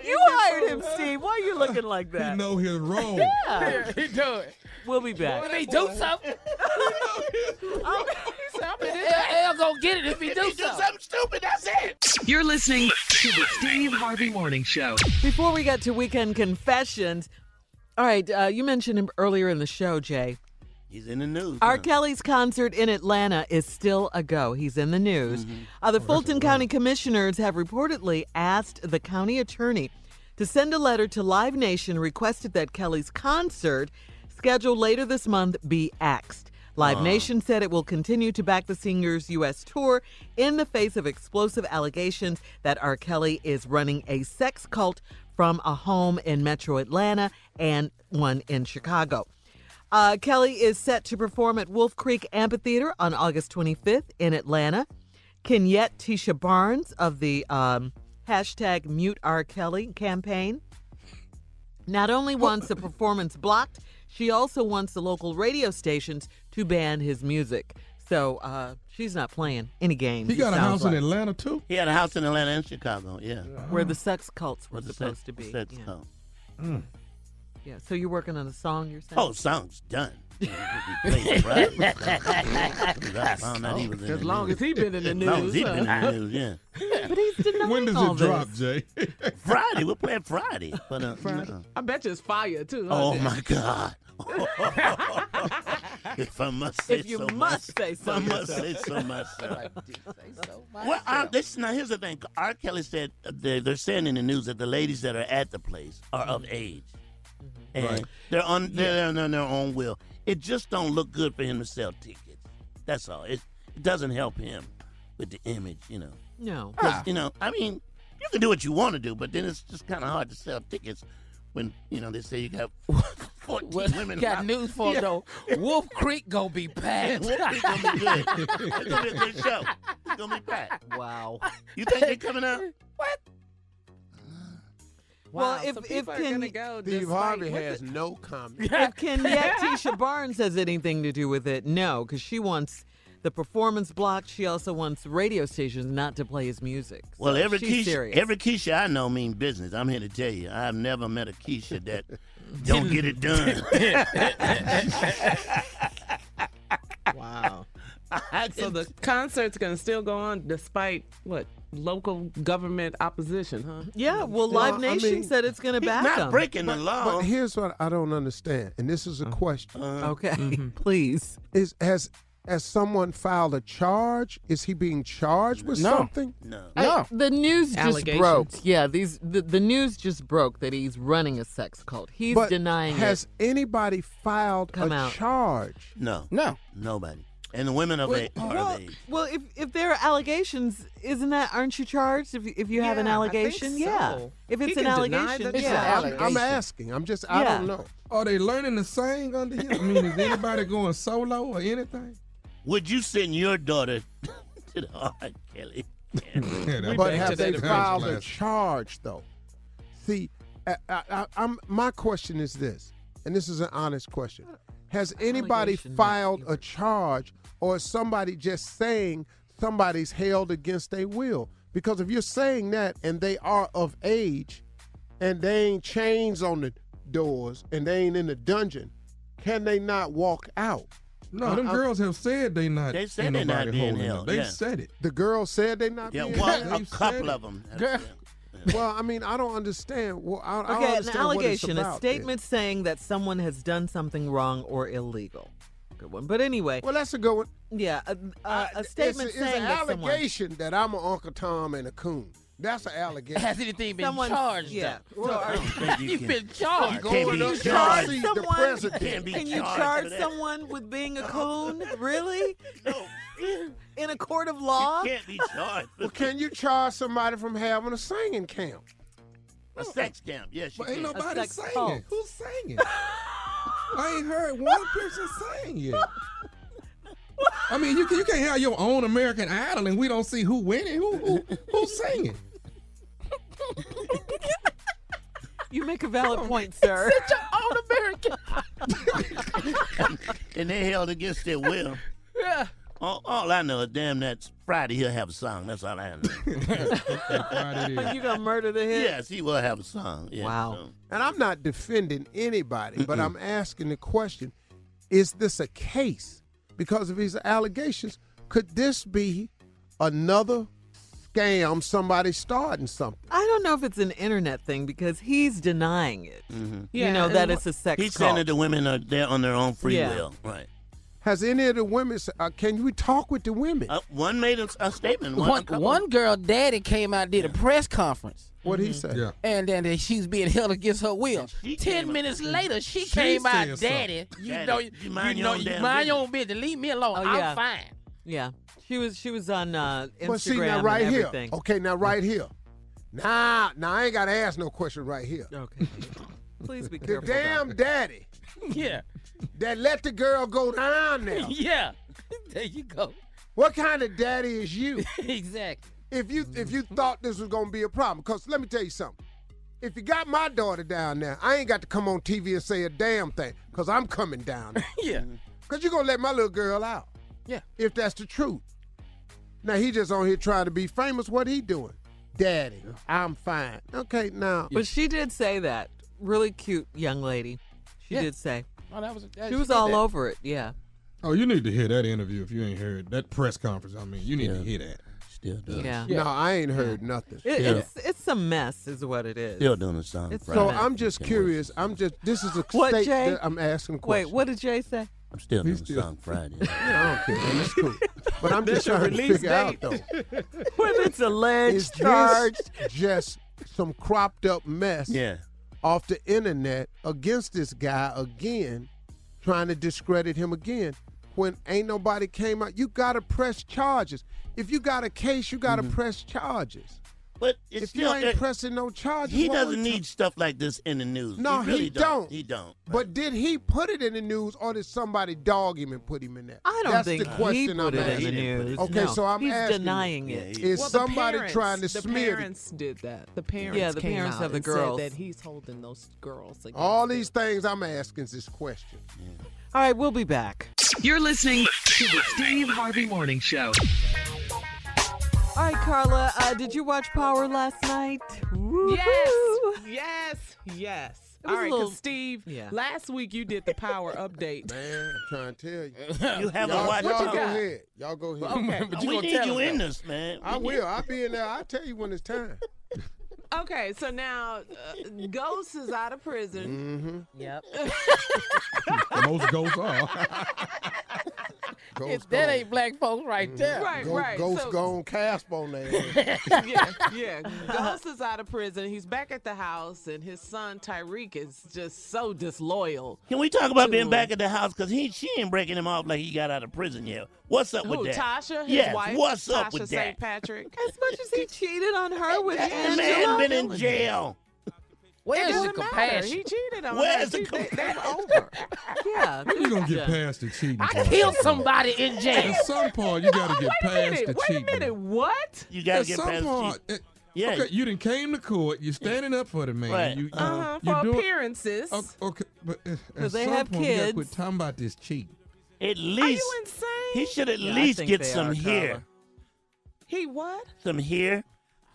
[SPEAKER 7] You hired him, Steve. Why are you looking like that?
[SPEAKER 5] He know his role.
[SPEAKER 7] Yeah.
[SPEAKER 8] He do it.
[SPEAKER 7] We'll be back.
[SPEAKER 8] When they do
[SPEAKER 7] [laughs]
[SPEAKER 8] something.
[SPEAKER 7] I'm- [laughs]
[SPEAKER 8] LL gonna get it if he
[SPEAKER 4] If
[SPEAKER 8] do
[SPEAKER 4] he do
[SPEAKER 8] something.
[SPEAKER 4] something stupid, that's it.
[SPEAKER 3] You're listening to the Steve Harvey Morning Show.
[SPEAKER 7] Before we get to Weekend Confessions, all right, uh, you mentioned him earlier in the show, Jay.
[SPEAKER 4] He's in the news.
[SPEAKER 7] R. Kelly's concert in Atlanta is still a go. He's in
[SPEAKER 4] Mm-hmm.
[SPEAKER 2] Oh,
[SPEAKER 7] the news. Uh, the Fulton County Commissioners have reportedly asked the county attorney to send a letter to Live Nation requested that Kelly's concert scheduled later this month be axed. Live
[SPEAKER 18] Uh.
[SPEAKER 7] Nation said it will continue to back the singer's U.S. tour in the face of explosive allegations that R. Kelly is running a sex cult from a home in metro Atlanta and one in Chicago. Uh, Kelly is set to perform at Wolf Creek Amphitheater on August 25th in Atlanta. Kenyette Tisha Barnes of the um, hashtag Mute R. Kelly campaign not only wants the performance blocked, she also wants the local radio stations to ban his music. So uh, she's not playing any games.
[SPEAKER 5] He got
[SPEAKER 7] it
[SPEAKER 5] a
[SPEAKER 7] sounds
[SPEAKER 5] house in
[SPEAKER 7] like,
[SPEAKER 5] Atlanta too.
[SPEAKER 4] He had a house in Atlanta and Chicago. Yeah.
[SPEAKER 7] where the sex cults were
[SPEAKER 4] Where the
[SPEAKER 7] supposed
[SPEAKER 4] sex-
[SPEAKER 7] to be.
[SPEAKER 4] sex
[SPEAKER 7] yeah.
[SPEAKER 4] cult.
[SPEAKER 7] Mm. Yeah, So you're working on a song yourself?
[SPEAKER 4] Oh, song's done. As
[SPEAKER 7] Oh, As long as he been
[SPEAKER 4] [laughs]
[SPEAKER 7] in the
[SPEAKER 4] As long as
[SPEAKER 7] news,
[SPEAKER 4] he been in
[SPEAKER 7] huh?
[SPEAKER 4] the news, yeah.
[SPEAKER 1] But he's denying
[SPEAKER 5] When does
[SPEAKER 1] all
[SPEAKER 5] it
[SPEAKER 1] this.
[SPEAKER 5] drop, Jay?
[SPEAKER 4] [laughs] Friday, we'll play it Friday. But uh, no.
[SPEAKER 1] I bet you it's fire too.
[SPEAKER 4] Oh
[SPEAKER 1] huh?
[SPEAKER 4] my God! [laughs] if I must say
[SPEAKER 1] If you
[SPEAKER 4] so
[SPEAKER 1] must say so
[SPEAKER 4] if I must
[SPEAKER 1] yourself.
[SPEAKER 4] say so myself.
[SPEAKER 1] I did say
[SPEAKER 4] [laughs]
[SPEAKER 1] so
[SPEAKER 4] Well, uh, this now here's the thing. R. Kelly said uh, they they're saying in the news that the ladies that are at the place are of
[SPEAKER 8] Mm-hmm.
[SPEAKER 4] age, and
[SPEAKER 5] Right.
[SPEAKER 4] they're on they're, they're on their own will. It just don't look good for him to sell tickets. That's all. It, it doesn't help him with the image, you know.
[SPEAKER 7] No.
[SPEAKER 4] 'Cause, You know, I mean, you can do what you want to do, but then it's just kind of hard to sell tickets when you know they say you got [laughs] 14
[SPEAKER 6] [laughs]
[SPEAKER 4] women.
[SPEAKER 8] got
[SPEAKER 4] out.
[SPEAKER 8] news
[SPEAKER 4] [laughs]
[SPEAKER 8] for
[SPEAKER 4] Yeah.
[SPEAKER 8] though. Wolf Creek
[SPEAKER 4] [laughs]
[SPEAKER 8] gonna be packed.
[SPEAKER 4] Wolf Creek gonna be
[SPEAKER 6] [laughs]
[SPEAKER 4] good. It's gonna be a good show. It's gonna be packed.
[SPEAKER 7] Wow.
[SPEAKER 4] You
[SPEAKER 6] [laughs]
[SPEAKER 4] think they're
[SPEAKER 2] [laughs]
[SPEAKER 4] coming out?
[SPEAKER 7] Well,
[SPEAKER 1] Wow,
[SPEAKER 7] if
[SPEAKER 1] so
[SPEAKER 7] if
[SPEAKER 1] people are
[SPEAKER 7] Ken,
[SPEAKER 1] gonna go
[SPEAKER 2] Steve
[SPEAKER 1] despite-
[SPEAKER 2] Harvey
[SPEAKER 1] what's
[SPEAKER 2] has
[SPEAKER 1] it-
[SPEAKER 2] no comment.
[SPEAKER 7] if
[SPEAKER 19] [laughs]
[SPEAKER 7] Kenyette Tisha Barnes has anything to do with it, no, because she wants the performance blocked. She also wants radio stations not to play his music. So
[SPEAKER 4] Well, every
[SPEAKER 7] she's
[SPEAKER 4] Keisha,
[SPEAKER 7] serious.
[SPEAKER 4] every Keisha I know mean business. I'm here to tell you, I've never met a Keisha
[SPEAKER 5] [laughs]
[SPEAKER 4] that don't get it done.
[SPEAKER 1] Wow. so the concert's gonna still go on despite what local government opposition, huh?
[SPEAKER 7] yeah, well,
[SPEAKER 1] Well,
[SPEAKER 7] Live
[SPEAKER 1] I
[SPEAKER 7] Nation
[SPEAKER 1] mean,
[SPEAKER 7] said it's going to
[SPEAKER 1] he's
[SPEAKER 7] back
[SPEAKER 1] not
[SPEAKER 7] him.
[SPEAKER 1] breaking
[SPEAKER 2] But- But here's what I don't understand, and this is a question.
[SPEAKER 7] Uh-huh.
[SPEAKER 2] Mm-hmm.
[SPEAKER 7] Okay, [laughs] please.
[SPEAKER 2] Is has has someone filed a charge? Is he being charged with
[SPEAKER 19] No.
[SPEAKER 2] something?
[SPEAKER 4] No.
[SPEAKER 19] I- the news just
[SPEAKER 1] Allegations.
[SPEAKER 19] broke. Yeah, these the, the news just broke that he's running a sex cult. He's
[SPEAKER 2] but
[SPEAKER 19] denying
[SPEAKER 2] has
[SPEAKER 19] it.
[SPEAKER 2] anybody filed
[SPEAKER 19] Come
[SPEAKER 2] a
[SPEAKER 19] out.
[SPEAKER 2] charge?
[SPEAKER 4] no,
[SPEAKER 2] No.
[SPEAKER 4] nobody. And the women of age are
[SPEAKER 7] well,
[SPEAKER 4] of age.
[SPEAKER 7] well, if if there are allegations, isn't that aren't you charged if if you have an
[SPEAKER 1] Yeah, I think
[SPEAKER 7] allegation? Yeah,
[SPEAKER 1] so.
[SPEAKER 7] if
[SPEAKER 1] He
[SPEAKER 7] it's
[SPEAKER 1] can
[SPEAKER 7] an
[SPEAKER 1] deny
[SPEAKER 7] allegation,
[SPEAKER 1] that it's
[SPEAKER 7] yeah.
[SPEAKER 1] an
[SPEAKER 2] I'm, I'm asking. I'm just. I
[SPEAKER 7] Yeah.
[SPEAKER 2] don't know.
[SPEAKER 5] Are they learning to sing under him? I mean, is anybody going solo or anything?
[SPEAKER 4] Would you send your daughter [laughs] to the R. Kelly?
[SPEAKER 5] that-
[SPEAKER 2] but
[SPEAKER 5] back to
[SPEAKER 2] have they
[SPEAKER 5] that
[SPEAKER 2] filed a
[SPEAKER 5] class.
[SPEAKER 2] charge though? See, I, I, I, I'm my question is this, and this is an honest question: Has anybody filed a charge, or is somebody just saying somebody's held against their will? Because if you're saying that, and they are of age, and they ain't chains on the doors, and they ain't in the dungeon, can they not walk out?
[SPEAKER 5] No, them
[SPEAKER 2] I- I-
[SPEAKER 5] girls have said they not.
[SPEAKER 2] They said
[SPEAKER 5] ain't
[SPEAKER 2] they not
[SPEAKER 5] nobody
[SPEAKER 2] being
[SPEAKER 5] holding them.
[SPEAKER 4] held,
[SPEAKER 5] They
[SPEAKER 4] yeah.
[SPEAKER 5] said it.
[SPEAKER 2] The girls said they not.
[SPEAKER 4] Yeah,
[SPEAKER 2] being
[SPEAKER 4] one,
[SPEAKER 2] held?
[SPEAKER 4] a couple of them.
[SPEAKER 2] Girl. well, I mean, I don't understand. Well, I, I don't
[SPEAKER 7] Okay, an
[SPEAKER 2] understand what it's
[SPEAKER 7] allegation, a
[SPEAKER 2] about then.
[SPEAKER 7] statement saying that someone has done something wrong or illegal. Good one. But anyway.
[SPEAKER 2] Well, that's a good one.
[SPEAKER 7] Yeah, a, a, a statement
[SPEAKER 2] it's, a-
[SPEAKER 7] saying
[SPEAKER 2] it's an
[SPEAKER 7] that someone-
[SPEAKER 2] allegation that I'm an Uncle Tom and a coon. That's an allegation.
[SPEAKER 8] Has anything been
[SPEAKER 2] Someone-
[SPEAKER 8] charged?
[SPEAKER 2] yeah.
[SPEAKER 8] though?
[SPEAKER 2] Well,
[SPEAKER 6] uh,
[SPEAKER 4] [laughs]
[SPEAKER 2] I don't think you
[SPEAKER 8] You've
[SPEAKER 2] can-
[SPEAKER 8] been charged.
[SPEAKER 2] From going up to see the president.
[SPEAKER 7] Can
[SPEAKER 2] Can't be
[SPEAKER 7] you
[SPEAKER 2] charged
[SPEAKER 7] charge
[SPEAKER 2] for that.
[SPEAKER 7] someone with being a
[SPEAKER 2] [laughs]
[SPEAKER 7] coon? Really? In a court of law?
[SPEAKER 4] can't be charged.
[SPEAKER 2] Well, can you charge somebody from having a singing camp?
[SPEAKER 4] A sex camp. Yes,
[SPEAKER 5] But ain't nobody singing.
[SPEAKER 2] cult.
[SPEAKER 5] Who's singing? I ain't heard one person sing yet. I mean, you, can- you can't have your own American Idol and we don't see who winning. Who, who who's singing?
[SPEAKER 7] You make a valid point, sir.
[SPEAKER 8] Sit your
[SPEAKER 7] [laughs]
[SPEAKER 8] own American.
[SPEAKER 4] and they held against their will.
[SPEAKER 8] Yeah.
[SPEAKER 4] All, all I know is damn that Friday he'll have a song. That's all I
[SPEAKER 2] [laughs]
[SPEAKER 4] know.
[SPEAKER 7] you gonna murder the hit?
[SPEAKER 4] Yes, he will have a song. Yeah, so.
[SPEAKER 2] And I'm not defending anybody, but I'm asking the question: Is this a case? Because of these allegations, could this be another scam? Somebody starting something.
[SPEAKER 7] I don't know if it's an internet thing because he's
[SPEAKER 4] mm-hmm.
[SPEAKER 7] denying it. You know that it's a sex
[SPEAKER 4] He's
[SPEAKER 7] cult.
[SPEAKER 4] saying that the women are there on their own free
[SPEAKER 7] Yeah.
[SPEAKER 4] will. Right.
[SPEAKER 2] Has any of the women? s- Uh, can we talk with the women?
[SPEAKER 4] Uh, one made a, a statement. One,
[SPEAKER 6] One,
[SPEAKER 4] a couple.
[SPEAKER 6] one girl, daddy came out did a press conference.
[SPEAKER 2] What he
[SPEAKER 7] Mm-hmm.
[SPEAKER 2] said? Yeah.
[SPEAKER 6] And then that she was being held against her will. Ten minutes later, she,
[SPEAKER 8] She
[SPEAKER 6] came out,
[SPEAKER 8] said
[SPEAKER 6] daddy.
[SPEAKER 8] something.
[SPEAKER 6] You
[SPEAKER 8] Daddy,
[SPEAKER 6] know, you,
[SPEAKER 8] you mind your
[SPEAKER 6] know,
[SPEAKER 8] own
[SPEAKER 6] you
[SPEAKER 8] damn
[SPEAKER 6] mind your own business. Leave me alone.
[SPEAKER 8] Oh,
[SPEAKER 6] I'm
[SPEAKER 8] yeah.
[SPEAKER 6] fine.
[SPEAKER 7] Yeah, she was she was on uh, Instagram
[SPEAKER 2] But see now, right
[SPEAKER 7] and
[SPEAKER 2] here. Oh.
[SPEAKER 7] everything.
[SPEAKER 2] Okay, now right here. Nah, nah, I ain't gotta ask no question right here.
[SPEAKER 7] Okay. Please be
[SPEAKER 2] The
[SPEAKER 7] careful.
[SPEAKER 2] damn daddy.
[SPEAKER 6] [laughs] Yeah.
[SPEAKER 2] That let the girl go down there.
[SPEAKER 6] [laughs] yeah. There you go.
[SPEAKER 2] What kind of daddy is you?
[SPEAKER 6] [laughs] exactly.
[SPEAKER 2] If you if you thought this was gonna be a problem, cause let me tell you something. If you got my daughter down there, I ain't got to come on TV and say a damn thing, cause I'm coming down.
[SPEAKER 6] [laughs]
[SPEAKER 2] there.
[SPEAKER 6] yeah.
[SPEAKER 2] Cause you gonna let my little girl out.
[SPEAKER 6] Yeah.
[SPEAKER 2] If that's the truth. Now he just on here trying to be famous. What he doing? Daddy, I'm fine. Okay, now.
[SPEAKER 7] But she did say that. Really cute young lady. She
[SPEAKER 6] Yeah.
[SPEAKER 7] did say.
[SPEAKER 6] Oh, that was,
[SPEAKER 7] She was all over it. Yeah.
[SPEAKER 5] Oh, you need to hear that interview if you ain't heard that press conference. I mean, you need to hear that.
[SPEAKER 4] Still
[SPEAKER 7] does. Yeah.
[SPEAKER 2] No, I ain't heard nothing.
[SPEAKER 7] It, It's it's a mess, is what it is.
[SPEAKER 4] Still doing the song.
[SPEAKER 7] It's
[SPEAKER 2] So I'm just curious. I'm just. This is a
[SPEAKER 7] What,
[SPEAKER 2] state
[SPEAKER 7] Jay?
[SPEAKER 2] that I'm asking
[SPEAKER 7] Wait,
[SPEAKER 2] questions.
[SPEAKER 7] what did Jay say?
[SPEAKER 4] I'm still doing the song
[SPEAKER 2] [laughs]
[SPEAKER 4] Friday.
[SPEAKER 2] I don't care. man,
[SPEAKER 4] [laughs]
[SPEAKER 2] It's cool. But I'm
[SPEAKER 7] That's
[SPEAKER 2] just
[SPEAKER 7] your
[SPEAKER 2] trying to
[SPEAKER 7] release
[SPEAKER 2] figure out
[SPEAKER 7] date.
[SPEAKER 2] though.
[SPEAKER 7] [laughs] Whether it's alleged,
[SPEAKER 2] Is
[SPEAKER 7] charged.
[SPEAKER 2] this just some cropped up mess?
[SPEAKER 4] Yeah.
[SPEAKER 2] Off the internet against this guy again, trying to discredit him again. When ain't nobody came out, you gotta press charges. If you got a case, you gotta press charges.
[SPEAKER 4] Mm-hmm. But it's
[SPEAKER 2] if
[SPEAKER 4] still-
[SPEAKER 2] you ain't
[SPEAKER 4] it-
[SPEAKER 2] pressing no charges,
[SPEAKER 4] He
[SPEAKER 2] what we
[SPEAKER 4] doesn't
[SPEAKER 2] talking-
[SPEAKER 4] need stuff like this in the news.
[SPEAKER 2] No, he
[SPEAKER 4] really
[SPEAKER 2] don't.
[SPEAKER 4] He don't.
[SPEAKER 2] But did he put it in the news, or did somebody dog him and put him in there?
[SPEAKER 7] I don't
[SPEAKER 2] That's
[SPEAKER 7] think
[SPEAKER 2] the
[SPEAKER 7] he
[SPEAKER 2] question
[SPEAKER 7] put it
[SPEAKER 2] I'm
[SPEAKER 7] in
[SPEAKER 2] asking.
[SPEAKER 7] the news.
[SPEAKER 2] Okay,
[SPEAKER 7] No.
[SPEAKER 2] so I'm
[SPEAKER 7] He's
[SPEAKER 2] asking,
[SPEAKER 7] denying it.
[SPEAKER 2] is
[SPEAKER 1] Well, the
[SPEAKER 2] somebody
[SPEAKER 1] parents-
[SPEAKER 2] trying to
[SPEAKER 1] the
[SPEAKER 2] smear? the-
[SPEAKER 1] parents did that. The parents
[SPEAKER 7] Yeah, the
[SPEAKER 1] came
[SPEAKER 7] parents
[SPEAKER 1] out
[SPEAKER 7] of the
[SPEAKER 1] and
[SPEAKER 7] girls.
[SPEAKER 1] said that he's holding those girls. Against
[SPEAKER 2] All these things I'm asking is this question.
[SPEAKER 7] All right, we'll be back.
[SPEAKER 3] You're listening to the Steve Harvey Morning Show.
[SPEAKER 7] All right, Carla, uh, did you watch Power last night? Woo-hoo.
[SPEAKER 1] Yes, yes, yes.
[SPEAKER 7] It was
[SPEAKER 1] All
[SPEAKER 7] a
[SPEAKER 1] right,
[SPEAKER 7] little-
[SPEAKER 1] because Steve,
[SPEAKER 7] Yeah.
[SPEAKER 1] last week you did the power update.
[SPEAKER 2] Man, I'm trying to tell you.
[SPEAKER 4] [laughs] [laughs] You haven't
[SPEAKER 2] y'all,
[SPEAKER 4] watched
[SPEAKER 2] Y'all
[SPEAKER 4] it.
[SPEAKER 2] go ahead. Y'all go [laughs] ahead.
[SPEAKER 4] But you We gonna need tell you us in though. this, man.
[SPEAKER 2] I
[SPEAKER 4] We
[SPEAKER 2] will.
[SPEAKER 4] need-
[SPEAKER 2] I'll be in there. I'll tell you when
[SPEAKER 7] [laughs]
[SPEAKER 2] it's time.
[SPEAKER 1] Okay, so now uh, [laughs] Ghost is out of prison.
[SPEAKER 2] Mm-hmm.
[SPEAKER 1] Yep.
[SPEAKER 5] Most
[SPEAKER 2] [laughs]
[SPEAKER 5] ghosts are.
[SPEAKER 2] Ghost
[SPEAKER 6] that
[SPEAKER 2] gone.
[SPEAKER 6] ain't black folks right there.
[SPEAKER 1] Right,
[SPEAKER 2] Go-
[SPEAKER 1] right.
[SPEAKER 2] Ghost
[SPEAKER 1] so,
[SPEAKER 2] gone cast
[SPEAKER 7] [laughs]
[SPEAKER 2] on there.
[SPEAKER 1] [laughs] yeah, yeah. Ghost is out of prison. He's back at the house, and his son Tyreek is just so disloyal.
[SPEAKER 4] Can we talk about being
[SPEAKER 1] to-
[SPEAKER 4] back at the house? Because he she ain't breaking him off like he got out of prison yet. What's up
[SPEAKER 1] Who,
[SPEAKER 4] with that?
[SPEAKER 1] Tasha, his
[SPEAKER 4] yes,
[SPEAKER 1] wife.
[SPEAKER 4] what's
[SPEAKER 1] Tasha
[SPEAKER 4] up with that?
[SPEAKER 1] St. Patrick.
[SPEAKER 7] [laughs] As much as he cheated on her with
[SPEAKER 4] That
[SPEAKER 7] Angela.
[SPEAKER 4] man been in jail.
[SPEAKER 1] It
[SPEAKER 6] Where's the
[SPEAKER 1] doesn't matter.
[SPEAKER 6] compassion?
[SPEAKER 1] He cheated on
[SPEAKER 4] Where's
[SPEAKER 1] her.
[SPEAKER 4] the
[SPEAKER 1] She- they- oh,
[SPEAKER 4] compassion?
[SPEAKER 1] That's over.
[SPEAKER 7] Yeah.
[SPEAKER 5] You're gonna get past the cheating.
[SPEAKER 6] I
[SPEAKER 5] part.
[SPEAKER 6] killed somebody in jail.
[SPEAKER 5] At some point, you gotta get past
[SPEAKER 1] Wait a
[SPEAKER 5] the
[SPEAKER 1] minute. Wait a
[SPEAKER 5] cheating.
[SPEAKER 1] minute. What?
[SPEAKER 4] You gotta
[SPEAKER 5] At
[SPEAKER 4] get
[SPEAKER 5] some
[SPEAKER 4] past the
[SPEAKER 5] point,
[SPEAKER 4] cheat.
[SPEAKER 5] it-
[SPEAKER 4] Yeah.
[SPEAKER 5] Okay, you didn't came to court. You're standing up for the man.
[SPEAKER 4] Right.
[SPEAKER 5] You,
[SPEAKER 1] Uh-huh,
[SPEAKER 5] you
[SPEAKER 1] for
[SPEAKER 5] doing-
[SPEAKER 1] appearances.
[SPEAKER 5] Okay, okay, but eh, at- at
[SPEAKER 7] they
[SPEAKER 5] some
[SPEAKER 7] have
[SPEAKER 5] point, you gotta
[SPEAKER 7] kids.
[SPEAKER 5] quit talking about this cheating.
[SPEAKER 4] At
[SPEAKER 1] Are
[SPEAKER 4] least
[SPEAKER 1] you insane?
[SPEAKER 4] he should at
[SPEAKER 7] Yeah, I
[SPEAKER 4] least
[SPEAKER 7] think
[SPEAKER 4] get
[SPEAKER 7] they
[SPEAKER 4] some
[SPEAKER 7] are,
[SPEAKER 4] here.
[SPEAKER 7] Carla.
[SPEAKER 1] He what?
[SPEAKER 4] Some here.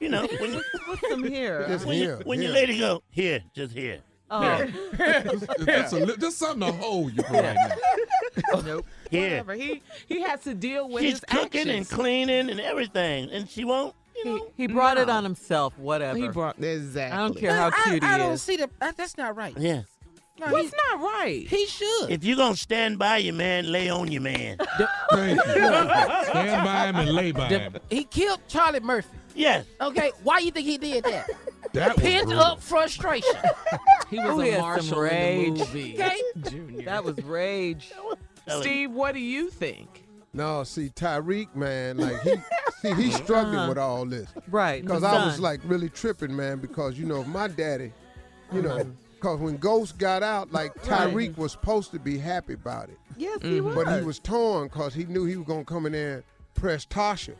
[SPEAKER 4] You know, when you
[SPEAKER 7] What's some
[SPEAKER 5] Uh,
[SPEAKER 7] here?
[SPEAKER 2] Just
[SPEAKER 4] when, you,
[SPEAKER 2] here,
[SPEAKER 4] when your
[SPEAKER 2] here.
[SPEAKER 4] lady go, here, just here.
[SPEAKER 7] Oh,
[SPEAKER 4] Here.
[SPEAKER 5] [laughs] That's a li- that's something to hold you for right
[SPEAKER 7] [laughs]
[SPEAKER 5] now.
[SPEAKER 7] nope.
[SPEAKER 4] here.
[SPEAKER 1] Whatever. He he has to deal with
[SPEAKER 4] She's
[SPEAKER 1] his
[SPEAKER 4] cooking and
[SPEAKER 1] actions.
[SPEAKER 4] cleaning and everything. And she won't, you
[SPEAKER 7] He,
[SPEAKER 4] know.
[SPEAKER 7] he brought it
[SPEAKER 1] No.
[SPEAKER 7] on himself, whatever.
[SPEAKER 1] He brought
[SPEAKER 7] I
[SPEAKER 1] exactly.
[SPEAKER 7] don't care how
[SPEAKER 6] I,
[SPEAKER 7] cute
[SPEAKER 6] I
[SPEAKER 7] he
[SPEAKER 6] don't
[SPEAKER 7] is.
[SPEAKER 6] see the. I, that's not right.
[SPEAKER 4] Yeah.
[SPEAKER 6] No,
[SPEAKER 1] What's not right?
[SPEAKER 6] he, he should.
[SPEAKER 4] If you gonna stand by your man, lay on your man.
[SPEAKER 5] [laughs] Thank
[SPEAKER 4] [laughs]
[SPEAKER 5] you. [laughs] Stand by him and lay by him.
[SPEAKER 6] he killed Charlie Murphy.
[SPEAKER 4] yes.
[SPEAKER 6] Okay, why you think he did that?
[SPEAKER 5] That was
[SPEAKER 6] Pent
[SPEAKER 5] brutal.
[SPEAKER 4] [laughs]
[SPEAKER 6] up frustration.
[SPEAKER 1] He was
[SPEAKER 7] Who
[SPEAKER 1] a
[SPEAKER 7] has some
[SPEAKER 1] marshal
[SPEAKER 7] rage?
[SPEAKER 1] in the movie.
[SPEAKER 6] Okay.
[SPEAKER 1] Junior.
[SPEAKER 7] That was rage.
[SPEAKER 1] Steve, what do you think?
[SPEAKER 2] no, see Tyreek, man, like he, see he's struggling with all this.
[SPEAKER 7] Right.
[SPEAKER 2] Because
[SPEAKER 7] the
[SPEAKER 2] I was
[SPEAKER 7] son.
[SPEAKER 2] like really tripping, man, because you know, if my daddy, you know, because when Ghost got out, like Tyreek was supposed to be happy about it.
[SPEAKER 7] yes, he was.
[SPEAKER 2] But he was torn because he knew he was going to come in there and press Tasha,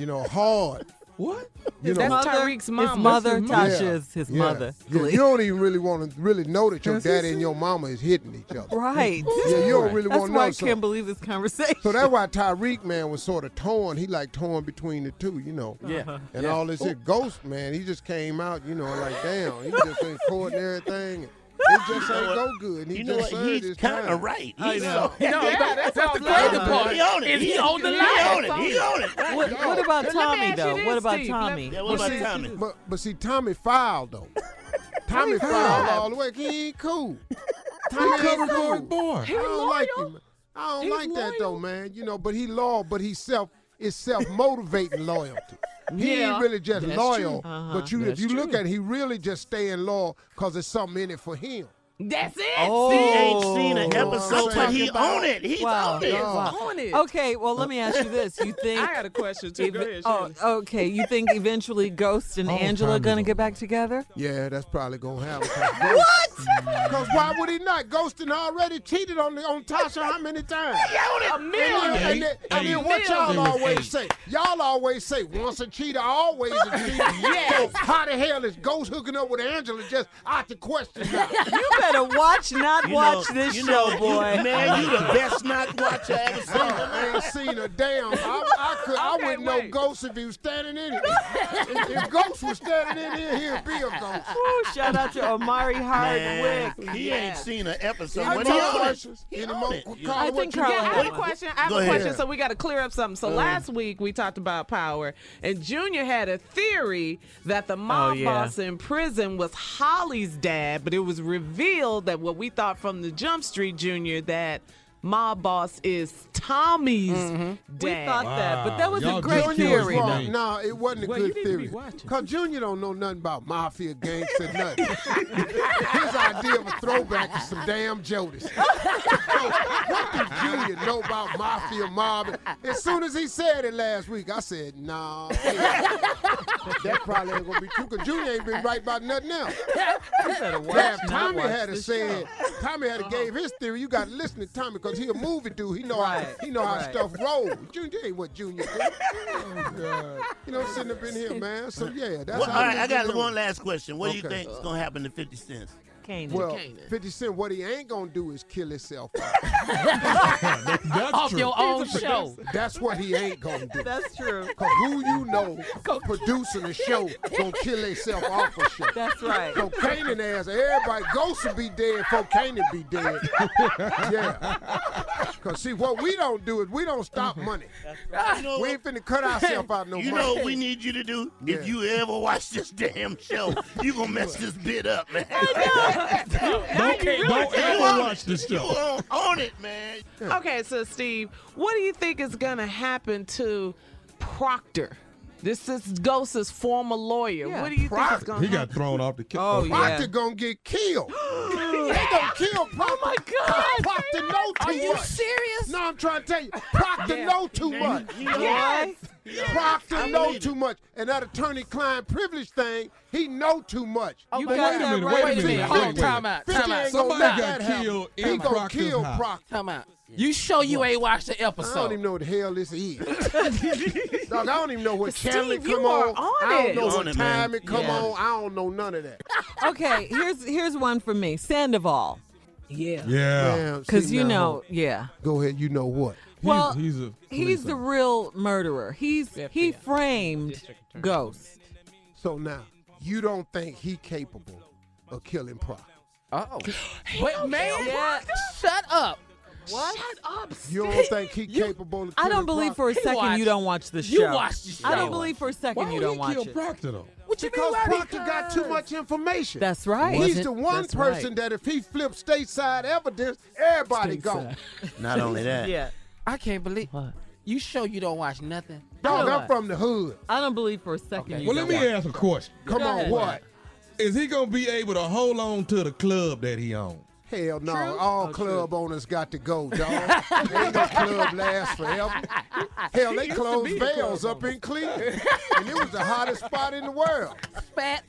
[SPEAKER 2] you know, hard.
[SPEAKER 5] What?
[SPEAKER 2] You know,
[SPEAKER 1] That's
[SPEAKER 7] mother-
[SPEAKER 1] Tyreek's
[SPEAKER 7] his
[SPEAKER 1] mama.
[SPEAKER 7] mother,
[SPEAKER 5] his
[SPEAKER 2] Yeah,
[SPEAKER 7] Tasha, is his
[SPEAKER 2] yeah.
[SPEAKER 7] mother.
[SPEAKER 2] Yeah,
[SPEAKER 7] Glee.
[SPEAKER 2] you don't even really want to really know that your
[SPEAKER 5] Yes, he
[SPEAKER 2] daddy
[SPEAKER 5] said-
[SPEAKER 2] and your mama is hitting each other.
[SPEAKER 7] Right.
[SPEAKER 2] Yeah, you don't really
[SPEAKER 7] That's
[SPEAKER 2] want to
[SPEAKER 7] why
[SPEAKER 2] know.
[SPEAKER 7] I
[SPEAKER 2] so-
[SPEAKER 7] can't believe this conversation.
[SPEAKER 2] So that's why Tyreek man was sort of torn. He like torn between the two, you know.
[SPEAKER 7] Uh-huh.
[SPEAKER 6] Yeah.
[SPEAKER 2] And all this
[SPEAKER 4] Oh.
[SPEAKER 2] here ghost man, he just came out, you know, like damn, he
[SPEAKER 4] [laughs]
[SPEAKER 2] just ain't court and everything. It just ain't go good. And he
[SPEAKER 4] You know
[SPEAKER 2] just
[SPEAKER 4] what?
[SPEAKER 2] served
[SPEAKER 4] He's
[SPEAKER 2] his
[SPEAKER 4] kind
[SPEAKER 2] time.
[SPEAKER 4] of right.
[SPEAKER 2] I
[SPEAKER 4] He's
[SPEAKER 2] know.
[SPEAKER 7] [laughs]
[SPEAKER 4] so-
[SPEAKER 6] No,
[SPEAKER 1] Yeah,
[SPEAKER 6] but that's
[SPEAKER 1] that's
[SPEAKER 6] the
[SPEAKER 1] all I'm
[SPEAKER 6] crazy
[SPEAKER 1] saying.
[SPEAKER 6] part.
[SPEAKER 4] He on it.
[SPEAKER 6] Is he on the
[SPEAKER 4] he
[SPEAKER 6] line?
[SPEAKER 4] on it. He on it. Right.
[SPEAKER 7] What, what about
[SPEAKER 1] Let me ask
[SPEAKER 7] Tommy,
[SPEAKER 1] you
[SPEAKER 7] though?
[SPEAKER 1] this,
[SPEAKER 7] what about
[SPEAKER 1] Steve. Let-
[SPEAKER 7] Tommy?
[SPEAKER 4] Yeah, what
[SPEAKER 2] But
[SPEAKER 4] about
[SPEAKER 2] see-
[SPEAKER 4] Tommy?
[SPEAKER 2] But but see, Tommy filed
[SPEAKER 4] [laughs]
[SPEAKER 2] though. Tommy filed all the way. He ain't cool. Tommy
[SPEAKER 5] Cover
[SPEAKER 2] ain't
[SPEAKER 5] for
[SPEAKER 2] cool.
[SPEAKER 5] his boy.
[SPEAKER 2] I don't like you. man. I don't
[SPEAKER 10] He's
[SPEAKER 2] like that though, man. You know, but he loyal, but he self is self motivating loyalty. He
[SPEAKER 10] Yeah.
[SPEAKER 2] ain't really just
[SPEAKER 10] That's
[SPEAKER 2] loyal,
[SPEAKER 10] true. Uh-huh.
[SPEAKER 2] but you if
[SPEAKER 10] That's
[SPEAKER 2] you look
[SPEAKER 10] true.
[SPEAKER 2] at it, he really just staying loyal because there's something in it for him.
[SPEAKER 7] That's it.
[SPEAKER 2] Oh.
[SPEAKER 4] He ain't seen an
[SPEAKER 2] You know what I'm
[SPEAKER 4] episode, but
[SPEAKER 2] saying?
[SPEAKER 4] he
[SPEAKER 2] About-
[SPEAKER 4] own it. He's
[SPEAKER 7] Wow.
[SPEAKER 4] on it.
[SPEAKER 7] Wow.
[SPEAKER 4] Own it.
[SPEAKER 7] Okay, well, let me ask you this. You think I had a question
[SPEAKER 1] too. Go ahead,
[SPEAKER 7] oh, okay. You think eventually Ghost and
[SPEAKER 2] Long
[SPEAKER 7] Angela
[SPEAKER 2] time
[SPEAKER 7] gonna
[SPEAKER 2] ago.
[SPEAKER 7] get back together?
[SPEAKER 2] Yeah, that's probably gonna happen. [laughs] what? Because why would he not? Ghosting already cheated on on Tasha how many [laughs] times?
[SPEAKER 10] A million.
[SPEAKER 2] And then, and then, and then
[SPEAKER 10] Eight.
[SPEAKER 2] what y'all
[SPEAKER 10] Million.
[SPEAKER 2] always
[SPEAKER 10] Eight.
[SPEAKER 2] say? Y'all always say once a cheater, always a [laughs] cheater. yes. So how the hell is Ghost hooking up with Angela just out the question [laughs] now?
[SPEAKER 7] you better watch, not
[SPEAKER 2] You
[SPEAKER 7] watch
[SPEAKER 2] know-
[SPEAKER 7] this
[SPEAKER 2] you
[SPEAKER 7] show,
[SPEAKER 2] know, you-
[SPEAKER 7] boy.
[SPEAKER 2] man, you the best
[SPEAKER 4] not watch I
[SPEAKER 2] [laughs]
[SPEAKER 4] ever seen.
[SPEAKER 2] I ain't seen a damn. I, I, could, I wouldn't know Ghost if he was standing in it. if, if Ghost was standing in here, he'd be a Ghost.
[SPEAKER 7] shout out to Omari
[SPEAKER 4] Man,
[SPEAKER 7] Hardwick.
[SPEAKER 4] He ain't seen an episode.
[SPEAKER 7] I'm
[SPEAKER 4] When he
[SPEAKER 7] talking
[SPEAKER 4] own it.
[SPEAKER 7] questions.
[SPEAKER 4] He
[SPEAKER 2] Any
[SPEAKER 4] own
[SPEAKER 2] more
[SPEAKER 4] it.
[SPEAKER 2] questions?
[SPEAKER 1] I think
[SPEAKER 4] Carl
[SPEAKER 1] yeah, I
[SPEAKER 4] had
[SPEAKER 1] have a
[SPEAKER 4] one.
[SPEAKER 1] question. I have
[SPEAKER 4] Go
[SPEAKER 1] a
[SPEAKER 4] ahead.
[SPEAKER 1] question. So we got to clear up something. So
[SPEAKER 4] Uh.
[SPEAKER 1] last week we talked about power, and Junior had a theory that the
[SPEAKER 7] Oh,
[SPEAKER 1] mob
[SPEAKER 7] yeah.
[SPEAKER 1] boss in prison was Holly's dad, but it was revealed that what we thought from the Jump Street Junior that mob boss is Tommy's
[SPEAKER 7] Mm-hmm. We
[SPEAKER 1] dad.
[SPEAKER 7] thought that, but that was a great
[SPEAKER 2] Junior was
[SPEAKER 7] theory.
[SPEAKER 2] wrong. No, it wasn't a
[SPEAKER 7] Well, you
[SPEAKER 2] good
[SPEAKER 7] need to be
[SPEAKER 2] theory. Because Junior don't know nothing about mafia, gangster,
[SPEAKER 7] [laughs]
[SPEAKER 2] nothing. His idea of a throwback is some damn Jodis. [laughs] So, what does Junior know about mafia, mob? As soon as he said it last week, I said,
[SPEAKER 7] [laughs]
[SPEAKER 2] nah. that probably ain't going to be true because Junior ain't been right about nothing else.
[SPEAKER 10] watch,
[SPEAKER 2] Now, if
[SPEAKER 10] not
[SPEAKER 2] Tommy
[SPEAKER 10] watch
[SPEAKER 2] had a
[SPEAKER 10] this
[SPEAKER 2] said, Tommy
[SPEAKER 7] Uh-huh.
[SPEAKER 2] had a gave his theory. You got to listen to Tommy because he a movie dude. He know
[SPEAKER 10] Right,
[SPEAKER 2] how he know
[SPEAKER 10] right.
[SPEAKER 2] how stuff
[SPEAKER 4] [laughs]
[SPEAKER 2] rolls. Junior ain't what Junior do. Oh, God. You know, sitting up in here, man. So yeah, that's
[SPEAKER 4] Well,
[SPEAKER 2] how.
[SPEAKER 4] all right,
[SPEAKER 2] this
[SPEAKER 4] I got
[SPEAKER 2] is
[SPEAKER 4] one
[SPEAKER 2] going.
[SPEAKER 4] last question. What do you
[SPEAKER 2] Okay.
[SPEAKER 4] think is gonna happen to Fifty Cent?
[SPEAKER 2] Well, Fifty Cent, what he ain't gonna do is kill himself.
[SPEAKER 4] [laughs]
[SPEAKER 10] That's Off true. your own show.
[SPEAKER 2] That's what he ain't gonna do.
[SPEAKER 7] That's true.
[SPEAKER 2] Cause who you know producing a show gonna kill himself off a show.
[SPEAKER 7] That's right.
[SPEAKER 2] So Kanan ass, everybody ghosts will be dead before Kanan be dead. yeah. Cause see what we don't do is we don't stop money.
[SPEAKER 4] You know
[SPEAKER 2] Ah, we
[SPEAKER 4] what?
[SPEAKER 2] ain't finna cut ourselves
[SPEAKER 4] [laughs]
[SPEAKER 2] out no
[SPEAKER 4] You
[SPEAKER 2] more.
[SPEAKER 4] know what we need you to do?
[SPEAKER 2] Yeah.
[SPEAKER 4] If you ever watch this damn show, you
[SPEAKER 2] [laughs]
[SPEAKER 4] gonna mess this bit up, man. [laughs]
[SPEAKER 1] Don't- really don't did. ever
[SPEAKER 4] You own
[SPEAKER 1] watch
[SPEAKER 4] it.
[SPEAKER 1] this show.
[SPEAKER 4] You own, own it, man.
[SPEAKER 1] Okay, so Steve, what do you think is gonna happen to Proctor? This is Ghost's former lawyer.
[SPEAKER 2] Yeah.
[SPEAKER 1] What do you think is
[SPEAKER 2] Proctor.
[SPEAKER 1] gonna
[SPEAKER 5] He
[SPEAKER 1] happen?
[SPEAKER 5] got thrown off the kick.
[SPEAKER 1] Oh, yeah.
[SPEAKER 2] Proctor gonna get killed. they gonna kill Proctor. Oh my God! Proctor know too
[SPEAKER 10] Are you
[SPEAKER 2] much. serious? No, I'm trying to tell you. Proctor
[SPEAKER 10] Yeah.
[SPEAKER 2] know too
[SPEAKER 10] Yeah,
[SPEAKER 2] much.
[SPEAKER 10] you- you Yes. know. Yes.
[SPEAKER 2] Proctor
[SPEAKER 10] I
[SPEAKER 2] know
[SPEAKER 10] believe
[SPEAKER 2] too much. And that attorney-client privilege thing, he know too much.
[SPEAKER 10] You but got wait a that minute, right. wait a minute. Hold on, time out, time out. Somebody got killed in
[SPEAKER 2] He gonna
[SPEAKER 10] Proctor's
[SPEAKER 2] kill
[SPEAKER 10] house.
[SPEAKER 2] Proctor.
[SPEAKER 6] Time out. You sure you ain't watched the
[SPEAKER 2] I
[SPEAKER 6] episode?
[SPEAKER 2] don't even know what the hell this
[SPEAKER 10] [laughs]
[SPEAKER 2] is. Dog, I don't even know what channel it
[SPEAKER 7] Steve, you
[SPEAKER 2] come
[SPEAKER 7] are
[SPEAKER 2] on.
[SPEAKER 7] on
[SPEAKER 2] I don't
[SPEAKER 7] it.
[SPEAKER 2] know
[SPEAKER 7] You're
[SPEAKER 2] what
[SPEAKER 7] on it, man.
[SPEAKER 2] time it come
[SPEAKER 7] Yeah.
[SPEAKER 2] on. I don't know none of that.
[SPEAKER 7] Okay, here's here's one for me. Sandoval. Yeah.
[SPEAKER 2] Yeah. Damn,
[SPEAKER 7] Because
[SPEAKER 2] see
[SPEAKER 7] you
[SPEAKER 2] now.
[SPEAKER 7] know, yeah.
[SPEAKER 2] Go ahead. You know what?
[SPEAKER 7] Well, he's, the real murderer. He's he framed Ghost.
[SPEAKER 2] So now you don't think he capable of killing Proctor?
[SPEAKER 6] Uh
[SPEAKER 2] [gasps]
[SPEAKER 7] [gasps]
[SPEAKER 6] oh. Wait, man. Shut up. What? Shut up.
[SPEAKER 2] You [laughs] don't think he capable of
[SPEAKER 7] I
[SPEAKER 2] killing
[SPEAKER 7] don't believe for a
[SPEAKER 2] Proctor?
[SPEAKER 7] second you don't watch the show.
[SPEAKER 2] You watch the
[SPEAKER 7] I don't
[SPEAKER 2] show.
[SPEAKER 7] believe for a second
[SPEAKER 2] Why
[SPEAKER 7] you
[SPEAKER 2] would
[SPEAKER 7] don't
[SPEAKER 2] he
[SPEAKER 7] watch
[SPEAKER 2] kill
[SPEAKER 7] it.
[SPEAKER 5] Proctor though.
[SPEAKER 2] because Proctor got too much information.
[SPEAKER 7] That's right.
[SPEAKER 2] He's
[SPEAKER 7] Was
[SPEAKER 2] the
[SPEAKER 7] it?
[SPEAKER 2] one
[SPEAKER 7] That's
[SPEAKER 2] person
[SPEAKER 7] right.
[SPEAKER 2] that if he flips stateside evidence, everybody gone.
[SPEAKER 4] Not only that.
[SPEAKER 7] Yeah.
[SPEAKER 6] I can't believe. You sure you don't watch nothing?
[SPEAKER 2] Dog, I'm from the hood.
[SPEAKER 7] I don't believe for a second you
[SPEAKER 5] Well, let
[SPEAKER 7] don't
[SPEAKER 5] me
[SPEAKER 7] watch
[SPEAKER 5] ask a question.
[SPEAKER 7] Come Go on, ahead. what?
[SPEAKER 5] Is he gonna be able to hold on to the club that he owns?
[SPEAKER 2] Hell no, all club owners got to go, [laughs] dog. Ain't no club last forever. [laughs] Hell,
[SPEAKER 10] It
[SPEAKER 2] they
[SPEAKER 10] used to be
[SPEAKER 2] closed
[SPEAKER 10] the
[SPEAKER 2] Bell's
[SPEAKER 10] club
[SPEAKER 2] up in
[SPEAKER 10] [laughs]
[SPEAKER 2] Cleveland, and it was the hottest spot in the world.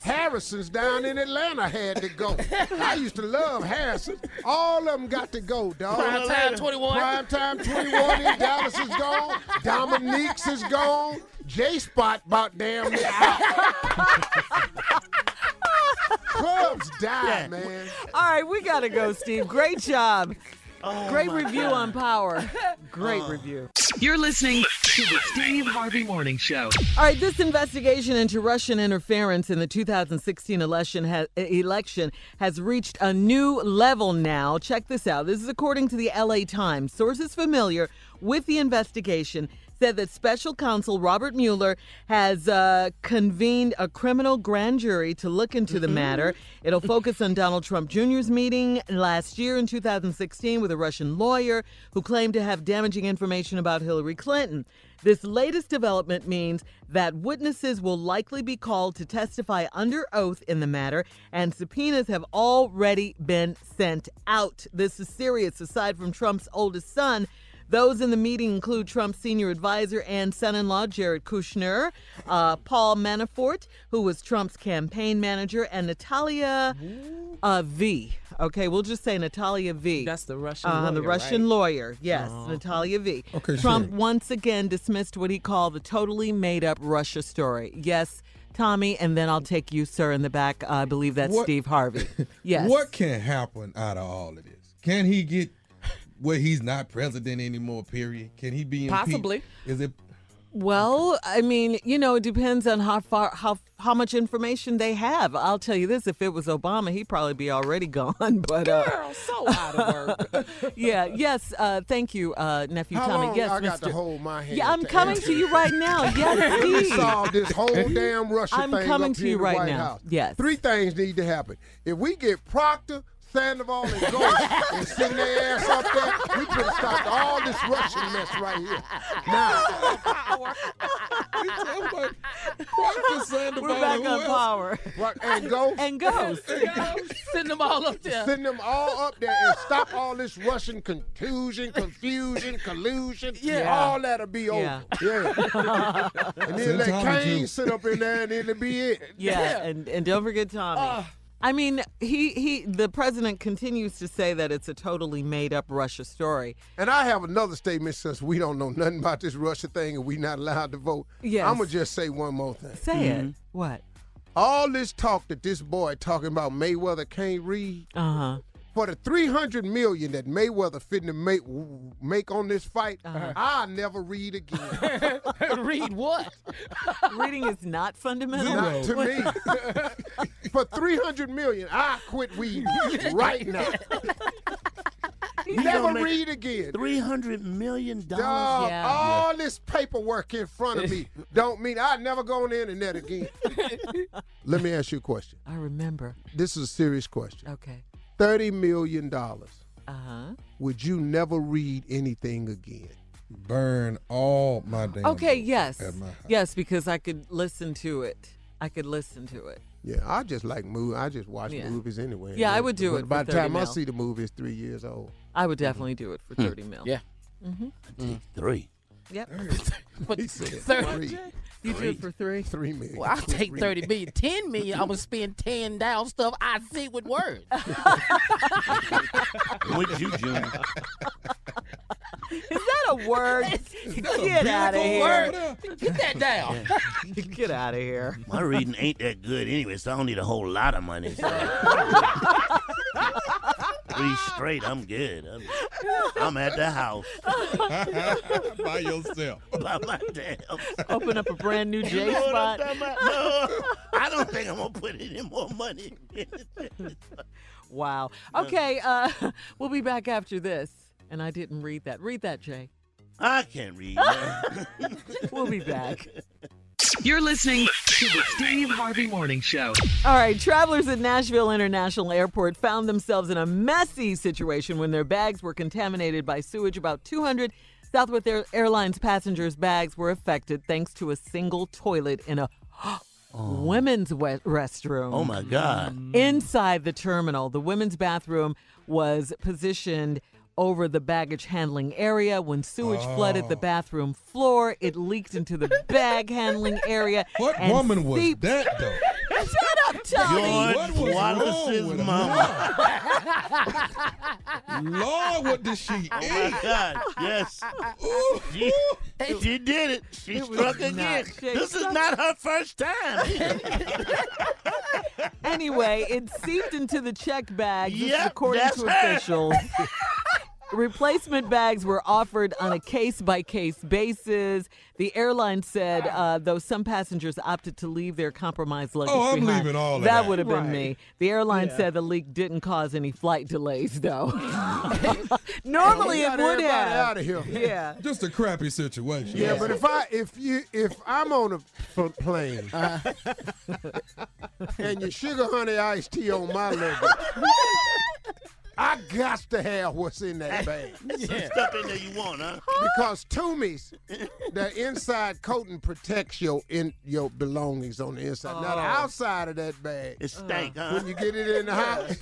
[SPEAKER 2] Harrison's down in Atlanta had to go. I used to love Harrison. All of them got to go, dog.
[SPEAKER 10] Prime time 21.
[SPEAKER 2] Prime time 21 in Dallas is gone. Dominique's is gone. J Spot about damn near out. Clubs
[SPEAKER 7] [laughs]
[SPEAKER 2] die, man.
[SPEAKER 7] All right, we gotta go, Steve. Great job. Great
[SPEAKER 1] my
[SPEAKER 7] review
[SPEAKER 1] God.
[SPEAKER 7] on power. Great
[SPEAKER 4] Uh.
[SPEAKER 7] review.
[SPEAKER 3] You're listening to the Steve Harvey Morning Show.
[SPEAKER 7] All right, this investigation into Russian interference in the 2016 election ha- election has reached a new level now. Check this out. This is according to the LA Times. Sources familiar with the investigation said that special counsel Robert Mueller has uh, convened a criminal grand jury to look into the matter. It'll focus on Donald Trump Jr.'s meeting last year in 2016 with a Russian lawyer who claimed to have damaging information about Hillary Clinton. This latest development means that witnesses will likely be called to testify under oath in the matter, and subpoenas have already been sent out. This is serious. Aside from Trump's oldest son, those in the meeting include Trump's senior advisor and son in law, Jared Kushner, uh, Paul Manafort, who was Trump's campaign manager, and Natalia uh, V. Okay, we'll just say Natalia V. That's
[SPEAKER 1] the Russian
[SPEAKER 7] The
[SPEAKER 1] lawyer,
[SPEAKER 7] Russian
[SPEAKER 1] right? Oh.
[SPEAKER 7] lawyer, yes, Natalia V.
[SPEAKER 1] Okay,
[SPEAKER 7] Trump
[SPEAKER 1] sure.
[SPEAKER 7] once again dismissed what he called the totally made up Russia story. Yes, Tommy, and then I'll take you, sir, in the back. Uh, I believe that's
[SPEAKER 5] What-
[SPEAKER 7] Steve
[SPEAKER 2] [laughs]
[SPEAKER 7] Harvey. Yes.
[SPEAKER 5] What can happen out of all of this? Can he get where he's not president anymore? Period. Can he be impeached?
[SPEAKER 7] Possibly.
[SPEAKER 5] Is it?
[SPEAKER 7] Well, I mean, you know, it depends on how far, how how much information they have. I'll tell you this: if it was Obama, he'd probably be already [laughs] gone. But uh,
[SPEAKER 1] so out of
[SPEAKER 7] [laughs] yeah, yes, uh, thank you, uh, nephew
[SPEAKER 2] How
[SPEAKER 7] Tommy.
[SPEAKER 2] long
[SPEAKER 7] yes,
[SPEAKER 2] I got
[SPEAKER 7] Mr.
[SPEAKER 2] to hold my hand?
[SPEAKER 7] Yeah, I'm
[SPEAKER 2] to
[SPEAKER 7] coming
[SPEAKER 2] answer
[SPEAKER 7] to you
[SPEAKER 2] this?
[SPEAKER 7] right
[SPEAKER 2] [laughs]
[SPEAKER 7] now. Yes,
[SPEAKER 2] we
[SPEAKER 7] Steve.
[SPEAKER 2] solved
[SPEAKER 7] [laughs]
[SPEAKER 2] this whole damn Russia
[SPEAKER 7] I'm
[SPEAKER 2] thing
[SPEAKER 7] coming
[SPEAKER 2] up
[SPEAKER 7] to
[SPEAKER 2] here
[SPEAKER 7] you
[SPEAKER 2] in the
[SPEAKER 7] right
[SPEAKER 2] White
[SPEAKER 7] now.
[SPEAKER 2] House.
[SPEAKER 7] Yes.
[SPEAKER 2] Three things need to happen. If we get Proctor, Sandoval,
[SPEAKER 7] [laughs]
[SPEAKER 2] and Ghost and send their ass up there, we could have stopped all this
[SPEAKER 7] [laughs]
[SPEAKER 2] Russian [laughs] mess right here. Now,
[SPEAKER 10] We're back on power.
[SPEAKER 2] Right, and
[SPEAKER 10] [laughs]
[SPEAKER 2] Ghost.
[SPEAKER 7] And Ghost.
[SPEAKER 8] Send them all up there.
[SPEAKER 2] Send them all up there and stop all this Russian confusion, confusion, collusion.
[SPEAKER 10] Yeah.
[SPEAKER 2] All that'll be
[SPEAKER 10] Yeah.
[SPEAKER 2] over. Yeah. and then
[SPEAKER 7] Send
[SPEAKER 2] let
[SPEAKER 7] Tommy, too.
[SPEAKER 2] Kane sit up in there and
[SPEAKER 7] [laughs]
[SPEAKER 2] it'll be it. Ah.
[SPEAKER 7] Yeah, And, and don't forget Tommy. I mean, he, he the president continues to say that it's a totally made up Russia story.
[SPEAKER 2] And I have another statement since we don't know nothing about this Russia thing and we not allowed to vote.
[SPEAKER 7] Yes.
[SPEAKER 2] I'm going to just say one more thing.
[SPEAKER 7] Say
[SPEAKER 4] Mm-hmm.
[SPEAKER 7] it.
[SPEAKER 8] Mm-hmm.
[SPEAKER 7] What?
[SPEAKER 2] All this talk that this boy talking about Mayweather can't read.
[SPEAKER 7] Uh-huh.
[SPEAKER 2] For the 300 million that Mayweather fitting to make, make on this fight,
[SPEAKER 7] Uh-huh.
[SPEAKER 2] I'll never read
[SPEAKER 4] [laughs]
[SPEAKER 2] again.
[SPEAKER 8] read what?
[SPEAKER 7] Reading is not fundamental.
[SPEAKER 2] Not to me. [laughs] For 300 million, I quit reading right now. Never read again.
[SPEAKER 4] Three hundred million
[SPEAKER 2] Dog,
[SPEAKER 4] dollars.
[SPEAKER 2] all this paperwork in front
[SPEAKER 7] [laughs]
[SPEAKER 2] of me don't mean I never go on the internet again. Let me ask you a question.
[SPEAKER 7] I remember.
[SPEAKER 2] This is a serious question.
[SPEAKER 7] Okay.
[SPEAKER 2] Thirty million dollars.
[SPEAKER 7] Uh huh.
[SPEAKER 2] Would you never read anything again?
[SPEAKER 5] Burn all my damn.
[SPEAKER 7] Okay, yes.
[SPEAKER 5] At my house.
[SPEAKER 7] Yes, because I could listen to it. I could listen to
[SPEAKER 4] [laughs]
[SPEAKER 7] it.
[SPEAKER 2] Yeah, I just like movie. I just watch
[SPEAKER 7] Yeah.
[SPEAKER 2] movies anyway.
[SPEAKER 7] Yeah, I would do
[SPEAKER 2] But
[SPEAKER 7] it for
[SPEAKER 2] By the
[SPEAKER 7] 30
[SPEAKER 2] time I
[SPEAKER 7] mil.
[SPEAKER 2] see the movie, it's three years old.
[SPEAKER 7] I would definitely do it for
[SPEAKER 8] Hmm.
[SPEAKER 7] 30 mil.
[SPEAKER 2] Yeah.
[SPEAKER 7] Mm-hmm.
[SPEAKER 4] Three.
[SPEAKER 7] Yep.
[SPEAKER 1] [laughs]
[SPEAKER 8] But
[SPEAKER 2] He said
[SPEAKER 8] thirty.
[SPEAKER 2] three.
[SPEAKER 7] You do it for three?
[SPEAKER 2] Three million.
[SPEAKER 8] Well, I'll take
[SPEAKER 2] Three.
[SPEAKER 8] 30 million. 10 million, I'm going to spend 10 down stuff I see with words.
[SPEAKER 4] With you, Junior.
[SPEAKER 7] Is that a word? Get out of here.
[SPEAKER 8] Get that down.
[SPEAKER 7] [laughs] Get out of here.
[SPEAKER 4] My reading ain't that good anyway, so I don't need a whole lot of money.
[SPEAKER 7] [laughs]
[SPEAKER 4] So. Three straight, I'm good. I'm, I'm at the house.
[SPEAKER 5] By yourself.
[SPEAKER 4] By my damn.
[SPEAKER 7] Open up a brand new
[SPEAKER 4] [laughs] You
[SPEAKER 7] J
[SPEAKER 4] know what
[SPEAKER 7] spot.
[SPEAKER 4] I'm
[SPEAKER 7] [laughs]
[SPEAKER 4] talking about? No, I don't think I'm going to put any more money.
[SPEAKER 7] Wow. Okay, uh, [laughs] we'll be back after this. And I didn't read that. Read that, Jay.
[SPEAKER 4] I can't read. man.
[SPEAKER 7] [laughs] We'll be back.
[SPEAKER 3] You're listening to the Steve Harvey Morning Show.
[SPEAKER 7] All right, travelers at Nashville International Airport found themselves in a messy situation when their bags were contaminated by sewage. About 200 Southwest Air- Airlines passengers' bags were affected thanks to a single toilet in a [gasps] women's we- restroom.
[SPEAKER 4] Oh, my God.
[SPEAKER 7] Inside the terminal, the women's bathroom was positioned over the baggage handling area. When sewage flooded the
[SPEAKER 5] Oh.
[SPEAKER 7] bathroom floor, it leaked into
[SPEAKER 5] [laughs]
[SPEAKER 7] the bag handling area.
[SPEAKER 5] What
[SPEAKER 7] and
[SPEAKER 5] woman was
[SPEAKER 7] seeped-
[SPEAKER 5] that though?
[SPEAKER 7] [laughs] Shut up, Tommy.
[SPEAKER 5] What was wrong
[SPEAKER 4] Wallace's
[SPEAKER 5] with her?
[SPEAKER 4] mama.
[SPEAKER 5] Lord, what did she eat?
[SPEAKER 4] [laughs] Oh my God!
[SPEAKER 5] [laughs]
[SPEAKER 4] Yes, she, she did it. She
[SPEAKER 7] It was
[SPEAKER 4] struck
[SPEAKER 7] not-
[SPEAKER 4] again.
[SPEAKER 7] she
[SPEAKER 4] This is
[SPEAKER 7] struck-
[SPEAKER 4] not her
[SPEAKER 7] [laughs]
[SPEAKER 4] first time.
[SPEAKER 7] Anyway, it seeped into the checked bag. This is
[SPEAKER 4] Yep, [laughs]
[SPEAKER 18] [laughs]
[SPEAKER 7] according
[SPEAKER 4] that's
[SPEAKER 7] to
[SPEAKER 4] her.
[SPEAKER 7] officials. Replacement bags were offered on a case by case basis. The airline said, uh, though some passengers opted to leave their compromised luggage.
[SPEAKER 5] Oh, I'm
[SPEAKER 7] behind.
[SPEAKER 5] leaving all of that.
[SPEAKER 7] would have been
[SPEAKER 5] Right.
[SPEAKER 7] me. The airline
[SPEAKER 5] Yeah.
[SPEAKER 7] said the leak didn't cause any flight delays, though. [laughs] Normally it would have.
[SPEAKER 2] Out of here.
[SPEAKER 7] Yeah.
[SPEAKER 5] Just a crappy situation.
[SPEAKER 2] Yeah, but if I if you if I'm on a pl-
[SPEAKER 4] [laughs]
[SPEAKER 2] plane
[SPEAKER 4] Uh-huh.
[SPEAKER 2] and you sugar honey iced tea on my level, I got to have what's in that bag.
[SPEAKER 4] Some stuff in there you want, huh?
[SPEAKER 2] Because Toomey's, the inside coating protects your in your belongings on the inside. Now the
[SPEAKER 4] Oh.
[SPEAKER 2] outside of that bag, Uh,
[SPEAKER 4] It stank, huh?
[SPEAKER 2] When you get it in the house,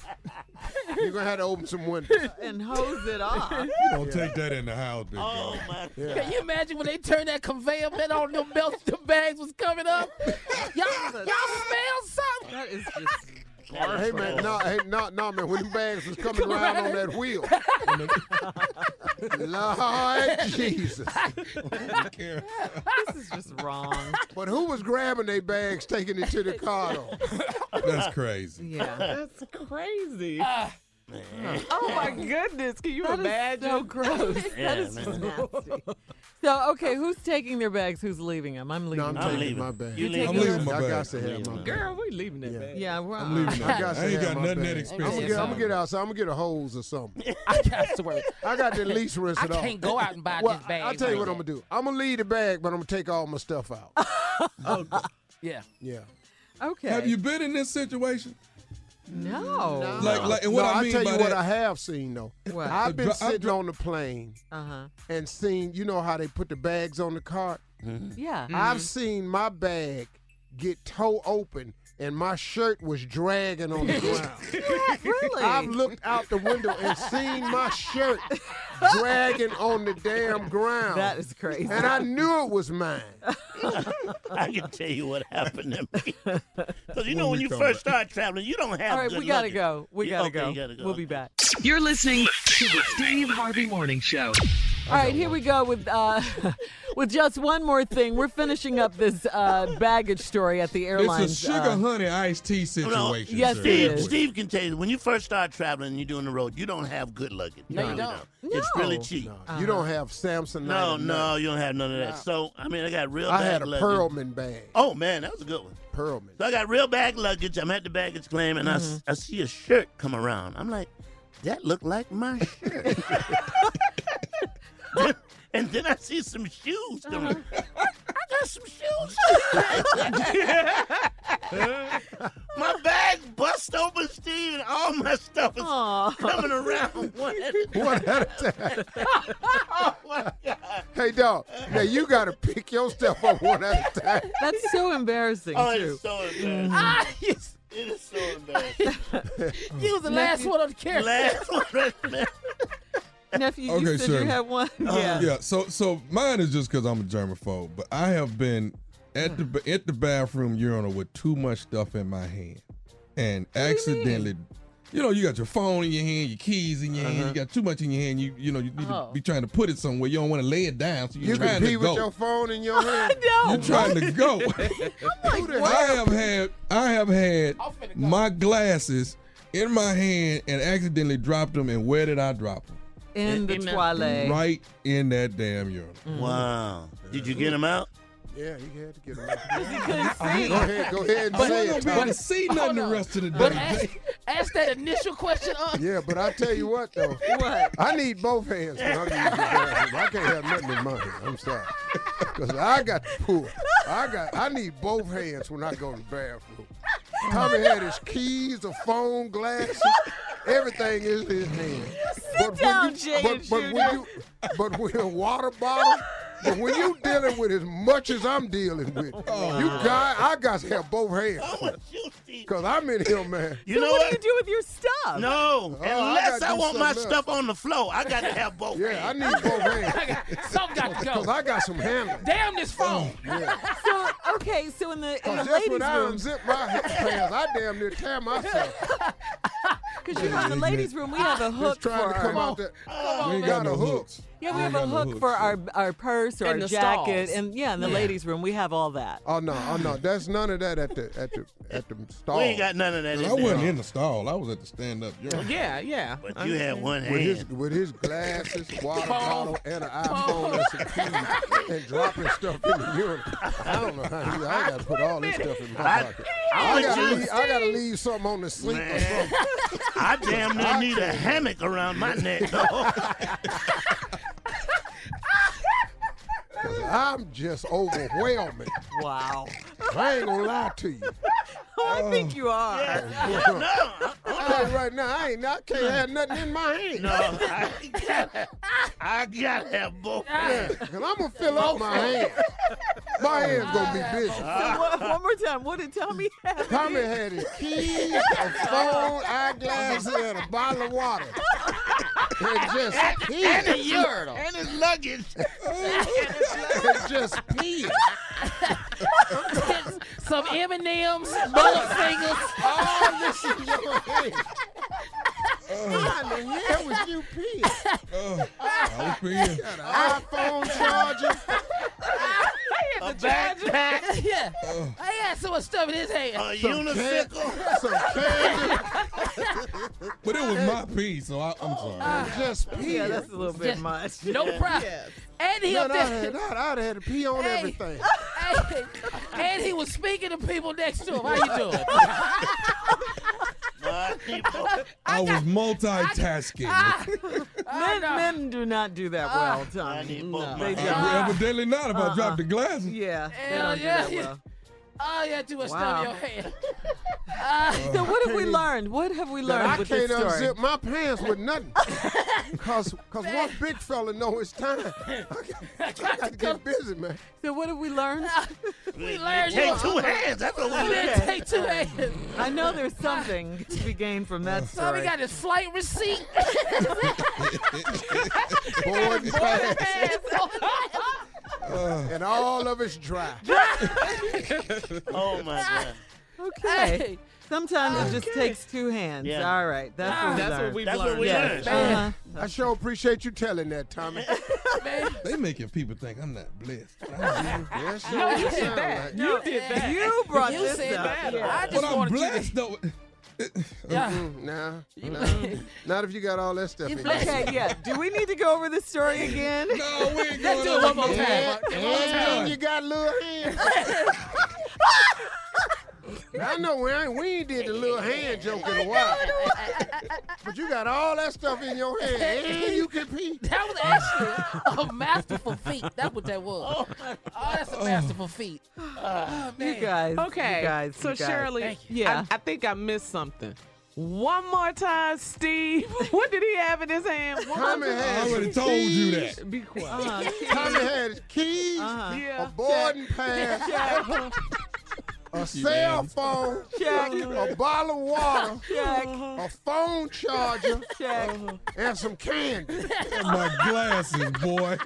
[SPEAKER 2] you're gonna have to open some
[SPEAKER 4] [laughs]
[SPEAKER 2] windows.
[SPEAKER 7] [laughs] and hose it off.
[SPEAKER 5] You don't take that in the house, big
[SPEAKER 4] Oh,
[SPEAKER 5] dog.
[SPEAKER 8] Can you imagine when they turned that conveyor belt on them belts, the bags was coming up? Y'all, y'all smell something?
[SPEAKER 7] That is
[SPEAKER 2] Hey man, no, hey, no, no, man. When the bags was coming
[SPEAKER 8] Come
[SPEAKER 2] around
[SPEAKER 8] right
[SPEAKER 2] on
[SPEAKER 8] in.
[SPEAKER 2] that
[SPEAKER 5] [laughs]
[SPEAKER 2] wheel, Lord Jesus,
[SPEAKER 7] [laughs] this is just wrong.
[SPEAKER 2] But who was grabbing their bags, taking it to the car?
[SPEAKER 5] [laughs]
[SPEAKER 2] Though?
[SPEAKER 5] That's crazy.
[SPEAKER 1] That's crazy.
[SPEAKER 5] Man.
[SPEAKER 1] Oh my goodness. Can you
[SPEAKER 7] That is
[SPEAKER 1] imagine?
[SPEAKER 7] so gross. That
[SPEAKER 1] Yeah,
[SPEAKER 7] is just
[SPEAKER 1] man.
[SPEAKER 7] nasty. So, okay, who's taking their bags? Who's leaving them? I'm leaving.
[SPEAKER 2] I'm
[SPEAKER 7] them.
[SPEAKER 2] taking leaving. my bag.
[SPEAKER 7] You
[SPEAKER 2] I'm
[SPEAKER 7] taking
[SPEAKER 2] leaving
[SPEAKER 7] yours?
[SPEAKER 2] my I bag. got to have my bag.
[SPEAKER 1] Girl, we leaving that bag.
[SPEAKER 7] Yeah, we're [laughs]
[SPEAKER 2] I'm leaving.
[SPEAKER 7] I
[SPEAKER 2] I, got
[SPEAKER 5] I ain't got nothing that
[SPEAKER 2] I'm
[SPEAKER 5] expensive.
[SPEAKER 2] gonna, get, I'm gonna get outside. I'm gonna get a hose or something.
[SPEAKER 8] [laughs] I got to worry.
[SPEAKER 2] I got to at least rinse
[SPEAKER 8] I
[SPEAKER 2] it off.
[SPEAKER 8] can't go out and buy
[SPEAKER 2] well,
[SPEAKER 8] this bag
[SPEAKER 2] I'll tell you
[SPEAKER 8] like
[SPEAKER 2] what
[SPEAKER 8] that.
[SPEAKER 2] I'm gonna do. I'm gonna leave the bag, but I'm gonna take all my stuff out.
[SPEAKER 8] Yeah.
[SPEAKER 2] Yeah.
[SPEAKER 7] Okay.
[SPEAKER 5] Have you been in this situation?
[SPEAKER 7] No.
[SPEAKER 5] Like, like, and what
[SPEAKER 2] no,
[SPEAKER 5] I
[SPEAKER 2] I'll
[SPEAKER 5] mean
[SPEAKER 2] tell
[SPEAKER 5] by
[SPEAKER 2] you what
[SPEAKER 5] that-
[SPEAKER 2] I have seen though.
[SPEAKER 5] What?
[SPEAKER 2] I've
[SPEAKER 5] I
[SPEAKER 2] been
[SPEAKER 5] dro- I
[SPEAKER 2] sitting
[SPEAKER 5] dro-
[SPEAKER 2] on the plane
[SPEAKER 7] Uh huh.
[SPEAKER 2] and seen. You know how they put the bags on the cart.
[SPEAKER 8] Mm-hmm.
[SPEAKER 5] Mm-hmm.
[SPEAKER 7] Yeah.
[SPEAKER 2] I've seen my bag get toe open and my shirt was dragging on the ground.
[SPEAKER 7] really?
[SPEAKER 2] I've looked out the window and seen my shirt dragging on the damn ground.
[SPEAKER 4] That is
[SPEAKER 7] crazy.
[SPEAKER 2] And I knew it was mine.
[SPEAKER 4] [laughs] I can tell you what happened
[SPEAKER 2] [laughs]
[SPEAKER 4] to me. Because you
[SPEAKER 2] When
[SPEAKER 4] know when
[SPEAKER 2] we
[SPEAKER 4] you
[SPEAKER 2] come
[SPEAKER 4] first
[SPEAKER 2] back.
[SPEAKER 4] start traveling, you don't have.
[SPEAKER 7] All right,
[SPEAKER 4] good
[SPEAKER 7] we gotta
[SPEAKER 4] luggage.
[SPEAKER 7] go. We
[SPEAKER 4] Yeah,
[SPEAKER 7] gotta,
[SPEAKER 4] okay,
[SPEAKER 7] go.
[SPEAKER 4] you gotta go.
[SPEAKER 7] We'll be back.
[SPEAKER 3] You're listening to the Steve Harvey Morning Show.
[SPEAKER 7] All right, here we go with uh, [laughs] with just one more thing. We're finishing up this uh, baggage story at the airline.
[SPEAKER 5] It's a sugar honey iced tea situation.
[SPEAKER 7] uh, Yes,
[SPEAKER 5] sir.
[SPEAKER 7] it
[SPEAKER 4] Steve,
[SPEAKER 7] is.
[SPEAKER 4] Steve can tell you when you first start traveling and you're doing the road, you don't have good luggage.
[SPEAKER 2] No, you
[SPEAKER 4] really
[SPEAKER 2] don't.
[SPEAKER 4] It's
[SPEAKER 2] No.
[SPEAKER 4] really cheap.
[SPEAKER 2] You don't have Samson.
[SPEAKER 4] No, no, you don't have none of that.
[SPEAKER 2] No.
[SPEAKER 4] So I mean, I got real.
[SPEAKER 2] I
[SPEAKER 4] bag
[SPEAKER 2] had a
[SPEAKER 4] luggage.
[SPEAKER 2] Pearlman bag. [laughs]
[SPEAKER 4] Oh man, that was a good one.
[SPEAKER 2] Pearlman.
[SPEAKER 4] So I got real bag luggage. I'm at the baggage claim and I
[SPEAKER 7] Mm-hmm.
[SPEAKER 4] s I I, see a shirt come around. I'm like, that looked like my shirt.
[SPEAKER 8] [laughs]
[SPEAKER 4] Then- and then I see some shoes. I'm like,
[SPEAKER 8] Uh-huh.
[SPEAKER 4] [laughs] I got some shoes. [laughs] my bag bust open, Steve, and all my stuff is coming
[SPEAKER 8] [laughs]
[SPEAKER 4] around one at a time.
[SPEAKER 2] One at
[SPEAKER 4] [laughs]
[SPEAKER 2] a time.
[SPEAKER 4] oh my God.
[SPEAKER 2] Hey, dog. Now you got to pick your stuff up one at a time.
[SPEAKER 7] [laughs] That's so embarrassing.
[SPEAKER 4] Oh, it
[SPEAKER 7] too. Mm-hmm.
[SPEAKER 4] is so embarrassing.
[SPEAKER 8] Ah, yes.
[SPEAKER 4] It is so embarrassing.
[SPEAKER 8] [laughs] You was the last one on the carousel.
[SPEAKER 4] Last one, man.
[SPEAKER 7] Nephew,
[SPEAKER 5] Okay,
[SPEAKER 7] you said
[SPEAKER 5] sure.
[SPEAKER 7] you had
[SPEAKER 2] Uh,
[SPEAKER 7] one. yeah.
[SPEAKER 5] Yeah. So so mine is just because I'm a germaphobe, but I have been at the ba-
[SPEAKER 7] [sighs]
[SPEAKER 5] at the bathroom urinal with too much stuff in my hand, and accidentally. You know, you got your phone in your hand, your keys in your hand. You got too much in your hand. You you know you need
[SPEAKER 7] Uh-huh. Oh.
[SPEAKER 5] to be trying to put it somewhere. You don't want to lay it down, so you're
[SPEAKER 2] You
[SPEAKER 5] trying
[SPEAKER 2] can pee
[SPEAKER 5] to go.
[SPEAKER 2] with your phone in your hand.
[SPEAKER 5] You're trying
[SPEAKER 7] [laughs]
[SPEAKER 5] to go. I have had I have had my glasses in my hand and accidentally dropped them. And where did I drop them?
[SPEAKER 7] In the toilet.
[SPEAKER 5] Right in that damn urinal.
[SPEAKER 7] Mm-hmm.
[SPEAKER 4] Wow. Did you get him out?
[SPEAKER 2] Yeah, you had to get it.
[SPEAKER 7] see.
[SPEAKER 2] Go ahead, go ahead and
[SPEAKER 5] But
[SPEAKER 2] say
[SPEAKER 5] I
[SPEAKER 2] it.
[SPEAKER 5] don't mean
[SPEAKER 2] Tom.
[SPEAKER 5] to see nothing the rest of the
[SPEAKER 8] But
[SPEAKER 5] day.
[SPEAKER 8] ask, ask that initial question. Uh,
[SPEAKER 2] Yeah, but I tell you what though,
[SPEAKER 8] [laughs]
[SPEAKER 7] What?
[SPEAKER 2] I need both hands. When I, leave the bathroom. I can't have nothing in mine. I'm sorry, [laughs] because I got to pull. I got. I need both hands when I go to the bathroom. Tommy had his keys, a phone, glasses, everything is in his hand. Sit
[SPEAKER 7] down, Jay
[SPEAKER 2] But,
[SPEAKER 7] and
[SPEAKER 2] but
[SPEAKER 7] Junior.
[SPEAKER 2] when you, but when a water bottle. But when you dealing with as much as I'm dealing with,
[SPEAKER 4] Oh,
[SPEAKER 2] you got I got to have both hands. Cause I'm in here, man.
[SPEAKER 4] You
[SPEAKER 7] So
[SPEAKER 4] know
[SPEAKER 7] what,
[SPEAKER 4] what?
[SPEAKER 7] do you do with your stuff?
[SPEAKER 4] No,
[SPEAKER 2] Oh, I
[SPEAKER 4] unless
[SPEAKER 2] gotta
[SPEAKER 4] I,
[SPEAKER 2] do
[SPEAKER 4] want my
[SPEAKER 2] something else.
[SPEAKER 4] stuff on the floor, I gotta have both.
[SPEAKER 2] [laughs] Yeah, I need both hands.
[SPEAKER 8] Some got to
[SPEAKER 2] [laughs] Cause
[SPEAKER 8] go.
[SPEAKER 2] I got some handling.
[SPEAKER 8] Damn this phone.
[SPEAKER 7] So okay, so in the in the
[SPEAKER 2] Cause just
[SPEAKER 7] ladies'
[SPEAKER 2] when I
[SPEAKER 7] room,
[SPEAKER 2] unzip my h- pants, I damn near
[SPEAKER 7] [laughs]
[SPEAKER 2] tear myself. [laughs]
[SPEAKER 7] because you know in [laughs] the ladies' room we have a hook
[SPEAKER 2] Just
[SPEAKER 7] for
[SPEAKER 2] trying to
[SPEAKER 7] our- [laughs]
[SPEAKER 2] come out there.
[SPEAKER 5] We ain't
[SPEAKER 2] got
[SPEAKER 5] got
[SPEAKER 2] a
[SPEAKER 5] no
[SPEAKER 2] hook.
[SPEAKER 5] hooks.
[SPEAKER 7] Yeah, we have a hook for our our purse or
[SPEAKER 19] In
[SPEAKER 7] our
[SPEAKER 19] the
[SPEAKER 7] jacket,
[SPEAKER 19] stalls.
[SPEAKER 7] and yeah, in the
[SPEAKER 19] Yeah.
[SPEAKER 7] ladies' room, we have all that.
[SPEAKER 2] Oh no, oh no, that's none of that at the at the at the stall.
[SPEAKER 7] ain't got none of that in
[SPEAKER 5] I
[SPEAKER 7] there.
[SPEAKER 5] wasn't in the stall. I was at the stand up.
[SPEAKER 2] [laughs]
[SPEAKER 1] Yeah, yeah.
[SPEAKER 5] you had one
[SPEAKER 2] with his
[SPEAKER 5] hand.
[SPEAKER 2] with his glasses, water bottle, and an iPhone and some keys, and dropping stuff in the urine. I don't know how you. I gotta put all this stuff in my
[SPEAKER 4] I-
[SPEAKER 2] pocket.
[SPEAKER 4] I
[SPEAKER 2] I
[SPEAKER 4] would
[SPEAKER 2] gotta
[SPEAKER 4] just-
[SPEAKER 2] leave. I gotta leave something on the sleep or something.
[SPEAKER 4] I damn near need a hammock around my neck.
[SPEAKER 2] [laughs] I'm just overwhelming.
[SPEAKER 7] Wow.
[SPEAKER 2] I ain't gonna lie to you.
[SPEAKER 7] Oh, I think you are.
[SPEAKER 2] Oh. I tell you right now, I ain't. I can't have nothing in my hand.
[SPEAKER 4] uh-uh. No, I gotta, I gotta have both.
[SPEAKER 2] Yeah, cause I'm gonna fill up my hand. My hand's gonna be busy.
[SPEAKER 7] So what- one more time, what did Tommy have?
[SPEAKER 2] Tommy had his keys, a phone, eyeglasses, and a bottle of water. And just peed.
[SPEAKER 4] and his urinal. And his luggage.
[SPEAKER 2] and [laughs] just peed.
[SPEAKER 8] [laughs] Some
[SPEAKER 2] [laughs]
[SPEAKER 8] M&M's, bullet fingers.
[SPEAKER 2] All Oh, this in your hand. How in the hell was you peeing?
[SPEAKER 7] Oh,
[SPEAKER 5] I was peeing.
[SPEAKER 2] Got an iPhone
[SPEAKER 8] [laughs]
[SPEAKER 2] charger.
[SPEAKER 8] I had the charger.
[SPEAKER 2] backpack.
[SPEAKER 8] [laughs] yeah.
[SPEAKER 7] Oh.
[SPEAKER 8] I had so much stuff in his hand.
[SPEAKER 4] A
[SPEAKER 5] Some
[SPEAKER 7] [laughs]
[SPEAKER 5] unicycle.
[SPEAKER 2] Some candy.
[SPEAKER 5] But it was my pee, so I, I'm sorry.
[SPEAKER 2] just pee.
[SPEAKER 7] Ah. Yeah, that's a little bit
[SPEAKER 8] Yeah.
[SPEAKER 6] [laughs]
[SPEAKER 7] much.
[SPEAKER 8] Ah. No problem. And he
[SPEAKER 2] Man,
[SPEAKER 8] up
[SPEAKER 2] I
[SPEAKER 8] there.
[SPEAKER 2] had, I'd, I'd had to pee on
[SPEAKER 8] Hey.
[SPEAKER 2] everything.
[SPEAKER 8] [laughs] Hey, and he was speaking to people next to him. How you doing?
[SPEAKER 5] I was multitasking.
[SPEAKER 7] Ah. Men, men do not do that well, Tommy. No. They don't.
[SPEAKER 5] I evidently not
[SPEAKER 7] Uh-uh.
[SPEAKER 5] if I dropped the glasses.
[SPEAKER 7] Yeah. They
[SPEAKER 8] Hell
[SPEAKER 7] don't do
[SPEAKER 8] yeah.
[SPEAKER 7] that
[SPEAKER 1] [laughs]
[SPEAKER 7] well.
[SPEAKER 8] Oh, you had too much
[SPEAKER 7] Wow.
[SPEAKER 8] stuff in your hand.
[SPEAKER 1] Uh,
[SPEAKER 7] So what [laughs] have we learned? What have we
[SPEAKER 2] That
[SPEAKER 7] learned
[SPEAKER 2] I
[SPEAKER 7] with
[SPEAKER 2] can't
[SPEAKER 7] this story?
[SPEAKER 2] unzip my pants with nothing. Cause, Cause one big fella know it's time. I got, I got to get busy, man.
[SPEAKER 7] So what have we learned?
[SPEAKER 8] We
[SPEAKER 1] [laughs]
[SPEAKER 8] learned you.
[SPEAKER 4] Take two hands. That's what we
[SPEAKER 8] didn't
[SPEAKER 7] Okay.
[SPEAKER 8] take two hands.
[SPEAKER 7] I know there's something to be gained from that
[SPEAKER 8] Tommy
[SPEAKER 7] story.
[SPEAKER 8] got his flight receipt.
[SPEAKER 2] [laughs] Boarding
[SPEAKER 8] Boarding
[SPEAKER 2] pass.
[SPEAKER 8] pass.
[SPEAKER 2] And all of it's dry. [laughs]
[SPEAKER 4] Oh my god.
[SPEAKER 7] Okay.
[SPEAKER 8] Hey.
[SPEAKER 7] Sometimes it just takes two hands.
[SPEAKER 4] Yeah.
[SPEAKER 7] All right. That's what we
[SPEAKER 1] That's what
[SPEAKER 7] learned.
[SPEAKER 1] we've
[SPEAKER 4] That's what
[SPEAKER 1] learned.
[SPEAKER 4] we
[SPEAKER 1] Yeah.
[SPEAKER 4] learned.
[SPEAKER 7] Uh-huh.
[SPEAKER 2] I sure appreciate you telling that,
[SPEAKER 8] [laughs]
[SPEAKER 2] Tommy.
[SPEAKER 5] They making people think I'm not
[SPEAKER 2] [laughs]
[SPEAKER 5] blessed. [laughs]
[SPEAKER 2] Yes, sure
[SPEAKER 1] No, you
[SPEAKER 2] sound
[SPEAKER 1] did that.
[SPEAKER 2] like-
[SPEAKER 1] You did that.
[SPEAKER 7] You brought
[SPEAKER 8] You
[SPEAKER 7] this
[SPEAKER 8] said
[SPEAKER 7] up.
[SPEAKER 8] that. I just
[SPEAKER 5] But I'm
[SPEAKER 8] wanted you to-
[SPEAKER 5] blessed though.
[SPEAKER 8] [laughs]
[SPEAKER 5] [laughs]
[SPEAKER 8] Yeah.
[SPEAKER 2] Mm, Nah, nah. Not if you got all that stuff in you.
[SPEAKER 7] Okay, yeah. Do we need to go over the story again?
[SPEAKER 5] No, Oh, we ain't
[SPEAKER 8] Let's
[SPEAKER 5] going
[SPEAKER 8] do it one
[SPEAKER 5] on.
[SPEAKER 8] more time.
[SPEAKER 2] And, and you got little
[SPEAKER 8] [laughs]
[SPEAKER 2] hand. I know we ain't, we ain't did the little hand joke in a while. But you got all that stuff in your hand. And you can pee.
[SPEAKER 8] [laughs] That was actually a masterful feat. That's what that was. Oh, that's a masterful feat. Oh, man.
[SPEAKER 7] You guys.
[SPEAKER 1] Okay.
[SPEAKER 7] You guys.
[SPEAKER 1] so
[SPEAKER 7] you guys.
[SPEAKER 1] Shirley,
[SPEAKER 8] Thank you.
[SPEAKER 7] Yeah.
[SPEAKER 1] yeah, I, I think I missed something. One more time, Steve. [laughs] what did he have in his hand? One
[SPEAKER 2] Tommy
[SPEAKER 1] more
[SPEAKER 5] I
[SPEAKER 2] had,
[SPEAKER 5] already told you that.
[SPEAKER 1] time. Be quiet.
[SPEAKER 2] Tommy had his keys,
[SPEAKER 7] Uh-huh.
[SPEAKER 2] a
[SPEAKER 1] Uh, Yeah.
[SPEAKER 7] [laughs]
[SPEAKER 2] boarding pass, [laughs]
[SPEAKER 7] Check.
[SPEAKER 2] a cell phone,
[SPEAKER 7] Check.
[SPEAKER 2] a bottle of water,
[SPEAKER 7] Check.
[SPEAKER 2] a phone charger,
[SPEAKER 7] Check.
[SPEAKER 2] and some candy.
[SPEAKER 5] My glasses, boy.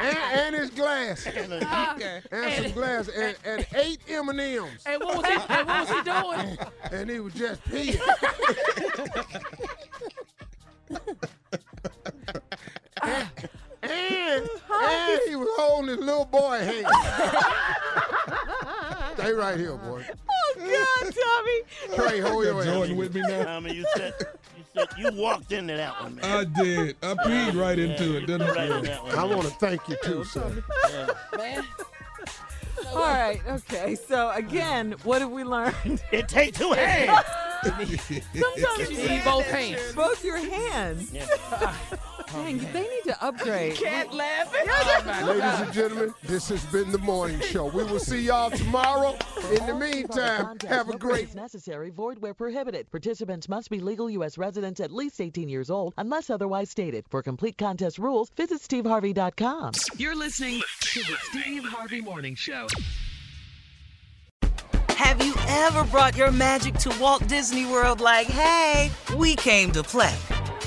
[SPEAKER 2] And, and
[SPEAKER 7] [laughs]
[SPEAKER 2] his glasses.
[SPEAKER 1] Okay.
[SPEAKER 2] And some glasses. And, and eight M&M's.
[SPEAKER 8] And what was he? And what was he doing?
[SPEAKER 2] [laughs] And he was just peeing. and, and he was holding his little boy hand. Stay right here, boy.
[SPEAKER 7] Oh, God,
[SPEAKER 2] [laughs]
[SPEAKER 7] Tommy.
[SPEAKER 2] Trey, hold your
[SPEAKER 5] Jordan
[SPEAKER 2] hand.
[SPEAKER 5] with me now.
[SPEAKER 4] Tommy, you said you said you walked into that one, man.
[SPEAKER 5] I did. I peed right
[SPEAKER 4] Yeah,
[SPEAKER 5] into
[SPEAKER 4] you
[SPEAKER 5] it, didn't
[SPEAKER 4] put right in
[SPEAKER 5] I?
[SPEAKER 4] that one,
[SPEAKER 2] I
[SPEAKER 4] man.
[SPEAKER 2] want to thank you too, sir.
[SPEAKER 8] Man,
[SPEAKER 7] All right. Okay. So, again, what have we learned?
[SPEAKER 4] It take two hands.
[SPEAKER 7] [laughs] Sometimes
[SPEAKER 8] you need both hands.
[SPEAKER 7] Both your hands.
[SPEAKER 4] Yeah.
[SPEAKER 7] [laughs] Dang, they need to upgrade.
[SPEAKER 1] Cat laughing.
[SPEAKER 2] Ladies and gentlemen, this has been the morning show. We will see y'all tomorrow.
[SPEAKER 7] [laughs]
[SPEAKER 2] In the meantime, have a great
[SPEAKER 19] necessary, void where prohibited. Participants must be legal U.S. residents at least 18 years old unless otherwise stated. For complete contest rules, visit steveharvey.com.
[SPEAKER 3] You're listening to the Steve Harvey Morning Show.
[SPEAKER 18] Have you ever brought your magic to Walt Disney World like, hey, we came to play?